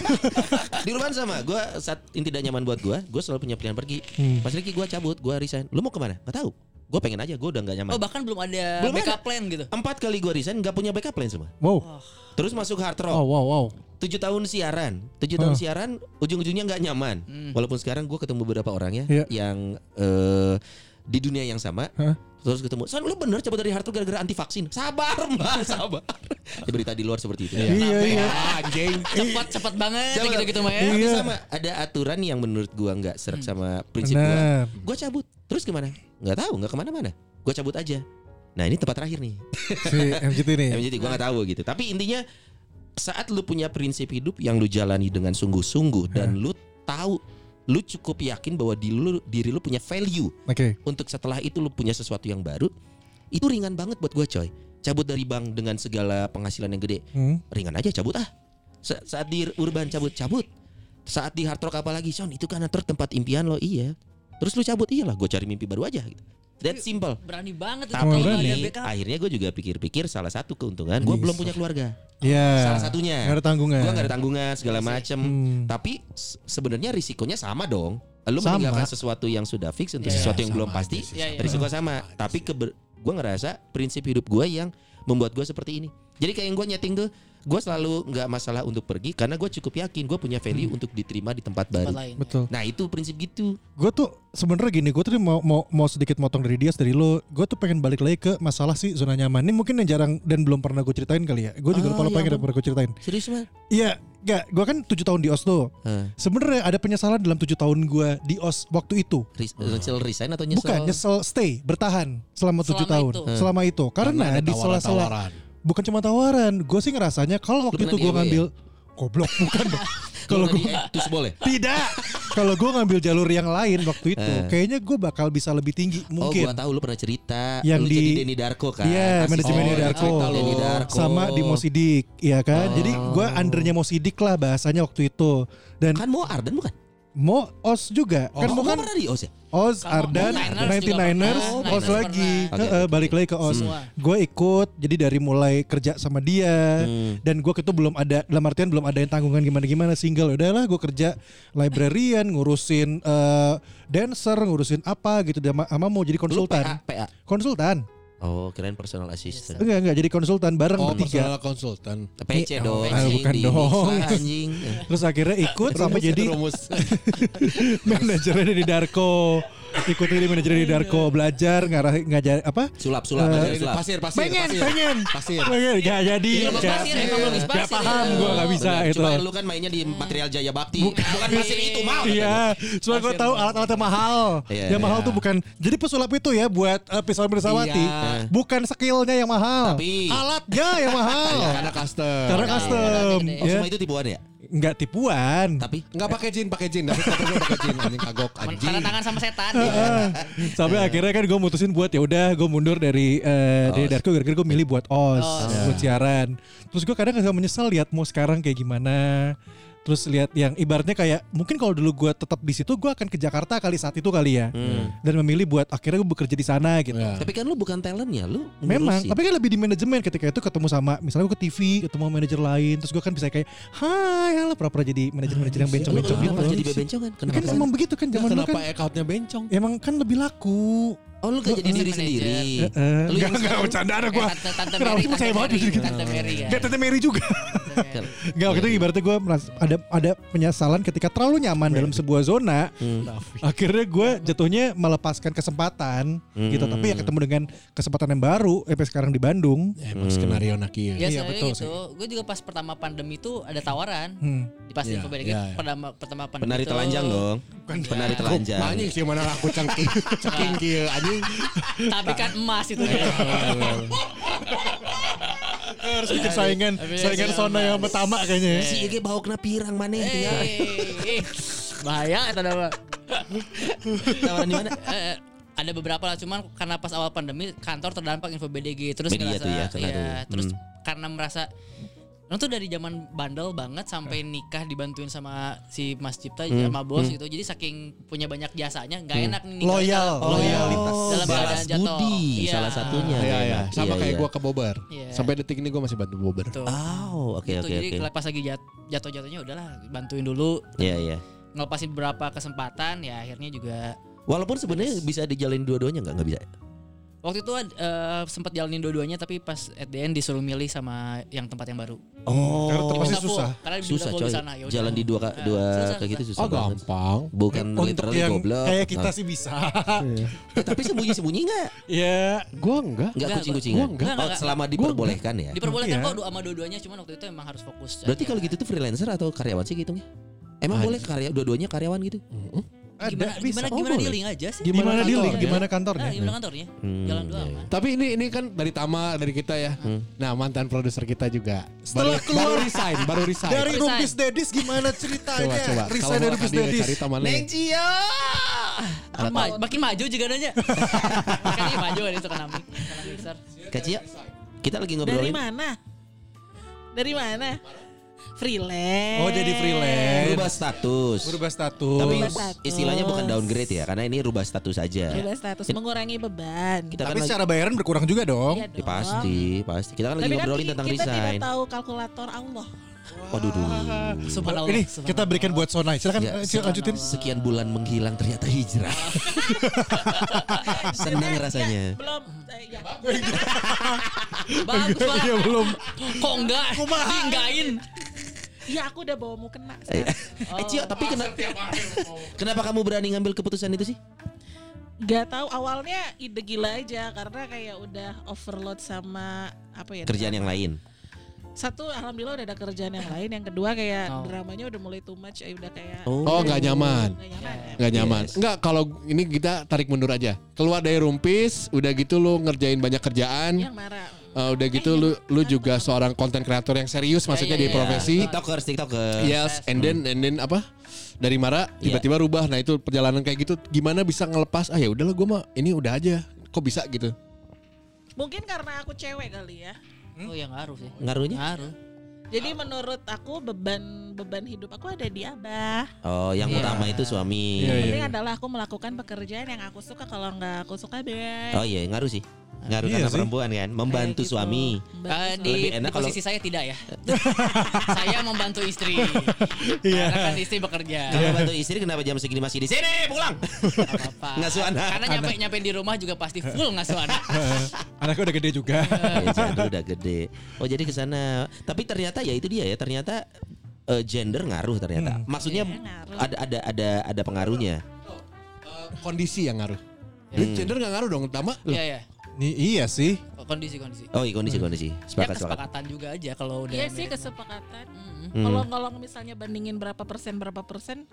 [SPEAKER 2] di Urban sama. Gue saat ini tidak nyaman buat gue. Gue selalu punya pilihan pergi.
[SPEAKER 4] Hmm.
[SPEAKER 2] Mas Riki gue cabut. Gue resign. Lu mau kemana? Gak tahu. Gue pengen aja. Gue udah nggak nyaman.
[SPEAKER 3] Oh, bahkan belum ada
[SPEAKER 2] Belum
[SPEAKER 3] backup plan gitu.
[SPEAKER 2] Empat kali gue resign gak punya backup plan semua.
[SPEAKER 4] Wow.
[SPEAKER 2] Terus masuk hard rock.
[SPEAKER 4] Wow, wow, wow.
[SPEAKER 2] tujuh tahun siaran, tujuh tahun
[SPEAKER 4] Oh.
[SPEAKER 2] siaran, ujung-ujungnya nggak nyaman.
[SPEAKER 4] Hmm.
[SPEAKER 2] Walaupun sekarang gue ketemu beberapa orang ya
[SPEAKER 4] Iya.
[SPEAKER 2] yang eh, di dunia yang sama, Terus ketemu, San lu bener coba dari Harto gara-gara anti vaksin. Sabar mbak, sabar. Ya, berita di luar seperti itu.
[SPEAKER 4] Iya, iya.
[SPEAKER 5] Anjing.
[SPEAKER 3] Cepat cepat banget
[SPEAKER 2] Jangan.
[SPEAKER 3] gitu-gitu mah ya.
[SPEAKER 2] Tapi
[SPEAKER 4] Iya. Hmm.
[SPEAKER 2] sama ada aturan yang menurut gua nggak serak sama prinsip
[SPEAKER 4] Bener.
[SPEAKER 2] gua. Gua cabut. Terus gimana? Nggak tahu, nggak kemana-mana. Gua cabut aja. Nah ini tempat terakhir nih.
[SPEAKER 4] Si MCT nih.
[SPEAKER 2] Jadi gua nggak tahu gitu. Tapi intinya saat lu punya prinsip hidup yang lu jalani dengan sungguh-sungguh dan lu tahu lu cukup yakin bahwa diri lu, diri lu punya value
[SPEAKER 4] Oke.
[SPEAKER 2] untuk setelah itu lu punya sesuatu yang baru itu ringan banget buat gua coy cabut dari bank dengan segala penghasilan yang gede
[SPEAKER 4] Hmm.
[SPEAKER 2] ringan aja cabut ah Sa- saat di urban cabut cabut saat di hard rock apalagi Son itu kan ter tempat impian lo iya terus lu cabut iyalah gue cari mimpi baru aja gitu that simple
[SPEAKER 3] Berani banget itu
[SPEAKER 2] tapi
[SPEAKER 3] kalau ada
[SPEAKER 2] ini
[SPEAKER 3] backup.
[SPEAKER 2] akhirnya gue juga pikir-pikir salah satu keuntungan gue belum punya keluarga
[SPEAKER 4] Iya.
[SPEAKER 2] salah satunya
[SPEAKER 4] Nggak ada tanggungan.
[SPEAKER 2] Gua gak ada tanggungan segala macem
[SPEAKER 4] Hmm.
[SPEAKER 2] Tapi se- sebenarnya risikonya sama dong Lu
[SPEAKER 4] Sama.
[SPEAKER 2] meninggalkan sesuatu yang sudah fix Untuk
[SPEAKER 3] Iya,
[SPEAKER 2] sesuatu yang
[SPEAKER 5] sama
[SPEAKER 2] belum
[SPEAKER 5] aja
[SPEAKER 2] pasti
[SPEAKER 5] sih,
[SPEAKER 3] Iya,
[SPEAKER 5] sama
[SPEAKER 3] iya.
[SPEAKER 2] Risiko sama Tapi keber- gue ngerasa prinsip hidup gue yang membuat gue seperti ini Jadi kayak yang gue nyeting tuh Gue selalu nggak masalah untuk pergi Karena gue cukup yakin gue punya
[SPEAKER 4] Hmm.
[SPEAKER 2] value untuk diterima di tempat baru
[SPEAKER 3] tempat lain.
[SPEAKER 4] Betul.
[SPEAKER 2] Nah itu prinsip gitu
[SPEAKER 4] Gue tuh sebenarnya gini, gue tuh mau mau mau sedikit motong dari dia, dari lo. Gue tuh pengen balik lagi ke masalah sih zona nyaman. Ini mungkin yang jarang dan belum pernah gue ceritain kali ya. Gue
[SPEAKER 2] Ah,
[SPEAKER 4] juga lupa
[SPEAKER 2] ya
[SPEAKER 4] lupa yang udah
[SPEAKER 2] ampun.
[SPEAKER 4] pernah gue ceritain.
[SPEAKER 2] Serius man
[SPEAKER 4] Iya, enggak. Gue kan 7 tahun di OS tuh.
[SPEAKER 2] Hah.
[SPEAKER 4] Sebenarnya ada penyesalan dalam 7 tahun gue di OS waktu itu.
[SPEAKER 2] Ris- Nyesel resign atau nyesel
[SPEAKER 4] Bukan nyesel stay, bertahan selama 7
[SPEAKER 3] Selama
[SPEAKER 4] tahun.
[SPEAKER 3] itu.
[SPEAKER 4] Selama itu. Karena, di sela-sela
[SPEAKER 5] tawaran.
[SPEAKER 4] bukan cuma tawaran. Gue sih ngerasanya kalau waktu
[SPEAKER 2] pernah
[SPEAKER 4] itu
[SPEAKER 2] di
[SPEAKER 4] gue
[SPEAKER 2] LW ya?
[SPEAKER 4] ngambil goblok bukan. Bang.
[SPEAKER 2] Kalau
[SPEAKER 4] Kalau
[SPEAKER 2] gue
[SPEAKER 4] gue
[SPEAKER 2] eh, Terus boleh
[SPEAKER 4] Tidak. Kalau gue ngambil jalur yang lain waktu itu,
[SPEAKER 2] Eh.
[SPEAKER 4] kayaknya gue bakal bisa lebih tinggi
[SPEAKER 2] Oh
[SPEAKER 4] mungkin.
[SPEAKER 2] gua tahu lu pernah cerita
[SPEAKER 4] Yang
[SPEAKER 2] Lu
[SPEAKER 4] di-
[SPEAKER 2] jadi Denny Darko kan
[SPEAKER 4] Iya,
[SPEAKER 2] Asisten
[SPEAKER 4] manajemennya
[SPEAKER 2] lu
[SPEAKER 4] Darko.
[SPEAKER 2] cerita lu. Denny Darko
[SPEAKER 4] sama di Mosidik, ya kan? Jadi gue
[SPEAKER 2] Oh.
[SPEAKER 4] undernya Mosidik lah bahasanya waktu itu. Dan
[SPEAKER 2] Kan mau Arden bukan?
[SPEAKER 4] Mo Os juga, kan
[SPEAKER 2] Kamu
[SPEAKER 4] bukan
[SPEAKER 2] pernah di OS ya?
[SPEAKER 4] Oz
[SPEAKER 3] Kalau
[SPEAKER 4] Ardan,
[SPEAKER 3] Niners juga
[SPEAKER 4] 99ers,
[SPEAKER 3] pernah.
[SPEAKER 4] Oz lagi,
[SPEAKER 3] Niners
[SPEAKER 2] pernah. Hmm.
[SPEAKER 4] Heeh,
[SPEAKER 2] Oke, oke,
[SPEAKER 4] balik lagi ke Oz.
[SPEAKER 3] Semua.
[SPEAKER 4] Gue ikut, jadi dari mulai kerja sama
[SPEAKER 2] Hmm.
[SPEAKER 4] dia, dan gue itu belum ada, dalam artian belum ada yang tanggungan gimana-gimana, single. Ya Udahlah, gue kerja librarian, ngurusin eh, dancer, ngurusin apa gitu, sama, sama mau
[SPEAKER 2] Lu Ya. PA,
[SPEAKER 4] jadi konsultan.
[SPEAKER 2] PA.
[SPEAKER 4] Konsultan,
[SPEAKER 2] Oh, keren personal assistant.
[SPEAKER 4] enggak enggak, jadi konsultan bareng
[SPEAKER 5] Oh,
[SPEAKER 4] bertiga.
[SPEAKER 5] personal konsultan.
[SPEAKER 2] PC dong,
[SPEAKER 4] eh,
[SPEAKER 2] anjing,
[SPEAKER 4] bukan
[SPEAKER 2] di
[SPEAKER 4] dong.
[SPEAKER 2] mix lah, anjing.
[SPEAKER 4] Terus akhirnya ikut sampai jadi
[SPEAKER 5] rumus.
[SPEAKER 4] manajernya di Darko, ikut jadi manajernya di Darko, belajar ngarah ngajar apa?
[SPEAKER 2] Sulap, sulap,
[SPEAKER 4] Eh,
[SPEAKER 2] ajarin sulap.
[SPEAKER 5] pasir, pasir,
[SPEAKER 4] pengen,
[SPEAKER 5] pasir.
[SPEAKER 4] pengen,
[SPEAKER 5] Pasir.
[SPEAKER 4] pengen, gak jadi,
[SPEAKER 2] Iya,
[SPEAKER 3] Emang
[SPEAKER 2] Iya.
[SPEAKER 4] gak,
[SPEAKER 3] pasir, emang lulus
[SPEAKER 4] gak
[SPEAKER 3] pasir
[SPEAKER 4] paham
[SPEAKER 3] itu.
[SPEAKER 4] gue gak bisa
[SPEAKER 2] Bener,
[SPEAKER 4] itu.
[SPEAKER 2] Cuma lu kan mainnya di material Jaya Bakti. Bukan pasir itu, mau.
[SPEAKER 4] Iya, cuma gue
[SPEAKER 3] Pasir
[SPEAKER 4] tahu
[SPEAKER 3] doang.
[SPEAKER 4] alat-alatnya mahal.
[SPEAKER 2] Iya,
[SPEAKER 4] yang mahal
[SPEAKER 2] iya.
[SPEAKER 4] tuh bukan. Jadi pesulap itu ya buat eh, pisau bersawati,
[SPEAKER 2] Iya.
[SPEAKER 4] bukan skillnya yang mahal,
[SPEAKER 2] Tapi-
[SPEAKER 4] alatnya yang mahal.
[SPEAKER 5] Karena custom.
[SPEAKER 4] Karena kan
[SPEAKER 3] Iya,
[SPEAKER 4] custom,
[SPEAKER 3] iya, iya,
[SPEAKER 2] Oh,
[SPEAKER 4] ya.
[SPEAKER 2] semua itu tipuan ya?
[SPEAKER 4] nggak tipuan.
[SPEAKER 2] Tapi
[SPEAKER 5] Enggak pakai jin, pakai jin. Tapi kata gua pakai jin anjing kagok anjing.
[SPEAKER 3] Tanda tangan sama setan. iya.
[SPEAKER 4] Heeh. Sampai akhirnya kan gue mutusin buat ya udah gue mundur dari eh,
[SPEAKER 2] Os.
[SPEAKER 4] dari Darko gara-gara gue milih buat OS
[SPEAKER 3] Os.
[SPEAKER 4] buat siaran. Terus gue kadang agak menyesal lihat mau sekarang kayak gimana. Terus lihat yang ibaratnya kayak mungkin kalau dulu gue tetap di situ gue akan ke Jakarta kali saat itu kali ya. Dan memilih buat akhirnya gue bekerja di sana gitu.
[SPEAKER 5] Ya.
[SPEAKER 2] tapi kan lu bukan talentnya, lu
[SPEAKER 4] Memang,
[SPEAKER 2] ngurusin.
[SPEAKER 4] tapi kan lebih di manajemen ketika itu ketemu sama misalnya gue ke TV, ketemu manajer lain, terus gue kan bisa kayak, hai, halo pura-pura jadi manajer-manajer yang
[SPEAKER 2] Lu
[SPEAKER 4] bencong-bencong gitu.
[SPEAKER 2] kenapa jadi bebencongan?
[SPEAKER 4] Kan
[SPEAKER 2] Kenapa?
[SPEAKER 4] emang begitu kan zaman dulu
[SPEAKER 5] Kenapa
[SPEAKER 4] kan,
[SPEAKER 5] accountnya bencong?
[SPEAKER 4] emang kan lebih lalu.
[SPEAKER 2] Oh, lu gak jadi
[SPEAKER 3] Lu-
[SPEAKER 2] diri
[SPEAKER 3] lu-
[SPEAKER 2] sendiri. Lu
[SPEAKER 4] Eh, Enggak,
[SPEAKER 2] yang
[SPEAKER 4] enggak,
[SPEAKER 2] sekarang-
[SPEAKER 4] bercanda ada
[SPEAKER 3] Eh,
[SPEAKER 4] gue.
[SPEAKER 3] Tante Tante
[SPEAKER 4] Kenapa
[SPEAKER 3] Mary,
[SPEAKER 4] sih
[SPEAKER 3] Tante
[SPEAKER 4] percaya banget
[SPEAKER 3] Mary,
[SPEAKER 4] jadi gitu?
[SPEAKER 3] Tante Mary ya.
[SPEAKER 4] Enggak, Tante Mary juga. Enggak, waktu itu ibaratnya gue ada ada penyesalan ketika terlalu nyaman dalam sebuah zona. Akhirnya gue jatuhnya melepaskan kesempatan gitu. Tapi ya ketemu dengan kesempatan yang baru. Eh, sekarang di Bandung.
[SPEAKER 5] Ya, Emang skenario naki ya.
[SPEAKER 3] Ya soalnya
[SPEAKER 4] Iya, betul
[SPEAKER 3] gitu. Gue juga pas pertama pandemi itu ada tawaran.
[SPEAKER 4] Hmm.
[SPEAKER 3] Pasti
[SPEAKER 5] Iya,
[SPEAKER 3] yeah, kebalik
[SPEAKER 5] iya, iya.
[SPEAKER 3] pertama pertama pandemi.
[SPEAKER 2] Penari
[SPEAKER 3] itu-
[SPEAKER 2] telanjang dong. Penari telanjang.
[SPEAKER 5] Anjing sih mana aku cengking ceking kieu anjing.
[SPEAKER 3] Tapi kan emas itu.
[SPEAKER 4] Iya, Harus bikin saingan, Kan
[SPEAKER 3] Tapi- ya
[SPEAKER 4] saingan zona yang pertama kayaknya.
[SPEAKER 2] Si Ege bau kena pirang mana?
[SPEAKER 4] ya. Iya.
[SPEAKER 3] Eh,
[SPEAKER 2] Tinggal
[SPEAKER 3] eh, bahaya itu nama.
[SPEAKER 2] tawaran di mana?
[SPEAKER 3] Eh, ada beberapa lah cuman karena pas awal pandemi kantor terdampak info BDG terus
[SPEAKER 2] Media
[SPEAKER 3] ngerasa
[SPEAKER 2] tuh ya, kena
[SPEAKER 3] iya,
[SPEAKER 2] tuh.
[SPEAKER 3] terus
[SPEAKER 2] Hmm.
[SPEAKER 3] karena merasa Lo tuh dari zaman bandel banget sampai nikah dibantuin sama si Mas Cipta
[SPEAKER 2] Hmm.
[SPEAKER 3] sama bos gitu. Jadi saking punya banyak jasanya nggak enak nih nikah
[SPEAKER 4] Loyal,
[SPEAKER 3] dalam-
[SPEAKER 4] loyalitas.
[SPEAKER 3] dalam
[SPEAKER 2] balas
[SPEAKER 3] keadaan jatuh.
[SPEAKER 2] budi
[SPEAKER 3] Iya.
[SPEAKER 2] salah satunya.
[SPEAKER 5] Iya ya,
[SPEAKER 2] Enak.
[SPEAKER 5] sama
[SPEAKER 2] Iya,
[SPEAKER 5] kayak
[SPEAKER 2] iya.
[SPEAKER 5] gua ke Bobber.
[SPEAKER 3] Iya.
[SPEAKER 5] Sampai detik ini gua masih bantu Ah, Bobber.
[SPEAKER 3] Tuh.
[SPEAKER 2] Oh, oke
[SPEAKER 3] Gitu,
[SPEAKER 2] oke
[SPEAKER 3] jadi
[SPEAKER 2] oke.
[SPEAKER 3] pas lagi jat- jatuh-jatuhnya udahlah bantuin dulu
[SPEAKER 2] Iya iya.
[SPEAKER 3] ngelepasin beberapa kesempatan ya akhirnya juga
[SPEAKER 2] Walaupun sebenarnya bisa ya? dijalin dua-duanya nggak nggak bisa.
[SPEAKER 3] Waktu itu eh, sempat jalanin dua-duanya tapi pas at the end disuruh milih sama yang tempat yang baru.
[SPEAKER 2] Oh,
[SPEAKER 4] Karena terpaksa
[SPEAKER 3] Pasti
[SPEAKER 4] Pasti susah.
[SPEAKER 3] Karena di
[SPEAKER 2] susah
[SPEAKER 3] Bintaro
[SPEAKER 2] coy.
[SPEAKER 3] di sana, ya udah.
[SPEAKER 2] Jalan di dua ka-
[SPEAKER 3] Eh,
[SPEAKER 2] dua
[SPEAKER 3] susah,
[SPEAKER 2] kayak gitu susah
[SPEAKER 5] Oh
[SPEAKER 2] banget.
[SPEAKER 5] gampang.
[SPEAKER 2] Bukan
[SPEAKER 4] Untuk
[SPEAKER 2] kan literally
[SPEAKER 4] yang
[SPEAKER 2] goblok. kan.
[SPEAKER 4] kayak kita sih bisa.
[SPEAKER 2] Nah, tapi sembunyi-sembunyi enggak?
[SPEAKER 4] Iya.
[SPEAKER 5] Gua
[SPEAKER 2] Enggak
[SPEAKER 5] enggak.
[SPEAKER 3] Enggak,
[SPEAKER 2] kucing-kucingan.
[SPEAKER 5] gua enggak.
[SPEAKER 2] Oh,
[SPEAKER 3] Enggak,
[SPEAKER 2] selama diperbolehkan ya.
[SPEAKER 3] Diperbolehkan
[SPEAKER 4] Iya.
[SPEAKER 3] kok dua sama dua-duanya cuman waktu itu emang harus fokus.
[SPEAKER 2] Berarti kalau gitu tuh freelancer atau karyawan sih hitungnya? Emang boleh karya dua-duanya karyawan gitu?
[SPEAKER 3] Hmm.
[SPEAKER 4] Ada bisa.
[SPEAKER 3] gimana gimana,
[SPEAKER 5] Oh,
[SPEAKER 3] gimana
[SPEAKER 5] boleh.
[SPEAKER 3] dealing aja sih?
[SPEAKER 5] Gimana
[SPEAKER 4] Gimana dealing?
[SPEAKER 5] kantornya?
[SPEAKER 4] Gimana
[SPEAKER 3] Nah,
[SPEAKER 4] kantornya?
[SPEAKER 3] gimana kantornya?
[SPEAKER 2] Hmm,
[SPEAKER 3] Jalan dua
[SPEAKER 2] iya,
[SPEAKER 3] aman.
[SPEAKER 5] Tapi ini ini kan dari Tama dari kita ya. Nah mantan produser kita juga.
[SPEAKER 4] Setelah
[SPEAKER 5] baru,
[SPEAKER 4] keluar-
[SPEAKER 5] baru resign, baru resign.
[SPEAKER 4] Dari
[SPEAKER 3] Resign.
[SPEAKER 4] Rumpis Dedis gimana ceritanya?
[SPEAKER 5] coba coba.
[SPEAKER 4] Resign dari Rumpis
[SPEAKER 5] Kak Dila,
[SPEAKER 4] Dedis.
[SPEAKER 5] cari
[SPEAKER 2] ya?
[SPEAKER 5] Tama nih.
[SPEAKER 2] Nencio.
[SPEAKER 3] Ah, ma- makin maju juga nanya. Kan ini maju kan itu kan Ami. Kan mixer.
[SPEAKER 2] Kecil. Kita lagi
[SPEAKER 7] Dari
[SPEAKER 2] ngobrolin.
[SPEAKER 7] mana? Dari mana? Freelance.
[SPEAKER 4] Oh jadi freelance.
[SPEAKER 2] Berubah status.
[SPEAKER 4] Berubah status.
[SPEAKER 2] Tapi
[SPEAKER 7] Berubah status.
[SPEAKER 2] istilahnya bukan downgrade ya, karena ini rubah status aja.
[SPEAKER 7] Bebas status mengurangi beban.
[SPEAKER 2] Kita kan
[SPEAKER 4] Tapi
[SPEAKER 2] lagi,
[SPEAKER 4] secara bayaran berkurang juga dong.
[SPEAKER 7] Iya
[SPEAKER 2] Ya,
[SPEAKER 7] dong.
[SPEAKER 2] pasti, pasti. Kita kan lagi
[SPEAKER 7] Tapi kan
[SPEAKER 2] ngobrolin tentang
[SPEAKER 7] kita
[SPEAKER 2] resign.
[SPEAKER 7] tidak tahu kalkulator Allah.
[SPEAKER 2] Waduh, duh.
[SPEAKER 3] Subhanallah.
[SPEAKER 4] Ini
[SPEAKER 3] subhanallah.
[SPEAKER 4] kita berikan buat Sonai. Silakan
[SPEAKER 2] Ya,
[SPEAKER 4] eh, silakan lanjutin.
[SPEAKER 2] Sekian bulan menghilang ternyata hijrah. Senang
[SPEAKER 7] Enggak,
[SPEAKER 2] rasanya.
[SPEAKER 7] enggak, Belum. eh, ya.
[SPEAKER 3] bagus banget.
[SPEAKER 4] Iya belum.
[SPEAKER 3] Kok enggak? Dinggain.
[SPEAKER 7] Iya aku udah bawa mu kena. sekarang.
[SPEAKER 2] Eh Cio, tapi kena- kenapa kamu berani ngambil keputusan itu sih?
[SPEAKER 7] Gak tahu awalnya ide gila aja karena kayak udah overload sama apa ya?
[SPEAKER 2] Kerjaan yang lain.
[SPEAKER 7] Satu alhamdulillah udah ada kerjaan yang lain. Yang kedua kayak
[SPEAKER 3] Oh.
[SPEAKER 7] dramanya udah mulai too much. eh, Udah kayak
[SPEAKER 5] Oh nggak nyaman.
[SPEAKER 7] nggak nyaman. ya.
[SPEAKER 2] Iya.
[SPEAKER 5] Nggak nyaman. Nggak kalau ini kita tarik mundur aja. Keluar dari rumpis, udah gitu lu ngerjain banyak kerjaan.
[SPEAKER 3] Iya.
[SPEAKER 7] Yang marah.
[SPEAKER 2] Oh.
[SPEAKER 5] Eh, udah gitu lu lu juga seorang konten kreator yang serius maksudnya
[SPEAKER 3] iya,
[SPEAKER 5] di
[SPEAKER 3] iya.
[SPEAKER 5] profesi.
[SPEAKER 2] Ya, TikTokers, TikTokers.
[SPEAKER 5] Yes, and then and then apa? Dari Mara tiba-tiba rubah. Nah, itu perjalanan kayak gitu gimana bisa ngelepas? Ah ya udahlah gua mah ini udah aja. Kok bisa gitu?
[SPEAKER 7] Mungkin karena aku cewek kali ya.
[SPEAKER 3] Oh ya ngaruh sih.
[SPEAKER 2] Ngaruhnya?
[SPEAKER 3] Ngaruh.
[SPEAKER 7] Jadi menurut aku beban beban hidup aku ada di abah.
[SPEAKER 2] Oh, yang
[SPEAKER 3] Iya.
[SPEAKER 2] utama itu suami.
[SPEAKER 4] Iya,
[SPEAKER 7] Penting adalah aku melakukan pekerjaan yang aku suka. Kalau nggak aku suka bye.
[SPEAKER 2] Oh iya, ngaruh sih. Ngaruh
[SPEAKER 4] Iya
[SPEAKER 2] karena
[SPEAKER 4] sih.
[SPEAKER 2] perempuan kan,
[SPEAKER 7] Kayak
[SPEAKER 2] membantu
[SPEAKER 7] gitu.
[SPEAKER 2] suami.
[SPEAKER 7] Membantu
[SPEAKER 3] Eh,
[SPEAKER 7] suami.
[SPEAKER 3] di,
[SPEAKER 2] Lebih enak
[SPEAKER 3] di posisi saya tidak ya. saya membantu istri.
[SPEAKER 4] Iya.
[SPEAKER 3] Karena kan istri bekerja.
[SPEAKER 2] Kalau bantu istri kenapa jam segini masih di sini? Pulang.
[SPEAKER 3] Gak apa-apa.
[SPEAKER 2] Ngasuh anak.
[SPEAKER 3] Karena nyampe nyampe di rumah juga pasti full ngasuh anak.
[SPEAKER 4] Anaknya udah gede juga.
[SPEAKER 2] Ya, Jandro udah gede. Oh jadi ke sana. Tapi ternyata ya itu dia ya. Ternyata eh, gender ngaruh
[SPEAKER 4] Hmm.
[SPEAKER 2] ternyata. Maksudnya
[SPEAKER 7] Iya, ngaruh.
[SPEAKER 2] ada ada ada ada pengaruhnya.
[SPEAKER 5] Kondisi yang ngaruh. Gender nggak ngaruh dong, utama.
[SPEAKER 3] Iya ya.
[SPEAKER 4] Nih, iya sih.
[SPEAKER 3] Kondisi kondisi.
[SPEAKER 2] Oh iya
[SPEAKER 4] Hmm.
[SPEAKER 2] kondisi kondisi.
[SPEAKER 3] Ya
[SPEAKER 2] Sepakat sepakat.
[SPEAKER 3] kesepakatan juga aja kalau udah.
[SPEAKER 7] Iya sih
[SPEAKER 3] married.
[SPEAKER 7] kesepakatan.
[SPEAKER 3] Mm.
[SPEAKER 2] Hmm.
[SPEAKER 7] Kalau kalau misalnya bandingin berapa persen berapa persen,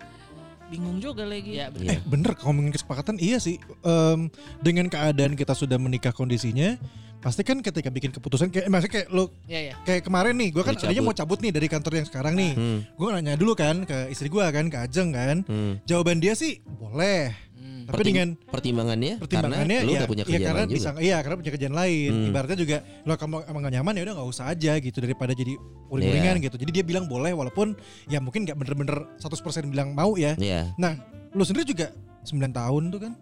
[SPEAKER 7] bingung juga lagi.
[SPEAKER 3] Iya benar.
[SPEAKER 2] Iya.
[SPEAKER 4] Eh bener ngomongin kesepakatan iya sih Em, dengan keadaan kita sudah menikah kondisinya pasti kan ketika bikin keputusan kayak eh, maksudnya kayak lo
[SPEAKER 3] Iya ya.
[SPEAKER 4] kayak kemarin nih gue kan
[SPEAKER 2] Lu
[SPEAKER 4] adanya
[SPEAKER 2] cabut.
[SPEAKER 4] mau cabut nih dari kantor yang sekarang nih
[SPEAKER 2] Hmm.
[SPEAKER 4] gue nanya dulu kan ke istri gue kan ke Ajeng kan
[SPEAKER 2] Hmm.
[SPEAKER 4] jawaban dia sih boleh
[SPEAKER 3] Hmm.
[SPEAKER 4] tapi
[SPEAKER 2] Pertim-
[SPEAKER 4] dengan
[SPEAKER 2] pertimbangannya,
[SPEAKER 4] pertimbangannya
[SPEAKER 2] karena lu
[SPEAKER 4] ya,
[SPEAKER 2] udah punya
[SPEAKER 4] ya
[SPEAKER 2] kerjaan
[SPEAKER 4] karena
[SPEAKER 2] lain juga.
[SPEAKER 4] bisa- iya karena punya kerjaan lain
[SPEAKER 2] Hmm.
[SPEAKER 4] ibaratnya juga lo kamu emang gak nyaman ya udah nggak usah aja gitu daripada jadi
[SPEAKER 2] Iya.
[SPEAKER 4] uring-uringan gitu jadi dia bilang boleh walaupun ya mungkin nggak bener-bener 100% bilang mau ya
[SPEAKER 2] Iya.
[SPEAKER 4] Nah, lu sendiri juga 9 tahun tuh kan?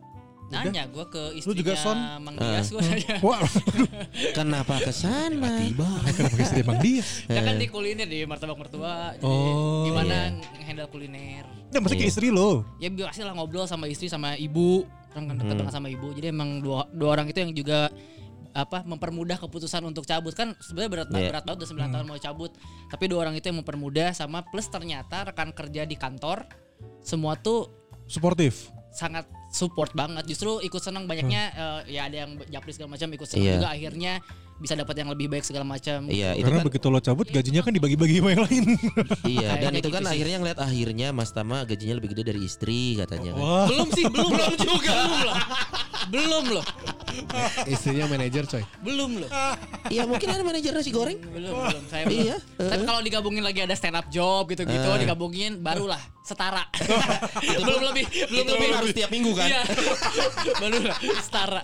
[SPEAKER 3] Nanya gue ke
[SPEAKER 4] Lu
[SPEAKER 3] istrinya
[SPEAKER 4] juga, Son?
[SPEAKER 3] Mang
[SPEAKER 2] Ah.
[SPEAKER 3] Dias gue nanya.
[SPEAKER 4] Wah,
[SPEAKER 2] Kenapa ke sana? Tiba.
[SPEAKER 4] kenapa istri emang dia?
[SPEAKER 3] Dia kan di kuliner di martabak mertua. Jadi
[SPEAKER 4] Oh.
[SPEAKER 3] gimana
[SPEAKER 2] Eh. Iya.
[SPEAKER 3] handle kuliner?
[SPEAKER 4] Ya maksudnya ke
[SPEAKER 2] Iya.
[SPEAKER 4] istri lo.
[SPEAKER 3] Ya biasa lah ngobrol sama istri sama ibu. Orang kan
[SPEAKER 2] Hmm.
[SPEAKER 3] dekat banget sama ibu. Jadi emang dua, dua orang itu yang juga apa mempermudah keputusan untuk cabut kan sebenarnya berat
[SPEAKER 2] Iya.
[SPEAKER 3] berat banget udah 9 tahun mau cabut tapi dua orang itu yang mempermudah sama plus ternyata rekan kerja di kantor semua tuh
[SPEAKER 4] Suportif.
[SPEAKER 3] sangat support banget justru ikut senang banyaknya eh, ya ada yang japri segala macam ikut senang
[SPEAKER 2] Hmm. Iya.
[SPEAKER 3] juga akhirnya bisa dapat yang lebih baik segala macam
[SPEAKER 2] Iya, itu
[SPEAKER 4] Karena
[SPEAKER 2] kan
[SPEAKER 4] begitu lo cabut gajinya kan dibagi-bagi sama yang lain.
[SPEAKER 2] iya dan
[SPEAKER 3] Kayaknya
[SPEAKER 2] itu kan
[SPEAKER 3] gitu sih.
[SPEAKER 2] akhirnya ngeliat akhirnya Mas Tama gajinya lebih gede dari istri katanya kan.
[SPEAKER 4] Wah,
[SPEAKER 3] belum sih belum belum juga belum loh belum loh
[SPEAKER 5] Istrinya manajer, coy.
[SPEAKER 3] belum loh
[SPEAKER 2] Iya, mungkin ada manajer nasi goreng.
[SPEAKER 3] belum belum saya belum
[SPEAKER 2] Iya.
[SPEAKER 3] tapi kalau digabungin lagi ada stand up job gitu gitu
[SPEAKER 2] Eh.
[SPEAKER 3] digabungin barulah setara belum lebih belum
[SPEAKER 2] Itu
[SPEAKER 3] lebih
[SPEAKER 2] harus tiap minggu kan?
[SPEAKER 3] Iya. baru lah setara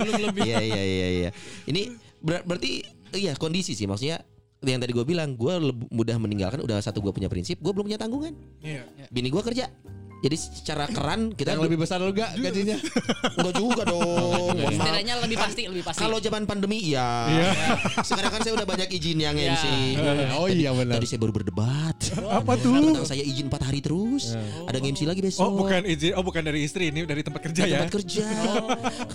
[SPEAKER 3] belum lebih
[SPEAKER 2] Iya iya iya iya. Ini ber- berarti iya kondisi sih maksudnya yang tadi gue bilang gue mudah meninggalkan udah satu gue punya prinsip gue belum punya tanggungan
[SPEAKER 4] Iya.
[SPEAKER 2] bini gue kerja Jadi secara keran kita
[SPEAKER 5] Yang lebih besar lu gak gajinya?
[SPEAKER 2] enggak juga dong. Mohon maaf.
[SPEAKER 3] Setidaknya lebih pasti, lebih pasti.
[SPEAKER 2] Iya. Kalau zaman pandemi ya.
[SPEAKER 4] Iya.
[SPEAKER 2] Sekarang kan saya udah banyak izin yang
[SPEAKER 3] Iya.
[SPEAKER 2] MC.
[SPEAKER 5] Oh iya benar.
[SPEAKER 2] Tadi saya baru berdebat.
[SPEAKER 4] Apa
[SPEAKER 2] Tentang
[SPEAKER 4] tuh?
[SPEAKER 2] saya izin 4 hari terus. Ada MC lagi besok.
[SPEAKER 4] Oh bukan izin, oh bukan dari istri ini dari tempat kerja ya.
[SPEAKER 2] Tempat kerja.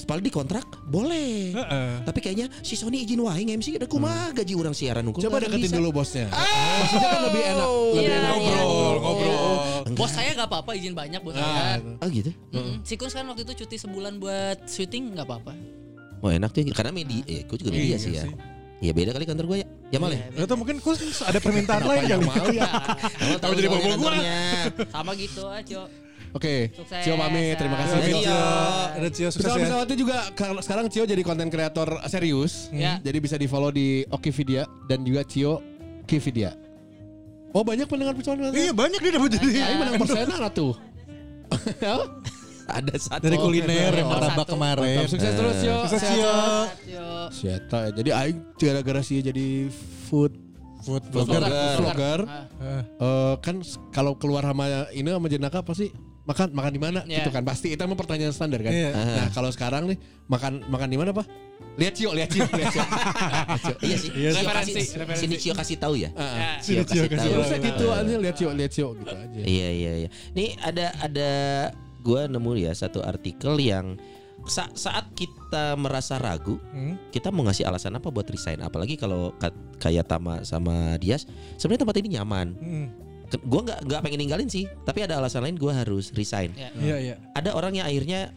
[SPEAKER 2] Kepala di kontrak boleh.
[SPEAKER 4] Heeh.
[SPEAKER 2] Tapi kayaknya si Sony izin wae MC ada kumaha gaji orang siaran hukum.
[SPEAKER 5] Coba deketin dulu bosnya. Maksudnya kan lebih enak,
[SPEAKER 2] Oh.
[SPEAKER 5] lebih
[SPEAKER 3] Iya,
[SPEAKER 5] enak
[SPEAKER 3] iya.
[SPEAKER 5] ngobrol, ngobrol.
[SPEAKER 3] Bos saya nggak apa-apa izin banyak buat saya.
[SPEAKER 2] Oh gitu.
[SPEAKER 3] Mm-mm. Si Kun kan waktu itu cuti sebulan buat syuting nggak apa-apa.
[SPEAKER 2] Wah Oh, enak tuh karena media, eh, gue juga media
[SPEAKER 4] Iya
[SPEAKER 2] sih ya.
[SPEAKER 4] sih.
[SPEAKER 2] Iya beda kali kantor gue ya. Jamal ya.
[SPEAKER 4] Atau mungkin khusus ada permintaan lain kali.
[SPEAKER 2] Jamal tahu
[SPEAKER 4] jadi
[SPEAKER 2] soalnya
[SPEAKER 4] bobo gua.
[SPEAKER 2] kantornya.
[SPEAKER 3] Sama gitu aja.
[SPEAKER 5] Oke,
[SPEAKER 3] Sukses.
[SPEAKER 5] Cio pamit, terima kasih.
[SPEAKER 2] Iya.
[SPEAKER 5] Cio.
[SPEAKER 4] Ada Cio sukses
[SPEAKER 5] Bisa
[SPEAKER 4] ya.
[SPEAKER 5] bisa juga kalau sekarang Cio jadi konten kreator serius.
[SPEAKER 4] Hmm.
[SPEAKER 3] Ya.
[SPEAKER 5] Jadi bisa di-follow di Okividia dan juga Cio Kividia. Oh, banyak pendengar pesona.
[SPEAKER 4] Iya banyak dia dapat jadi.
[SPEAKER 5] Ayo menang persenan tuh. Oh.
[SPEAKER 2] Ada satu. Oh,
[SPEAKER 4] Dari kuliner yang
[SPEAKER 5] Nomor
[SPEAKER 4] marabak
[SPEAKER 3] satu.
[SPEAKER 4] kemarin.
[SPEAKER 5] Sukses terus Cio.
[SPEAKER 4] Sukses Cio.
[SPEAKER 3] Ayo.
[SPEAKER 5] Sieta, Oh, ya? jadi aing gara-gara sih jadi food
[SPEAKER 4] Food
[SPEAKER 5] blogger,
[SPEAKER 2] blogger.
[SPEAKER 5] Vlogger.
[SPEAKER 3] Ah.
[SPEAKER 5] Eh, kan s- kalau keluar sama ini sama jenaka pasti makan makan di mana
[SPEAKER 3] Iya.
[SPEAKER 5] gitu kan pasti itu emang pertanyaan standar kan.
[SPEAKER 4] Iya.
[SPEAKER 5] Nah, kalau sekarang nih makan makan di mana, Pak? Lihat Cio, lihat Cio, lihat Cio.
[SPEAKER 2] Iya sih.
[SPEAKER 4] Iya
[SPEAKER 2] Cio kasih-
[SPEAKER 4] sih.
[SPEAKER 3] Referensi, referensi.
[SPEAKER 2] Sini Cio kasih tahu ya.
[SPEAKER 3] Ah.
[SPEAKER 5] Heeh.
[SPEAKER 4] Sini Cio kasih
[SPEAKER 2] tahu.
[SPEAKER 4] tahu.
[SPEAKER 5] Terusnya gitu aja lihat Cio, lihat Cio gitu aja.
[SPEAKER 2] Iya iya iya. Nih ada ada gua nemu ya satu artikel yang sa- saat kita merasa ragu,
[SPEAKER 4] Hmm.
[SPEAKER 2] kita mau ngasih alasan apa buat resign? Apalagi kalau kat- kayak Tama sama Dias, sebenarnya tempat ini nyaman.
[SPEAKER 4] Hmm.
[SPEAKER 2] Ke- Gua nggak nggak pengen ninggalin sih, tapi ada alasan lain gua harus resign.
[SPEAKER 3] Ya.
[SPEAKER 4] Iya iya.
[SPEAKER 2] Ada orang yang akhirnya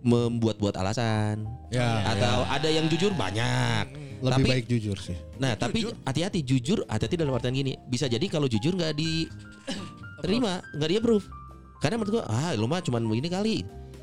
[SPEAKER 2] membuat-buat alasan
[SPEAKER 5] Ya,
[SPEAKER 2] atau ada yang jujur banyak.
[SPEAKER 5] lebih
[SPEAKER 2] Tapi-
[SPEAKER 5] baik jujur sih.
[SPEAKER 2] Nah, tapi hati-hati jujur, hati-hati dalam artian gini. Bisa jadi kalau jujur nggak diterima, nggak di approve. Karena menurut gua, ah lu mah cuman begini kali.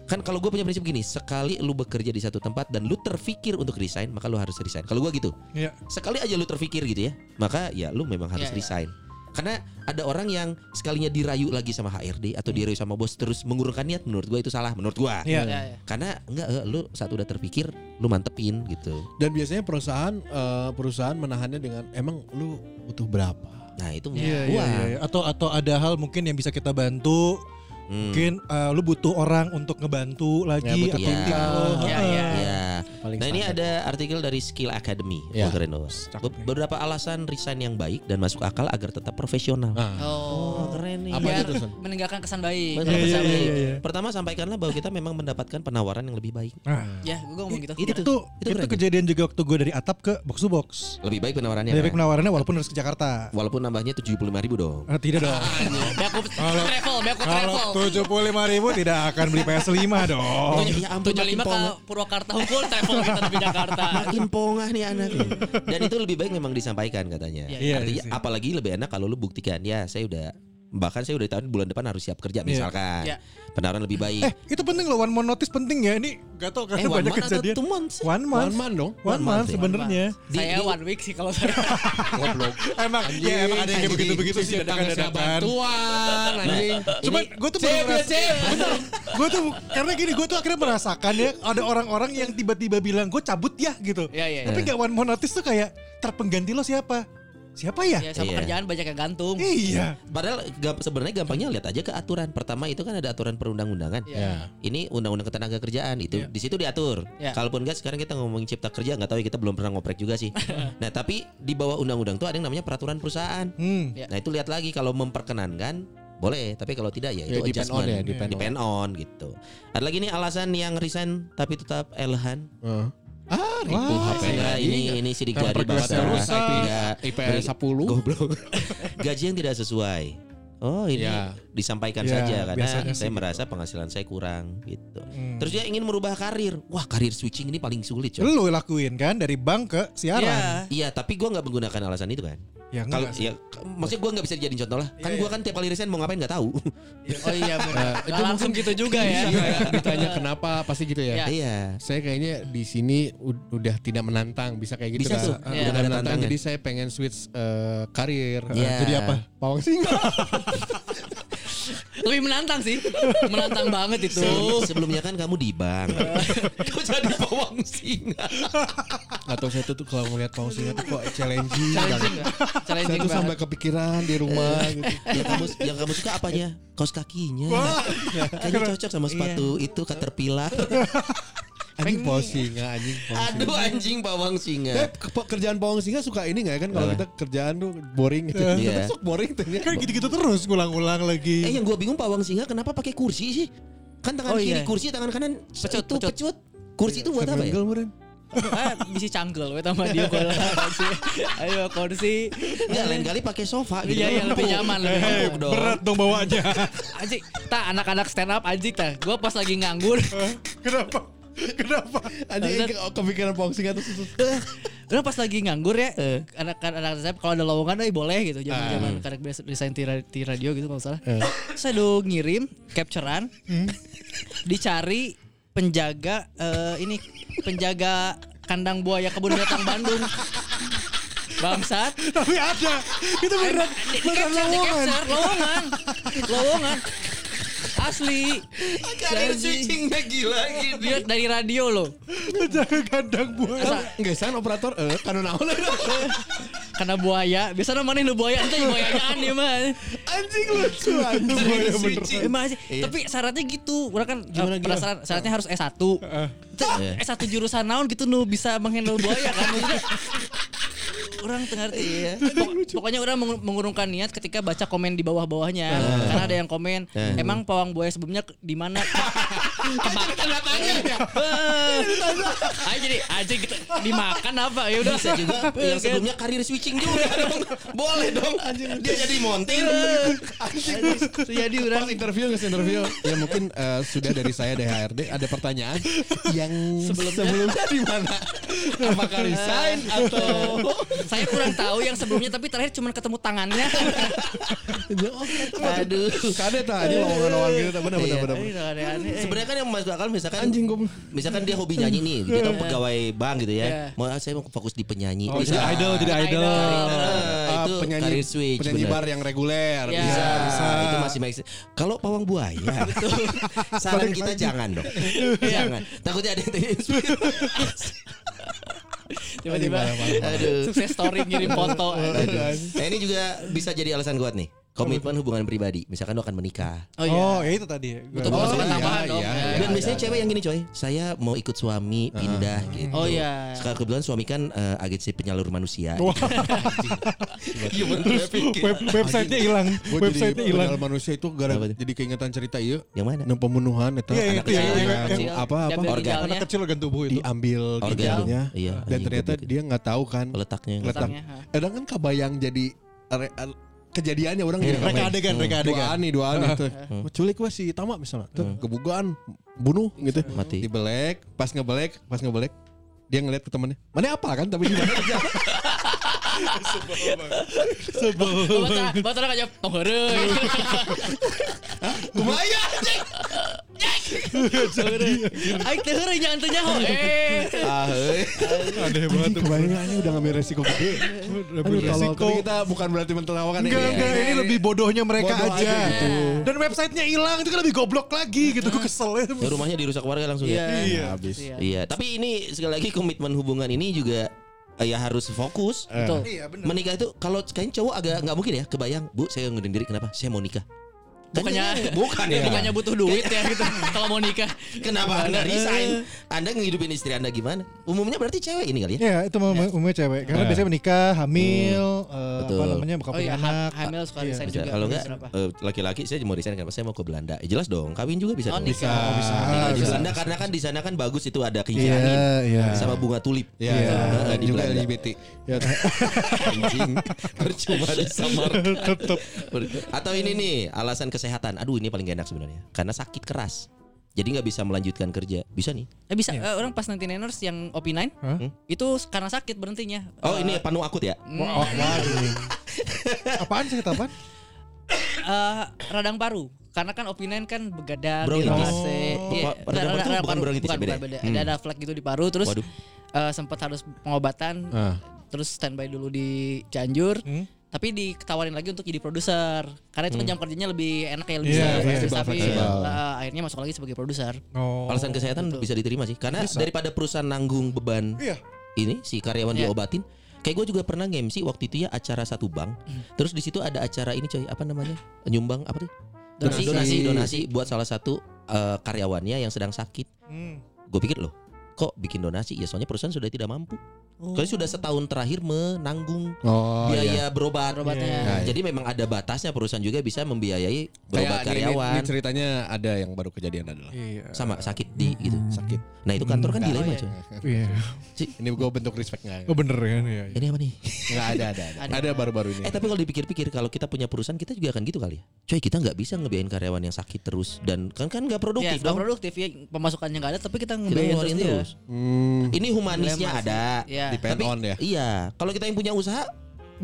[SPEAKER 2] Kan kalau gue punya prinsip gini, sekali lu bekerja di satu tempat dan lu terpikir untuk resign, maka lu harus resign. Kalau gua gitu,
[SPEAKER 4] Iya.
[SPEAKER 2] sekali aja lu terpikir gitu ya, maka ya lu memang harus
[SPEAKER 3] Iya, iya.
[SPEAKER 2] resign. Karena ada orang yang sekalinya dirayu lagi sama HRD atau dirayu sama bos terus mengurungkan niat, menurut gua itu salah. Menurut gua.
[SPEAKER 4] Iya.
[SPEAKER 3] Ya, ya.
[SPEAKER 2] Karena enggak eh, lu saat udah terpikir, lu mantepin gitu.
[SPEAKER 5] Dan biasanya perusahaan eh, perusahaan menahannya dengan emang lu butuh berapa?
[SPEAKER 2] Nah, itu
[SPEAKER 4] Iya,
[SPEAKER 2] menurut
[SPEAKER 4] iya,
[SPEAKER 2] gua.
[SPEAKER 4] iya. Atau atau ada hal mungkin yang bisa kita bantu.
[SPEAKER 2] Hmm.
[SPEAKER 4] Mungkin eh, lu butuh orang untuk ngebantu lagi
[SPEAKER 5] Ya, butuh
[SPEAKER 4] atau oh,
[SPEAKER 2] tim.
[SPEAKER 4] tim lo.
[SPEAKER 3] Ya,
[SPEAKER 4] Heeh.
[SPEAKER 3] ya.
[SPEAKER 2] Iya.
[SPEAKER 5] Paling
[SPEAKER 2] Nah ini ada artikel dari Skill Academy
[SPEAKER 5] Ya.
[SPEAKER 2] Walter Reynolds.
[SPEAKER 4] Iya. Cakep nih.
[SPEAKER 2] Beberapa alasan resign yang baik dan masuk akal agar tetap profesional.
[SPEAKER 4] Ah.
[SPEAKER 3] Oh,
[SPEAKER 2] keren nih.
[SPEAKER 5] Apa
[SPEAKER 3] biar
[SPEAKER 5] itu, Son?
[SPEAKER 3] meninggalkan kesan baik.
[SPEAKER 2] Bener,
[SPEAKER 4] Iya, iya,
[SPEAKER 2] kesan
[SPEAKER 4] iya,
[SPEAKER 2] baik.
[SPEAKER 4] iya.
[SPEAKER 2] Pertama sampaikanlah bahwa kita memang mendapatkan penawaran yang lebih baik.
[SPEAKER 4] Nah,
[SPEAKER 3] Ya, gue ngomong gitu.
[SPEAKER 4] itu, itu,
[SPEAKER 2] itu keren.
[SPEAKER 4] kejadian juga waktu gue dari atap ke box to box.
[SPEAKER 2] Lebih baik penawarannya.
[SPEAKER 4] Dari
[SPEAKER 2] Pak.
[SPEAKER 4] penawarannya walaupun harus ke Jakarta.
[SPEAKER 2] Walaupun nambahnya 75 ribu dong.
[SPEAKER 4] Ah, tidak dong.
[SPEAKER 3] Iya, Biar aku travel, biar aku travel.
[SPEAKER 4] Kalau 75 ribu tidak akan beli PS5 dong.
[SPEAKER 2] Oh, ya ampun, makin
[SPEAKER 3] 75 ke
[SPEAKER 2] pongah.
[SPEAKER 3] Purwakarta Unggul travel kita dari Jakarta.
[SPEAKER 2] Makin pongah Ah, nih anaknya. Dan itu lebih baik memang disampaikan katanya.
[SPEAKER 4] Iya,
[SPEAKER 2] Artinya
[SPEAKER 4] iya sih.
[SPEAKER 2] apalagi lebih enak kalau lu buktikan ya saya udah bahkan saya udah tahun bulan depan harus siap kerja misalkan.
[SPEAKER 3] Iya.
[SPEAKER 2] Penawaran lebih baik.
[SPEAKER 4] Eh, itu penting loh. One month notice penting ya. Ini gak tau
[SPEAKER 2] Eh,
[SPEAKER 4] karena
[SPEAKER 2] one
[SPEAKER 4] banyak
[SPEAKER 2] month atau
[SPEAKER 4] kejadian.
[SPEAKER 2] two months sih?
[SPEAKER 4] One month.
[SPEAKER 5] One man dong.
[SPEAKER 4] One month
[SPEAKER 2] sih.
[SPEAKER 4] sebenarnya.
[SPEAKER 2] Di-
[SPEAKER 3] Saya
[SPEAKER 2] di-
[SPEAKER 3] one week sih kalau saya.
[SPEAKER 2] Goblok.
[SPEAKER 4] Emang ya emang ada yang kayak begitu-begitu sih dadakan-dadakan.
[SPEAKER 5] bantuan
[SPEAKER 3] Nah,
[SPEAKER 5] anjing.
[SPEAKER 4] Cuman gue tuh pernah ngerasa- Bener. Gue tuh karena gini gue tuh akhirnya merasakan ya ada orang-orang yang tiba-tiba bilang gue cabut ya gitu.
[SPEAKER 3] Iya, iya.
[SPEAKER 4] Tapi gak one month notice tuh kayak terpengganti lo siapa? Siapa ya?
[SPEAKER 3] Ya, sama
[SPEAKER 2] Iya.
[SPEAKER 3] kerjaan banyak yang gantung.
[SPEAKER 4] Iya.
[SPEAKER 2] Padahal gamp- sebenarnya gampangnya lihat aja ke aturan. Pertama itu kan ada aturan perundang-undangan.
[SPEAKER 5] Ya.
[SPEAKER 3] Iya.
[SPEAKER 2] Ini undang-undang ketenaga kerjaan itu di situ diatur.
[SPEAKER 3] Iya.
[SPEAKER 2] Kalaupun enggak sekarang kita ngomongin cipta kerja nggak tahu ya kita belum pernah ngoprek juga sih. nah tapi di bawah undang-undang itu ada yang namanya peraturan perusahaan.
[SPEAKER 4] Hmm.
[SPEAKER 3] Iya.
[SPEAKER 2] Nah itu lihat lagi kalau memperkenankan boleh tapi kalau tidak ya
[SPEAKER 5] Ya,
[SPEAKER 2] itu
[SPEAKER 5] depend on
[SPEAKER 2] adjustment
[SPEAKER 5] ya, depend on.
[SPEAKER 2] Depend on gitu. Ada lagi nih alasan yang resign tapi tetap elehan.
[SPEAKER 5] Heeh. Ah, ribu
[SPEAKER 4] Wah,
[SPEAKER 5] HP
[SPEAKER 2] Nah,
[SPEAKER 5] lagi.
[SPEAKER 2] ini ini sidik
[SPEAKER 5] Yang
[SPEAKER 2] jari
[SPEAKER 5] pergelas
[SPEAKER 2] bawah
[SPEAKER 5] iya. rusak, Uh.
[SPEAKER 2] tidak
[SPEAKER 5] IPS 10.
[SPEAKER 2] goblok. Gaji yang tidak sesuai. Oh ini
[SPEAKER 5] Ya.
[SPEAKER 2] disampaikan
[SPEAKER 4] Ya,
[SPEAKER 2] saja karena
[SPEAKER 4] biasanya
[SPEAKER 2] saya
[SPEAKER 4] sih
[SPEAKER 2] merasa penghasilan saya kurang gitu.
[SPEAKER 4] Hmm.
[SPEAKER 2] Terus dia ingin merubah karir. Wah karir switching ini paling sulit coy.
[SPEAKER 4] Lo lakuin kan dari bank ke siaran.
[SPEAKER 3] Iya.
[SPEAKER 2] Iya tapi gua nggak menggunakan alasan itu kan.
[SPEAKER 4] Ya,
[SPEAKER 2] Kalau
[SPEAKER 4] enggak sih.
[SPEAKER 2] ya k- maksudnya gua nggak bisa dijadiin contoh lah. Kan
[SPEAKER 4] Iya,
[SPEAKER 2] gua kan tiap kali resign mau ngapain nggak tahu.
[SPEAKER 3] Oh iya benar. Nggak langsung gitu juga ya.
[SPEAKER 5] Iya, ditanya kenapa pasti gitu ya.
[SPEAKER 3] Iya.
[SPEAKER 2] Iya.
[SPEAKER 5] Saya kayaknya di sini u- udah tidak menantang, bisa kayak gitu.
[SPEAKER 2] Bisa
[SPEAKER 5] kan?
[SPEAKER 2] tuh.
[SPEAKER 5] Udah
[SPEAKER 3] Iya.
[SPEAKER 5] nggak
[SPEAKER 2] Ada
[SPEAKER 5] menantang,
[SPEAKER 2] tantangan.
[SPEAKER 5] jadi saya pengen switch eh, karir.
[SPEAKER 2] Iya.
[SPEAKER 5] Jadi apa? Pawang singa.
[SPEAKER 3] Lebih menantang sih. Menantang banget itu.
[SPEAKER 2] Sebelum- sebelumnya kan kamu di bank. Kau jadi pawang singa.
[SPEAKER 5] Atau saya tuh tuh kalau ngeliat paus singa tuh kok challenging. ya?
[SPEAKER 3] Challenging.
[SPEAKER 5] Saya
[SPEAKER 3] Challenging
[SPEAKER 5] tuh sampai
[SPEAKER 3] banget.
[SPEAKER 5] kepikiran di rumah
[SPEAKER 4] Eh.
[SPEAKER 5] gitu.
[SPEAKER 2] yang kamu yang kamu suka apanya? Kaos kakinya. Kayaknya cocok sama sepatu itu caterpillar.
[SPEAKER 5] Anjing paus singa, anjing paus singa.
[SPEAKER 2] Aduh anjing pawang
[SPEAKER 5] Eh,
[SPEAKER 2] singa.
[SPEAKER 5] ke- kerjaan pawang singa suka ini gak ya kan kalau
[SPEAKER 2] Apa?
[SPEAKER 5] kita kerjaan tuh boring gitu.
[SPEAKER 2] Iya.
[SPEAKER 5] Besok boring tuh ya.
[SPEAKER 4] Kan gitu-gitu terus ulang-ulang lagi.
[SPEAKER 2] Eh yang gua bingung pawang singa kenapa pakai kursi sih? Kan tangan
[SPEAKER 3] Iya. Oh,
[SPEAKER 2] kiri
[SPEAKER 3] iya.
[SPEAKER 2] kursi, tangan kanan
[SPEAKER 3] Pecut,
[SPEAKER 2] itu
[SPEAKER 3] pecut. Iya, kan
[SPEAKER 2] pecut. Kursi itu buat apa ya?
[SPEAKER 5] Senggel, Murin.
[SPEAKER 3] Ah, bisa canggel we sama dia gua lah. Ayo kursi.
[SPEAKER 2] Enggak, lain kali pakai sofa gitu.
[SPEAKER 3] Iya iya lebih nyaman lebih
[SPEAKER 4] Eh,
[SPEAKER 3] nyaman.
[SPEAKER 2] dong.
[SPEAKER 4] berat dong bawaannya.
[SPEAKER 3] Anjing, ta anak-anak stand up anjing ta. Gua pas lagi nganggur.
[SPEAKER 4] Kenapa? Kenapa?
[SPEAKER 5] Anjing
[SPEAKER 3] Bangsat.
[SPEAKER 5] ke- kepikiran pawang singa tuh. tuh- tuh.
[SPEAKER 3] Lu pas lagi nganggur ya, anak-anak saya kalau ada lowongan eh boleh gitu. Zaman-zaman karena biasa desain di ra- di radio gitu kalau nggak salah. Saya do ngirim capturean. Dicari penjaga eh, ini penjaga kandang buaya kebun binatang Bandung. Bangsat.
[SPEAKER 4] Tapi ada. Itu beneran beneran
[SPEAKER 3] Di-capture,
[SPEAKER 4] lowongan.
[SPEAKER 3] di-capture, lowongan. Lowongan. Asli.
[SPEAKER 2] Karir
[SPEAKER 3] Janji.
[SPEAKER 2] switchingnya gila gitu.
[SPEAKER 3] Dia dari radio loh.
[SPEAKER 4] Jaga kandang buaya.
[SPEAKER 5] Kan, Enggak, saya operator eh kanu naon.
[SPEAKER 3] Karena buaya. Biasa namanya nu buaya itu buayaan ya mah.
[SPEAKER 5] Anjing lucu
[SPEAKER 3] Iya,
[SPEAKER 5] anjing.
[SPEAKER 4] Iya,
[SPEAKER 2] Karir switching.
[SPEAKER 3] Emang sih. Tapi syaratnya gitu. Orang kan eh, penasaran syaratnya harus S1. Tuh,
[SPEAKER 2] Iya.
[SPEAKER 3] S1 jurusan naon gitu nu bisa menghandle buaya kan. Maksudnya, orang tengah ngerti
[SPEAKER 2] Iya.
[SPEAKER 3] ya. Pokoknya orang mengu- mengurungkan niat ketika baca komen di bawah-bawahnya.
[SPEAKER 2] Eh.
[SPEAKER 3] Karena ada yang komen, emang pawang buaya sebelumnya ke- di mana? Kemakan Eh. Ayo jadi aja gitu dimakan apa ya udah.
[SPEAKER 2] Bisa juga yang sebelumnya karir switching juga dong. Boleh dong. Dia jadi montir.
[SPEAKER 5] Jadi udah interview nggak interview. Ya mungkin eh, sudah dari saya DHRD ada pertanyaan yang sebelumnya, di mana? Apakah resign
[SPEAKER 2] Ah.
[SPEAKER 3] gitu.
[SPEAKER 5] atau
[SPEAKER 3] Saya kurang tahu yang sebelumnya tapi terakhir cuma ketemu tangannya.
[SPEAKER 2] Aduh. Iya,
[SPEAKER 5] kade tak ini lowongan-lowongan gitu benar benar benar.
[SPEAKER 3] Aduh, aneh-aneh.
[SPEAKER 2] Sebenarnya kan yang masuk akal misalkan
[SPEAKER 5] Anjing gue
[SPEAKER 2] misalkan dia hobi nyanyi nih, dia kan pegawai bank gitu
[SPEAKER 3] Eh. Iya.
[SPEAKER 2] ya. Mau ah, saya mau fokus di penyanyi.
[SPEAKER 5] Oh,
[SPEAKER 2] Bisa.
[SPEAKER 5] jadi idol, jadi
[SPEAKER 3] idol.
[SPEAKER 2] Eh,
[SPEAKER 5] Ah,
[SPEAKER 2] itu
[SPEAKER 5] penyanyi
[SPEAKER 2] karir switch, Iya.
[SPEAKER 5] penyanyi
[SPEAKER 2] bener.
[SPEAKER 5] bar yang reguler
[SPEAKER 3] Ya.
[SPEAKER 5] Iya, bisa.
[SPEAKER 2] Bisa, itu masih make sense. Kalau pawang buaya itu saran kita jangan dong. jangan. Takutnya ada yang terinspirasi.
[SPEAKER 3] Tiba-tiba
[SPEAKER 2] Aduh.
[SPEAKER 3] sukses story ngirim foto.
[SPEAKER 2] Aduh. Nah, ini juga bisa jadi alasan kuat nih. Komitmen hubungan pribadi, misalkan lo akan menikah.
[SPEAKER 3] Oh iya.
[SPEAKER 4] Oh, ya itu tadi. Gua-
[SPEAKER 3] Untuk
[SPEAKER 2] Oh,
[SPEAKER 3] pemasukan
[SPEAKER 2] iya,
[SPEAKER 3] tambahan dong.
[SPEAKER 5] iya,
[SPEAKER 3] Ya.
[SPEAKER 2] Dan biasanya cewek yang gini coy, saya mau ikut suami pindah gitu.
[SPEAKER 3] Oh iya.
[SPEAKER 2] Sekarang kebetulan suami kan eh, agensi penyalur manusia.
[SPEAKER 4] Wah.
[SPEAKER 2] Human trafficking.
[SPEAKER 4] Web, websitenya hilang.
[SPEAKER 5] Gue
[SPEAKER 4] Websitenya
[SPEAKER 5] jadi
[SPEAKER 4] hilang.
[SPEAKER 5] hilang manusia itu gara
[SPEAKER 2] Apa tuh?
[SPEAKER 5] jadi keingetan cerita iya.
[SPEAKER 2] Yang mana?
[SPEAKER 5] Yang pembunuhan itu
[SPEAKER 4] Iya, itu
[SPEAKER 5] anak
[SPEAKER 4] ya,
[SPEAKER 5] kecil
[SPEAKER 4] yang-
[SPEAKER 5] yang
[SPEAKER 3] kecil.
[SPEAKER 5] apa apa
[SPEAKER 3] Organ.
[SPEAKER 4] Anak kecil organ tubuh itu.
[SPEAKER 5] diambil
[SPEAKER 2] Organ.
[SPEAKER 5] ginjalnya.
[SPEAKER 2] Iya,
[SPEAKER 5] Dan
[SPEAKER 2] anjing,
[SPEAKER 5] ternyata
[SPEAKER 2] goblok.
[SPEAKER 5] dia nggak tahu kan
[SPEAKER 2] letaknya.
[SPEAKER 5] letak.
[SPEAKER 3] Letaknya, ha.
[SPEAKER 5] Kadang kan kebayang jadi re- al- kejadiannya orang jadi
[SPEAKER 4] Iya, Mereka
[SPEAKER 5] kebayang.
[SPEAKER 2] Hmm.
[SPEAKER 4] adegan, mereka adegan.
[SPEAKER 5] Duaan nih, duaan itu. Culik gue si Tama misalnya. Tuh, kebugaan, bunuh gitu.
[SPEAKER 2] Mati.
[SPEAKER 5] Dibelek, pas ngebelek, pas ngebelek dia ngeliat ke temennya. Mana apa kan tapi di mana kerja?"
[SPEAKER 3] Bapak bapak aja Oh, penghore.
[SPEAKER 5] Kumaya
[SPEAKER 3] iya,
[SPEAKER 5] anjing.
[SPEAKER 3] Aik teh heureuy nya henteu nyaho. Eh.
[SPEAKER 2] Ah, hei.
[SPEAKER 4] Aneh banget.
[SPEAKER 5] Anjing kebayang anjing udah ngambil resiko gede. Aduh, kalau
[SPEAKER 4] Resiko.
[SPEAKER 5] tapi kita bukan berarti mentertawakan
[SPEAKER 4] Enggak,
[SPEAKER 5] Iya.
[SPEAKER 4] enggak. Ini lebih bodohnya mereka
[SPEAKER 5] Bodoh
[SPEAKER 4] aja.
[SPEAKER 5] aja gitu.
[SPEAKER 4] Dan websitenya hilang. Itu kan lebih goblok lagi gitu. Gue kesel
[SPEAKER 5] Iya.
[SPEAKER 4] ya.
[SPEAKER 2] Ya, rumahnya dirusak warga langsung ya.
[SPEAKER 4] Iya.
[SPEAKER 5] Habis.
[SPEAKER 3] Iya.
[SPEAKER 2] Iya, tapi ini sekali lagi komitmen hubungan ini juga eh, ya harus fokus.
[SPEAKER 3] Betul.
[SPEAKER 2] Iya, Menikah itu kalau kayaknya cowok agak nggak mungkin ya kebayang, Bu, saya ngundurin diri kenapa? Saya mau nikah. Kan
[SPEAKER 3] Bukannya
[SPEAKER 2] kayaknya- bukan ya.
[SPEAKER 3] Bukannya butuh duit ya gitu kalau mau nikah.
[SPEAKER 2] Kenapa Anda resign? Anda ngehidupin istri Anda gimana? Umumnya berarti cewek ini kali ya.
[SPEAKER 4] Iya, itu mah umumnya cewek. Karena biasanya menikah, hamil, eh, apa
[SPEAKER 2] Betul.
[SPEAKER 4] namanya, bakal
[SPEAKER 3] Oh
[SPEAKER 4] punya
[SPEAKER 3] iya,
[SPEAKER 4] anak.
[SPEAKER 3] ha- hamil suka resign
[SPEAKER 2] Bisa.
[SPEAKER 3] juga.
[SPEAKER 2] Kalau enggak
[SPEAKER 3] Berapa?
[SPEAKER 2] eh, laki-laki saya mau resign kenapa? Saya mau ke Belanda. Ya, jelas dong, kawin juga bisa.
[SPEAKER 3] Oh,
[SPEAKER 2] dong.
[SPEAKER 3] nikah.
[SPEAKER 5] Oh, bisa.
[SPEAKER 2] Tinggal di
[SPEAKER 4] Ah,
[SPEAKER 5] Bisa.
[SPEAKER 2] Belanda karena kan di sana kan bagus itu ada
[SPEAKER 4] Iya,
[SPEAKER 2] kincir angin
[SPEAKER 4] iya.
[SPEAKER 2] sama bunga tulip.
[SPEAKER 5] Iya,
[SPEAKER 2] Heeh, di
[SPEAKER 5] juga
[SPEAKER 2] Belanda.
[SPEAKER 5] LGBT. Ya,
[SPEAKER 2] Anjing. Percuma disamarkan. Ber- Atau ini nih alasan kesehatan. Aduh ini paling gak enak sebenarnya. Karena sakit keras. Jadi nggak bisa melanjutkan kerja. Bisa nih.
[SPEAKER 3] Eh bisa eh, orang pas nanti Niners yang OP9 itu karena sakit berhentinya.
[SPEAKER 2] Oh
[SPEAKER 3] Eh,
[SPEAKER 2] ini panu akut ya.
[SPEAKER 4] Wah, Oh, waduh. apaan sih apaan?
[SPEAKER 3] eh, radang paru. Karena kan OP9 kan begadang
[SPEAKER 2] Bronkitis.
[SPEAKER 3] di AC.
[SPEAKER 2] Oh.
[SPEAKER 3] Iya,
[SPEAKER 2] Radang paru tuh bukan bronkitis ya,
[SPEAKER 3] bukan,
[SPEAKER 2] beda ya?
[SPEAKER 3] bukan, beda.
[SPEAKER 2] Hmm.
[SPEAKER 3] Ada ada flek gitu di paru terus
[SPEAKER 2] Waduh. Ah.
[SPEAKER 3] eh, sempat harus pengobatan terus standby dulu di Cianjur. tapi diketawarin lagi untuk jadi produser karena itu kan jam kerjanya lebih enak ya
[SPEAKER 4] Iya,
[SPEAKER 3] lebih bisa-
[SPEAKER 4] iya,
[SPEAKER 3] lebih
[SPEAKER 5] fleksibel,
[SPEAKER 3] stabil.
[SPEAKER 2] Hmm. fleksibel.
[SPEAKER 3] Nah, akhirnya masuk lagi sebagai produser
[SPEAKER 4] Oh.
[SPEAKER 2] Alasan kesehatan bisa diterima sih karena daripada perusahaan nanggung beban
[SPEAKER 4] Iya.
[SPEAKER 2] ini si karyawan
[SPEAKER 3] Iya.
[SPEAKER 2] diobatin. Kayak gue juga pernah nge-MC waktu itu ya acara satu bank.
[SPEAKER 3] Hmm.
[SPEAKER 2] Terus di situ ada acara ini coy, apa namanya? Nyumbang apa tuh?
[SPEAKER 3] Donasi.
[SPEAKER 2] donasi, donasi buat salah satu eh, karyawannya yang sedang sakit.
[SPEAKER 4] Hmm.
[SPEAKER 2] Gue pikir loh, kok bikin donasi? Ya soalnya perusahaan sudah tidak mampu. Oh. Soalnya sudah setahun terakhir menanggung
[SPEAKER 5] Oh
[SPEAKER 2] biaya berobat.
[SPEAKER 3] Berobatnya.
[SPEAKER 5] Iya, iya.
[SPEAKER 2] Jadi memang ada batasnya perusahaan juga bisa membiayai
[SPEAKER 5] Kayak
[SPEAKER 2] berobat
[SPEAKER 5] ini- ini-
[SPEAKER 2] karyawan.
[SPEAKER 5] Ini, ceritanya ada yang baru kejadian adalah
[SPEAKER 4] Iya.
[SPEAKER 2] sama sakit di gitu.
[SPEAKER 5] sakit.
[SPEAKER 2] Nah itu kantor kan
[SPEAKER 5] Hmm.
[SPEAKER 2] dilema
[SPEAKER 3] Oh, iya.
[SPEAKER 2] coy.
[SPEAKER 4] Iya.
[SPEAKER 5] Ini gue bentuk respect nggak?
[SPEAKER 4] Oh bener kan ya.
[SPEAKER 2] Ini apa nih?
[SPEAKER 5] Nggak ada ada ada. ada baru-baru ini.
[SPEAKER 2] Eh tapi kalau dipikir-pikir kalau kita punya perusahaan kita juga akan gitu kali ya. Coy kita nggak bisa ngebiayain karyawan yang sakit terus dan kan kan nggak
[SPEAKER 3] ya,
[SPEAKER 2] produktif
[SPEAKER 3] nggak
[SPEAKER 2] dong.
[SPEAKER 3] produktif ya pemasukannya nggak ada tapi
[SPEAKER 2] Kita
[SPEAKER 3] kita ngebiayain terus
[SPEAKER 2] ngeluarin
[SPEAKER 3] dia.
[SPEAKER 2] terus.
[SPEAKER 5] Hmm,
[SPEAKER 2] Ini humanisnya
[SPEAKER 3] Dilema sih.
[SPEAKER 2] ada.
[SPEAKER 3] Iya.
[SPEAKER 2] Tapi-
[SPEAKER 5] depend on ya.
[SPEAKER 2] Iya. Kalau kita yang punya usaha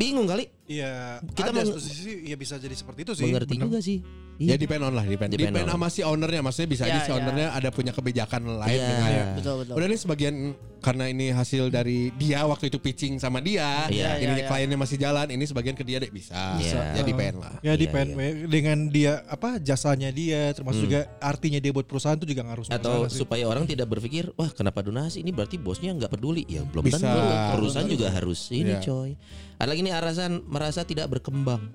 [SPEAKER 2] bingung kali.
[SPEAKER 4] Iya.
[SPEAKER 2] Kita
[SPEAKER 4] ada
[SPEAKER 2] meng-
[SPEAKER 4] satu sisi ya bisa jadi seperti itu sih.
[SPEAKER 2] Mengerti
[SPEAKER 4] bener.
[SPEAKER 2] juga sih.
[SPEAKER 5] Ya depend on lah, depend.
[SPEAKER 2] Iya. Depend
[SPEAKER 5] Depend,
[SPEAKER 2] on.
[SPEAKER 5] sama si ownernya, maksudnya bisa aja
[SPEAKER 3] Iya,
[SPEAKER 5] si
[SPEAKER 3] iya.
[SPEAKER 5] ownernya ada punya kebijakan lain
[SPEAKER 2] Iya.
[SPEAKER 5] dengan ya.
[SPEAKER 3] betul betul
[SPEAKER 5] Udah nih sebagian karena ini hasil dari dia waktu itu pitching sama dia,
[SPEAKER 2] Iya.
[SPEAKER 5] ini
[SPEAKER 3] Iya, iya.
[SPEAKER 5] kliennya masih jalan, ini sebagian ke dia deh bisa.
[SPEAKER 2] Bisa.
[SPEAKER 5] Ya depend lah.
[SPEAKER 4] Ya
[SPEAKER 2] Iya,
[SPEAKER 4] depend dengan dia apa jasanya dia termasuk juga artinya dia buat perusahaan tuh juga ngaruh
[SPEAKER 2] Iya.
[SPEAKER 4] sama
[SPEAKER 2] Atau
[SPEAKER 4] sana sih.
[SPEAKER 2] supaya orang tidak berpikir wah kenapa donasi ini berarti bosnya nggak peduli ya belum
[SPEAKER 5] Bisa.
[SPEAKER 2] tentu perusahaan juga harus ini
[SPEAKER 5] Iya.
[SPEAKER 2] coy. Ada lagi nih alasan merasa tidak berkembang.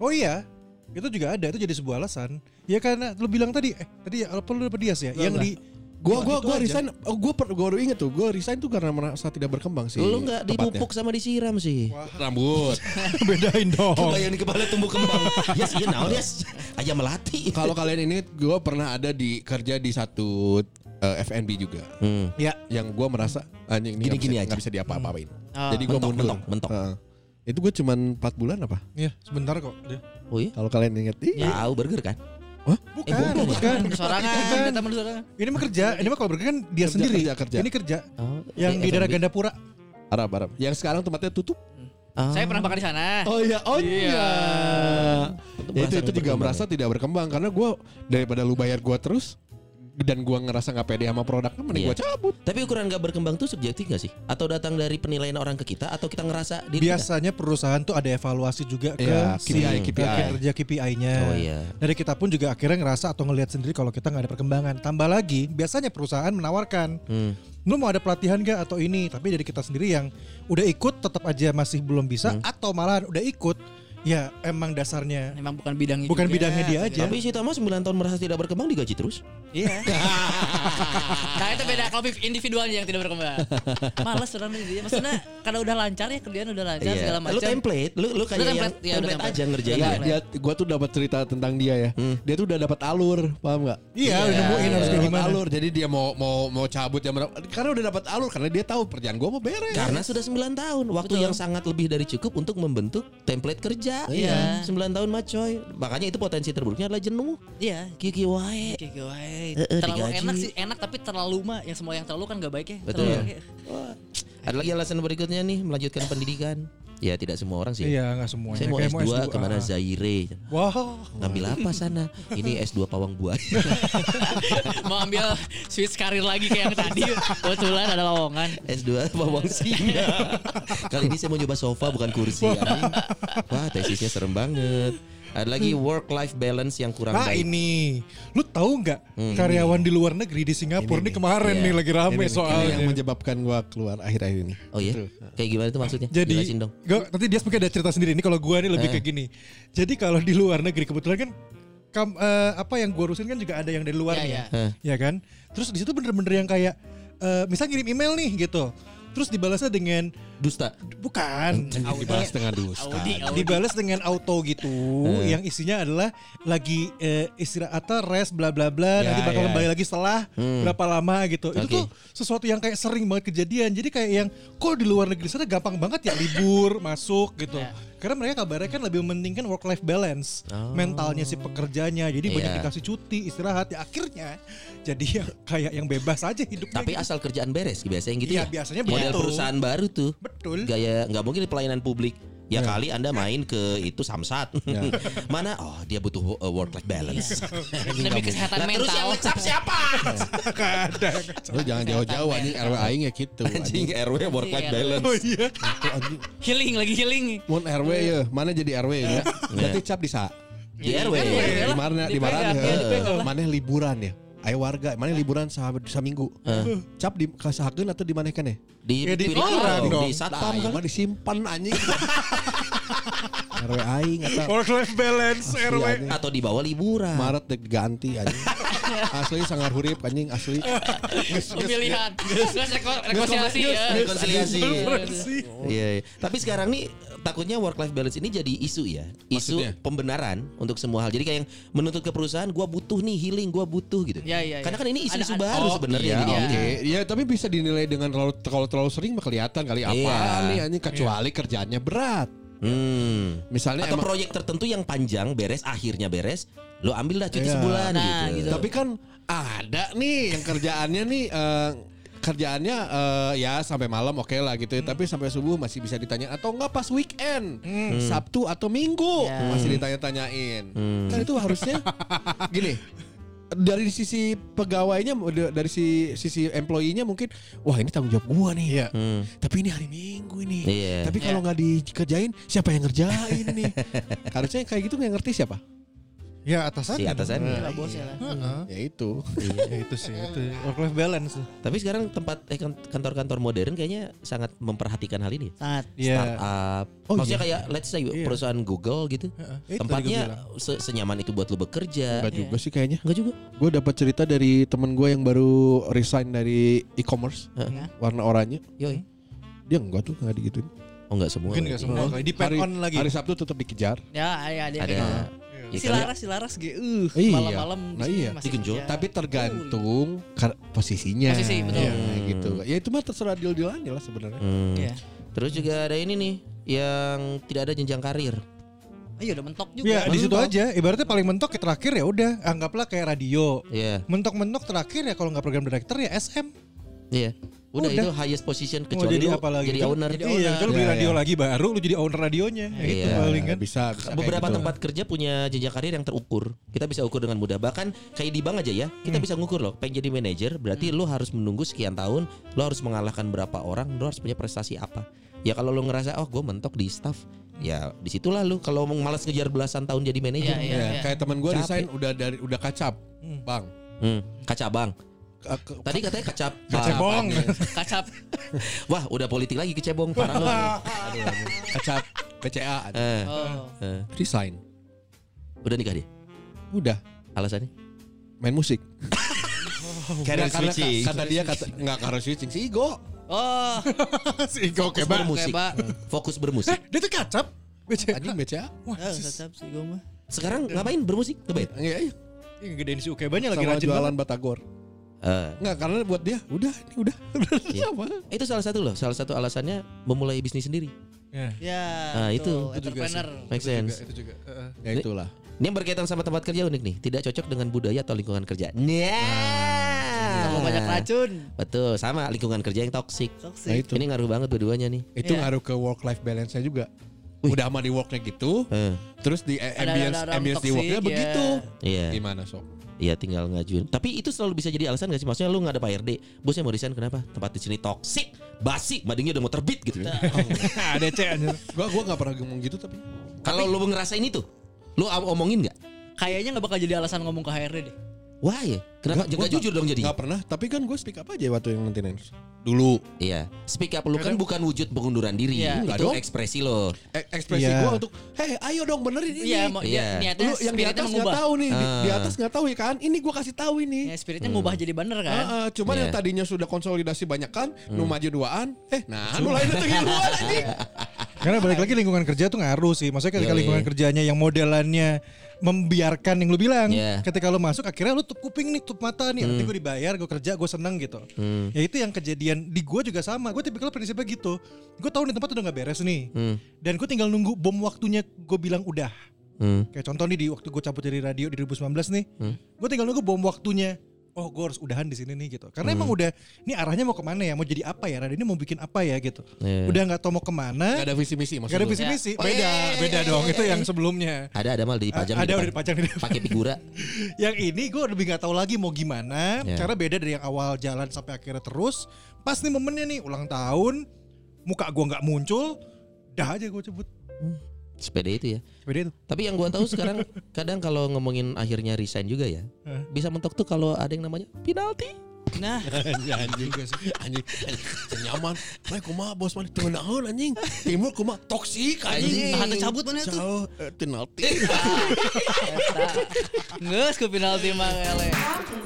[SPEAKER 4] Oh iya. Itu juga ada, itu jadi sebuah alasan. Ya karena lu bilang tadi eh tadi ya apa lu dapat dias ya? yang di
[SPEAKER 5] Gua gua
[SPEAKER 4] Itu
[SPEAKER 5] gua
[SPEAKER 4] aja.
[SPEAKER 5] resign, oh, gua per, gua baru inget tuh, gua resign tuh karena merasa tidak berkembang sih.
[SPEAKER 2] Lu nggak dipupuk sama disiram sih.
[SPEAKER 5] tempatnya. rambut.
[SPEAKER 4] bedain dong.
[SPEAKER 2] Coba yang di kepala tumbuh kembang. yes, iya naon yes. Aja melati.
[SPEAKER 5] Kalau kalian ini gua pernah ada di kerja di satu eh, F&B juga.
[SPEAKER 2] Hmm.
[SPEAKER 5] Yang gua merasa anjing ini
[SPEAKER 2] Gini-gini
[SPEAKER 5] nggak bisa-
[SPEAKER 2] aja. Hmm.
[SPEAKER 5] nggak bisa diapa-apain.
[SPEAKER 3] Ah.
[SPEAKER 5] Jadi gua
[SPEAKER 2] Mentok,
[SPEAKER 5] mundur.
[SPEAKER 2] mentok, mentok.
[SPEAKER 5] Heeh. Itu gue cuman 4 bulan apa?
[SPEAKER 4] Ya, sebentar kok. Dia.
[SPEAKER 2] Oh iya.
[SPEAKER 5] Kalau kalian inget Ih,
[SPEAKER 2] Tahu burger kan?
[SPEAKER 4] Bukan,
[SPEAKER 2] bukan.
[SPEAKER 4] bukan.
[SPEAKER 3] sorangan
[SPEAKER 4] Bukan.
[SPEAKER 3] kita bersorangan
[SPEAKER 4] Ini mah kerja, ini mah kalau berkerja kan dia
[SPEAKER 5] Kerja,
[SPEAKER 4] sendiri.
[SPEAKER 5] kerja, kerja.
[SPEAKER 4] Ini kerja
[SPEAKER 2] Oh,
[SPEAKER 4] yang di daerah
[SPEAKER 2] F&B.
[SPEAKER 4] Gandapura.
[SPEAKER 5] Arab Arab. Yang sekarang tempatnya tutup.
[SPEAKER 2] Ah.
[SPEAKER 3] saya pernah makan di sana
[SPEAKER 5] Oh iya, oh iya. Ya, itu
[SPEAKER 2] merasa nggak
[SPEAKER 5] itu juga
[SPEAKER 2] berkembang
[SPEAKER 5] merasa tidak berkembang karena gue daripada lu bayar gue terus dan gue ngerasa nggak pede sama produknya, mending
[SPEAKER 2] Iya.
[SPEAKER 5] gue cabut.
[SPEAKER 2] Tapi ukuran gak berkembang tuh subjektif gak sih? Atau datang dari penilaian orang ke kita atau kita ngerasa diri kita?
[SPEAKER 4] Biasanya perusahaan tuh ada evaluasi juga ke
[SPEAKER 5] Iya,
[SPEAKER 4] si
[SPEAKER 5] KPI,
[SPEAKER 4] ke
[SPEAKER 5] KPI.
[SPEAKER 4] kinerja KPI-nya.
[SPEAKER 2] Oh iya.
[SPEAKER 4] Dari kita pun juga akhirnya ngerasa atau ngelihat sendiri kalau kita nggak ada perkembangan. Tambah lagi, biasanya perusahaan menawarkan,
[SPEAKER 2] Hmm.
[SPEAKER 4] lu mau ada pelatihan gak atau ini? Tapi dari kita sendiri yang udah ikut tetap aja masih belum bisa atau malahan udah ikut, ya emang dasarnya
[SPEAKER 3] Kan emang bukan bidangnya
[SPEAKER 4] bukan
[SPEAKER 3] juga,
[SPEAKER 4] bidangnya dia aja.
[SPEAKER 2] Tapi si Tama 9 tahun merasa tidak berkembang digaji terus.
[SPEAKER 3] Iya. Karena Ah, nah, itu beda kalau individualnya yang tidak berkembang. Males orang dia. Maksudnya karena udah lancar ya kerjaan udah lancar segala
[SPEAKER 2] Iya. Lu
[SPEAKER 3] macam.
[SPEAKER 2] template, lu lu kayak yang
[SPEAKER 3] template, iya, udah
[SPEAKER 2] template
[SPEAKER 3] template.
[SPEAKER 2] aja ngerjain.
[SPEAKER 5] Nggak,
[SPEAKER 2] ya.
[SPEAKER 5] dia, gue tuh dapat cerita tentang dia ya. Dia tuh udah dapat alur, paham nggak?
[SPEAKER 4] Iya, udah nemuin harus kayak
[SPEAKER 5] Dapat
[SPEAKER 4] gimana.
[SPEAKER 5] alur, jadi dia mau mau mau cabut ya, karena udah dapat alur karena dia tahu kerjaan gue mau beres.
[SPEAKER 2] Karena sudah 9 tahun, waktu yang sangat lebih dari cukup untuk membentuk template kerja.
[SPEAKER 3] Iya.
[SPEAKER 2] 9 tahun mah coy. Makanya itu potensi terburuknya adalah jenuh.
[SPEAKER 3] Iya.
[SPEAKER 2] Kiki wae.
[SPEAKER 3] Oke, gue.
[SPEAKER 2] Eh, eh,
[SPEAKER 3] Terlalu
[SPEAKER 2] digaji.
[SPEAKER 3] enak sih, enak tapi terlalu mah yang semua yang terlalu kan gak baik ya.
[SPEAKER 2] Betul.
[SPEAKER 3] Terlalu-
[SPEAKER 2] Wah. Ada lagi alasan berikutnya nih melanjutkan pendidikan. Ya tidak semua orang sih.
[SPEAKER 4] Iya, nggak semuanya.
[SPEAKER 2] Saya mau
[SPEAKER 4] Kayak
[SPEAKER 2] S2, kemana
[SPEAKER 4] ah.
[SPEAKER 2] Zaire
[SPEAKER 4] Wah,
[SPEAKER 2] Ngambil apa sana? Ini S2 Pawang Buaya.
[SPEAKER 3] Mau ambil switch karir lagi kayak yang tadi. Kebetulan ada lowongan.
[SPEAKER 2] S2 Pawang Singa. Kali ini saya mau nyoba sofa bukan kursi. anjing. Wah, tesisnya serem banget. Ada lagi work life balance yang kurang
[SPEAKER 4] Nah
[SPEAKER 2] baik.
[SPEAKER 4] ini, lu tahu nggak karyawan di luar negeri di Singapura ini, kemarin
[SPEAKER 2] Iya.
[SPEAKER 4] nih lagi rame
[SPEAKER 5] Ini nih, ini
[SPEAKER 4] soalnya.
[SPEAKER 5] yang menyebabkan gue keluar akhir-akhir ini.
[SPEAKER 2] Oh iya. Kayak gimana itu maksudnya?
[SPEAKER 4] Jadi,
[SPEAKER 2] Jelasin dong.
[SPEAKER 4] gua- nanti dia mungkin ada cerita sendiri. Ini kalau gua nih lebih kayak gini. Jadi kalau di luar negeri kebetulan kan kam- eh, apa yang gua urusin kan juga ada yang dari luar
[SPEAKER 3] Iya,
[SPEAKER 4] nih,
[SPEAKER 3] iya.
[SPEAKER 4] ya. ya kan? Terus di situ bener-bener yang kayak eh, misal ngirim email nih gitu. Terus dibalasnya dengan
[SPEAKER 2] Dusta.
[SPEAKER 4] bukan
[SPEAKER 5] Dibahas dengan dusta.
[SPEAKER 3] Audi, Audi.
[SPEAKER 4] dibalas dengan auto gitu yang isinya adalah lagi eh, istirahat atau rest bla bla bla
[SPEAKER 5] Ya,
[SPEAKER 4] nanti bakal
[SPEAKER 5] ya.
[SPEAKER 4] kembali lagi setelah berapa lama gitu itu
[SPEAKER 2] Hmm. Oke.
[SPEAKER 4] tuh sesuatu yang kayak sering banget kejadian jadi kayak yang kok di luar negeri sana gampang banget ya libur masuk gitu
[SPEAKER 3] Ya.
[SPEAKER 4] karena mereka kabarnya kan lebih mementingkan work life balance
[SPEAKER 2] Oh.
[SPEAKER 4] mentalnya si pekerjanya jadi banyak
[SPEAKER 2] Iya.
[SPEAKER 4] dikasih cuti istirahat ya akhirnya jadi yang kayak yang bebas aja hidupnya
[SPEAKER 2] Tapi asal kerjaan beres biasanya gitu
[SPEAKER 4] Iya,
[SPEAKER 2] ya.
[SPEAKER 4] biasanya
[SPEAKER 2] Model
[SPEAKER 4] begitu.
[SPEAKER 2] perusahaan baru tuh.
[SPEAKER 4] betul
[SPEAKER 2] Gaya nggak mungkin pelayanan publik Ya kali Anda main ke itu Samsat. Mana? Oh, dia butuh uh, work life balance.
[SPEAKER 4] Iya.
[SPEAKER 3] Demi kesehatan
[SPEAKER 2] Lah, terus yang
[SPEAKER 3] mental.
[SPEAKER 2] ngecap siapa?
[SPEAKER 5] Lu jangan jauh-jauh anjing RW aing ya gitu. Nah,
[SPEAKER 2] Anjing RW work life
[SPEAKER 3] Iya.
[SPEAKER 2] balance.
[SPEAKER 4] Oh,
[SPEAKER 3] healing lagi healing.
[SPEAKER 5] Mun RW ya, mana jadi RW ya? Berarti cap di sa.
[SPEAKER 2] Di RW.
[SPEAKER 3] Iya.
[SPEAKER 5] Di mana di
[SPEAKER 3] Dipegang,
[SPEAKER 5] mana?
[SPEAKER 3] ya, dipegang lah.
[SPEAKER 5] Mana liburan ya? Ayo warga, mana liburan sa saminggu? Cap di kasahakeun atau di mana kan ya?
[SPEAKER 2] Di
[SPEAKER 4] Ya, di
[SPEAKER 2] di-
[SPEAKER 4] orang dong.
[SPEAKER 2] di satpam
[SPEAKER 5] Tah,
[SPEAKER 2] kan.
[SPEAKER 5] aing iya mah disimpan anjing. RW aing eta
[SPEAKER 2] Oh,
[SPEAKER 4] Work life balance
[SPEAKER 5] Asli,
[SPEAKER 4] RW.
[SPEAKER 5] anjing.
[SPEAKER 2] Atau dibawa liburan.
[SPEAKER 5] Maret dek ganti anjing. Asli sangar hurip anjing asli.
[SPEAKER 3] Pemilihan. Terus reko- rekonsiliasi ya.
[SPEAKER 2] Rekonsiliasi.
[SPEAKER 4] Bersih.
[SPEAKER 2] Iya, iya. Tapi sekarang nih takutnya work life balance ini jadi isu ya. Isu
[SPEAKER 5] Maksudnya?
[SPEAKER 2] pembenaran untuk semua hal. Jadi kayak yang menuntut ke perusahaan gua butuh nih healing, gua butuh gitu.
[SPEAKER 3] Ya, ya, ya.
[SPEAKER 2] Karena kan ini isu-isu
[SPEAKER 3] Ada- ada-
[SPEAKER 2] baru sebenarnya
[SPEAKER 5] iya,
[SPEAKER 2] gini.
[SPEAKER 5] oke. Iya, tapi bisa dinilai dengan terlalu kalau terlalu sering mah kelihatan kali apa
[SPEAKER 2] Iya.
[SPEAKER 5] nih anjing kecuali kerjaannya berat.
[SPEAKER 2] Hmm.
[SPEAKER 5] Misalnya
[SPEAKER 2] Atau
[SPEAKER 5] emang-
[SPEAKER 2] proyek tertentu yang panjang beres akhirnya beres, lo ambil lah cuti
[SPEAKER 5] Iya.
[SPEAKER 2] sebulan
[SPEAKER 3] Nah,
[SPEAKER 2] gitu.
[SPEAKER 3] gitu.
[SPEAKER 5] Tapi kan ada nih yang kerjaannya nih eh, kerjaannya eh, ya sampai malam oke lah gitu ya. tapi sampai subuh masih bisa ditanya atau enggak pas weekend Sabtu atau Minggu
[SPEAKER 3] Ya.
[SPEAKER 5] masih ditanya-tanyain
[SPEAKER 2] Hmm.
[SPEAKER 5] kan itu harusnya gini dari sisi pegawainya dari si sisi employee-nya mungkin wah ini tanggung jawab gua nih ya
[SPEAKER 2] Hmm.
[SPEAKER 5] tapi ini hari Minggu ini
[SPEAKER 2] Iya.
[SPEAKER 5] tapi kalau nggak dikerjain siapa yang ngerjain ini harusnya kayak gitu nggak ngerti siapa
[SPEAKER 4] Ya atasan.
[SPEAKER 2] Si atasannya. Iya.
[SPEAKER 3] Lah, bosnya lah.
[SPEAKER 5] ya itu
[SPEAKER 4] Ya, itu sih itu work life balance.
[SPEAKER 2] Tapi sekarang tempat eh, kan- kantor-kantor modern kayaknya sangat memperhatikan hal ini.
[SPEAKER 3] Sangat.
[SPEAKER 4] Iya.
[SPEAKER 2] Startup.
[SPEAKER 5] Oh,
[SPEAKER 2] Maksudnya
[SPEAKER 5] iya.
[SPEAKER 2] kayak let's say perusahaan Google gitu.
[SPEAKER 4] itu tadi
[SPEAKER 2] Tempatnya se- senyaman itu buat lu bekerja.
[SPEAKER 5] Enggak juga sih kayaknya.
[SPEAKER 2] Enggak juga.
[SPEAKER 5] Gue dapat cerita dari temen gue yang baru resign dari e-commerce
[SPEAKER 3] ya.
[SPEAKER 2] Heeh.
[SPEAKER 5] warna oranye.
[SPEAKER 2] Eh, Yoi.
[SPEAKER 5] Dia enggak tuh enggak digituin.
[SPEAKER 2] Oh enggak semua.
[SPEAKER 4] Mungkin
[SPEAKER 2] lagi.
[SPEAKER 4] nggak semua. Di
[SPEAKER 5] hari,
[SPEAKER 4] on lagi.
[SPEAKER 5] Hari Sabtu tetap dikejar.
[SPEAKER 3] Ya, ya, dia
[SPEAKER 2] Ada.
[SPEAKER 3] kayak gitu.
[SPEAKER 2] Ya,
[SPEAKER 3] Si
[SPEAKER 2] kan,
[SPEAKER 3] Laras, si Laras gitu. Uh,
[SPEAKER 5] Iya.
[SPEAKER 3] malam-malam
[SPEAKER 5] Nah,
[SPEAKER 3] sini
[SPEAKER 5] iya.
[SPEAKER 3] masih
[SPEAKER 2] Digenjot.
[SPEAKER 3] kerja.
[SPEAKER 5] Tapi tergantung kar- posisinya.
[SPEAKER 3] Posisi, betul.
[SPEAKER 5] Iya, kayak gitu. Ya itu mah terserah deal dealannya lah sebenarnya.
[SPEAKER 2] hmm.
[SPEAKER 3] Iya.
[SPEAKER 2] Terus juga ada ini nih yang tidak ada jenjang karir.
[SPEAKER 3] Ayo Oh, iya, udah mentok juga.
[SPEAKER 4] Ya di situ aja. Ibaratnya paling mentok ke terakhir ya udah anggaplah kayak radio.
[SPEAKER 2] Iya.
[SPEAKER 4] Mentok-mentok terakhir ya kalau nggak program director ya SM.
[SPEAKER 2] Iya. Udah,
[SPEAKER 4] Udah.
[SPEAKER 2] itu highest position
[SPEAKER 4] Mau
[SPEAKER 2] kecuali
[SPEAKER 4] jadi
[SPEAKER 2] lu
[SPEAKER 4] apa lagi?
[SPEAKER 2] jadi owner.
[SPEAKER 4] Iya, itu lu beli
[SPEAKER 5] Iya,
[SPEAKER 4] radio
[SPEAKER 5] iya.
[SPEAKER 4] lagi baru lu jadi owner radionya. Ya gitu
[SPEAKER 2] Iya.
[SPEAKER 4] paling kan.
[SPEAKER 5] Bisa, bisa kayak
[SPEAKER 2] Beberapa
[SPEAKER 5] gitu.
[SPEAKER 2] tempat kerja punya jenjang karir yang terukur. Kita bisa ukur dengan mudah. Bahkan kayak di bank aja ya, kita
[SPEAKER 3] Hmm.
[SPEAKER 2] bisa ngukur loh. Pengen jadi manajer, berarti lu harus menunggu sekian tahun, lu harus mengalahkan berapa orang, lu harus punya prestasi apa. Ya kalau lu ngerasa oh gue mentok di staff, ya disitulah lu kalau mau malas ngejar belasan tahun jadi manajer.
[SPEAKER 3] Iya, iya,
[SPEAKER 5] Ya,
[SPEAKER 3] iya.
[SPEAKER 5] kayak teman gue
[SPEAKER 2] Capek.
[SPEAKER 5] resign udah dari udah kacap, bang.
[SPEAKER 2] Hmm, kaca bang.
[SPEAKER 5] Ke- ke-
[SPEAKER 2] Tadi katanya kaca
[SPEAKER 4] Cebong.
[SPEAKER 3] Kacap.
[SPEAKER 2] Wah, udah politik lagi kecebong parah lu.
[SPEAKER 5] aduh, aduh. kacap BCA. anjing.
[SPEAKER 2] Eh,
[SPEAKER 3] Oh.
[SPEAKER 2] eh,
[SPEAKER 5] Resign.
[SPEAKER 2] udah nikah dia.
[SPEAKER 5] Udah
[SPEAKER 2] Alasannya?
[SPEAKER 5] main musik.
[SPEAKER 2] Career
[SPEAKER 5] Nggak, karena
[SPEAKER 2] switching.
[SPEAKER 5] ka- Kata dia kata nggak karena switching sih Igo.
[SPEAKER 3] Oh,
[SPEAKER 4] Si Igo
[SPEAKER 2] Fokus
[SPEAKER 4] keba.
[SPEAKER 2] bermusik.
[SPEAKER 3] Keba.
[SPEAKER 2] Fokus bermusik.
[SPEAKER 4] "Eh, Dia tuh kacap. Becek.
[SPEAKER 5] Anjing BCA.
[SPEAKER 4] Wah,
[SPEAKER 3] eh,
[SPEAKER 4] sis.
[SPEAKER 3] kacap sih gue mah.
[SPEAKER 2] Sekarang ngapain bermusik? Ngeband?
[SPEAKER 5] Iya, iya.
[SPEAKER 4] Ih, ngegedein si Ukebanya lagi
[SPEAKER 5] Sama
[SPEAKER 4] rajin
[SPEAKER 5] jualan
[SPEAKER 4] banget.
[SPEAKER 5] Batagor.
[SPEAKER 2] Eh,
[SPEAKER 5] Enggak karena buat dia udah ini udah.
[SPEAKER 2] Iya.
[SPEAKER 5] Sama.
[SPEAKER 2] itu salah satu loh, salah satu alasannya memulai bisnis sendiri.
[SPEAKER 4] Iya.
[SPEAKER 3] Ya,
[SPEAKER 2] Nah, itu.
[SPEAKER 3] tuh,
[SPEAKER 5] Itu juga sih.
[SPEAKER 3] entrepreneur.
[SPEAKER 2] Make sense.
[SPEAKER 4] Itu juga. eh, eh.
[SPEAKER 5] Ya itulah.
[SPEAKER 2] Ini yang berkaitan sama tempat kerja unik nih, tidak cocok dengan budaya atau lingkungan kerja.
[SPEAKER 5] Nah,
[SPEAKER 2] Iya.
[SPEAKER 5] iya.
[SPEAKER 3] Kalau
[SPEAKER 2] Ah.
[SPEAKER 3] banyak racun.
[SPEAKER 2] Betul, sama lingkungan kerja yang toksik.
[SPEAKER 5] Nah
[SPEAKER 3] Toxic.
[SPEAKER 5] itu.
[SPEAKER 2] Ini ngaruh banget dua-duanya nih.
[SPEAKER 5] Itu
[SPEAKER 3] Iya.
[SPEAKER 5] ngaruh ke work life balance-nya juga. Udah sama di worknya gitu,
[SPEAKER 2] Eh,
[SPEAKER 5] terus di eh,
[SPEAKER 3] Ada-
[SPEAKER 5] ambience
[SPEAKER 3] ada- ada
[SPEAKER 5] ambience di
[SPEAKER 3] toxic,
[SPEAKER 5] worknya
[SPEAKER 3] ya.
[SPEAKER 5] begitu.
[SPEAKER 2] Iya,
[SPEAKER 5] Gimana sok?
[SPEAKER 2] iya tinggal ngajuin. Tapi itu selalu bisa jadi alasan gak sih? Maksudnya lu nggak ada Pak RD, bosnya mau resign kenapa? Tempat di sini toksik, basi, madingnya udah mau terbit gitu.
[SPEAKER 4] Ada cek Iya, anjir.
[SPEAKER 5] Gua gua enggak pernah ngomong gitu tapi
[SPEAKER 2] Kalau lu ngerasain itu, lu am- omongin nggak?
[SPEAKER 3] Kayaknya nggak bakal jadi alasan ngomong ke HRD deh.
[SPEAKER 2] Wah ya, kenapa?
[SPEAKER 5] Nggak,
[SPEAKER 2] Jaga
[SPEAKER 5] gua
[SPEAKER 2] jujur dong jadi.
[SPEAKER 5] enggak pernah, tapi kan gue speak up aja waktu yang maintenance. Dulu
[SPEAKER 2] Iya, speak up lu kan bukan wujud pengunduran diri,
[SPEAKER 3] Iya.
[SPEAKER 2] itu
[SPEAKER 5] Nggak dong.
[SPEAKER 2] ekspresi lo.
[SPEAKER 5] E- ekspresi
[SPEAKER 4] Iya.
[SPEAKER 5] gua untuk, "Hei, ayo dong benerin ini."
[SPEAKER 3] Iya, mau
[SPEAKER 2] Iya.
[SPEAKER 3] dia niatnya
[SPEAKER 5] Lu yang di
[SPEAKER 3] spiritnya
[SPEAKER 5] atas nggak
[SPEAKER 3] mengubah.
[SPEAKER 5] tahu nih, di, di
[SPEAKER 2] Ah.
[SPEAKER 5] atas nggak tahu ya kan? Ini gua kasih tahu ini.
[SPEAKER 3] Ya, spiritnya
[SPEAKER 2] Hmm.
[SPEAKER 3] ngubah jadi bener kan.
[SPEAKER 5] Heeh, cuman yang
[SPEAKER 2] Iya.
[SPEAKER 5] tadinya sudah konsolidasi banyak kan, nu maju duaan, eh nah nu lain datengin duluan anjing.
[SPEAKER 4] Karena balik lagi lingkungan kerja tuh ngaruh sih. Maksudnya ketika
[SPEAKER 2] Yoi.
[SPEAKER 4] lingkungan kerjanya yang modelannya membiarkan yang lu bilang,
[SPEAKER 2] Iya. Hmm.
[SPEAKER 4] ketika lu masuk akhirnya lu tutup kuping nih, tutup mata nih. Nanti gue dibayar, gue kerja, gue seneng gitu. Ya itu yang kejadian di gue juga sama. Gue tipikal prinsipnya gitu. Gue tahu nih tempat udah nggak beres nih.
[SPEAKER 2] Hmm.
[SPEAKER 4] Dan gue tinggal nunggu bom waktunya gue bilang udah.
[SPEAKER 2] Hmm. Hmm.
[SPEAKER 4] Kayak contoh nih di waktu gue cabut dari radio di 2019 nih, gue tinggal nunggu bom waktunya oh gue harus udahan di sini nih gitu karena
[SPEAKER 2] Hmm.
[SPEAKER 4] emang udah ini arahnya mau kemana ya mau jadi apa ya Raden ini mau bikin apa ya gitu
[SPEAKER 2] Iya.
[SPEAKER 4] udah nggak tau mau kemana
[SPEAKER 5] Gak ada visi misi
[SPEAKER 4] nggak
[SPEAKER 5] maksudnya.
[SPEAKER 4] ada visi misi
[SPEAKER 5] Oh,
[SPEAKER 4] Ya. beda
[SPEAKER 5] iya, iya,
[SPEAKER 4] beda
[SPEAKER 5] iya,
[SPEAKER 4] dong
[SPEAKER 5] iya,
[SPEAKER 4] itu
[SPEAKER 5] iya.
[SPEAKER 4] yang sebelumnya
[SPEAKER 2] Ada ada malah dipajang di
[SPEAKER 4] ada udah
[SPEAKER 2] depan.
[SPEAKER 4] dipajang di depan
[SPEAKER 2] pakai figura.
[SPEAKER 4] yang ini gue lebih nggak tahu lagi mau gimana
[SPEAKER 2] Ya.
[SPEAKER 4] karena beda dari yang awal jalan sampai akhirnya terus pas nih momennya nih ulang tahun muka gue nggak muncul dah aja gue cabut
[SPEAKER 2] Sepeda itu ya.
[SPEAKER 4] beda itu
[SPEAKER 2] Tapi yang gua tahu sekarang kadang kalau ngomongin akhirnya resign juga ya.
[SPEAKER 4] Hah?
[SPEAKER 2] Bisa mentok tuh kalau ada yang namanya penalti.
[SPEAKER 3] Nah,
[SPEAKER 5] Ya, anjing guys, anjing, anjing nyaman. Nah, kuma bos mana timur naon anjing? Timur kuma toksik anjing.
[SPEAKER 3] Anjing, tahan tercabut mana tuh?
[SPEAKER 5] Jauh, eh, penalti.
[SPEAKER 3] nggak ke penalti mah ele.
[SPEAKER 8] Talking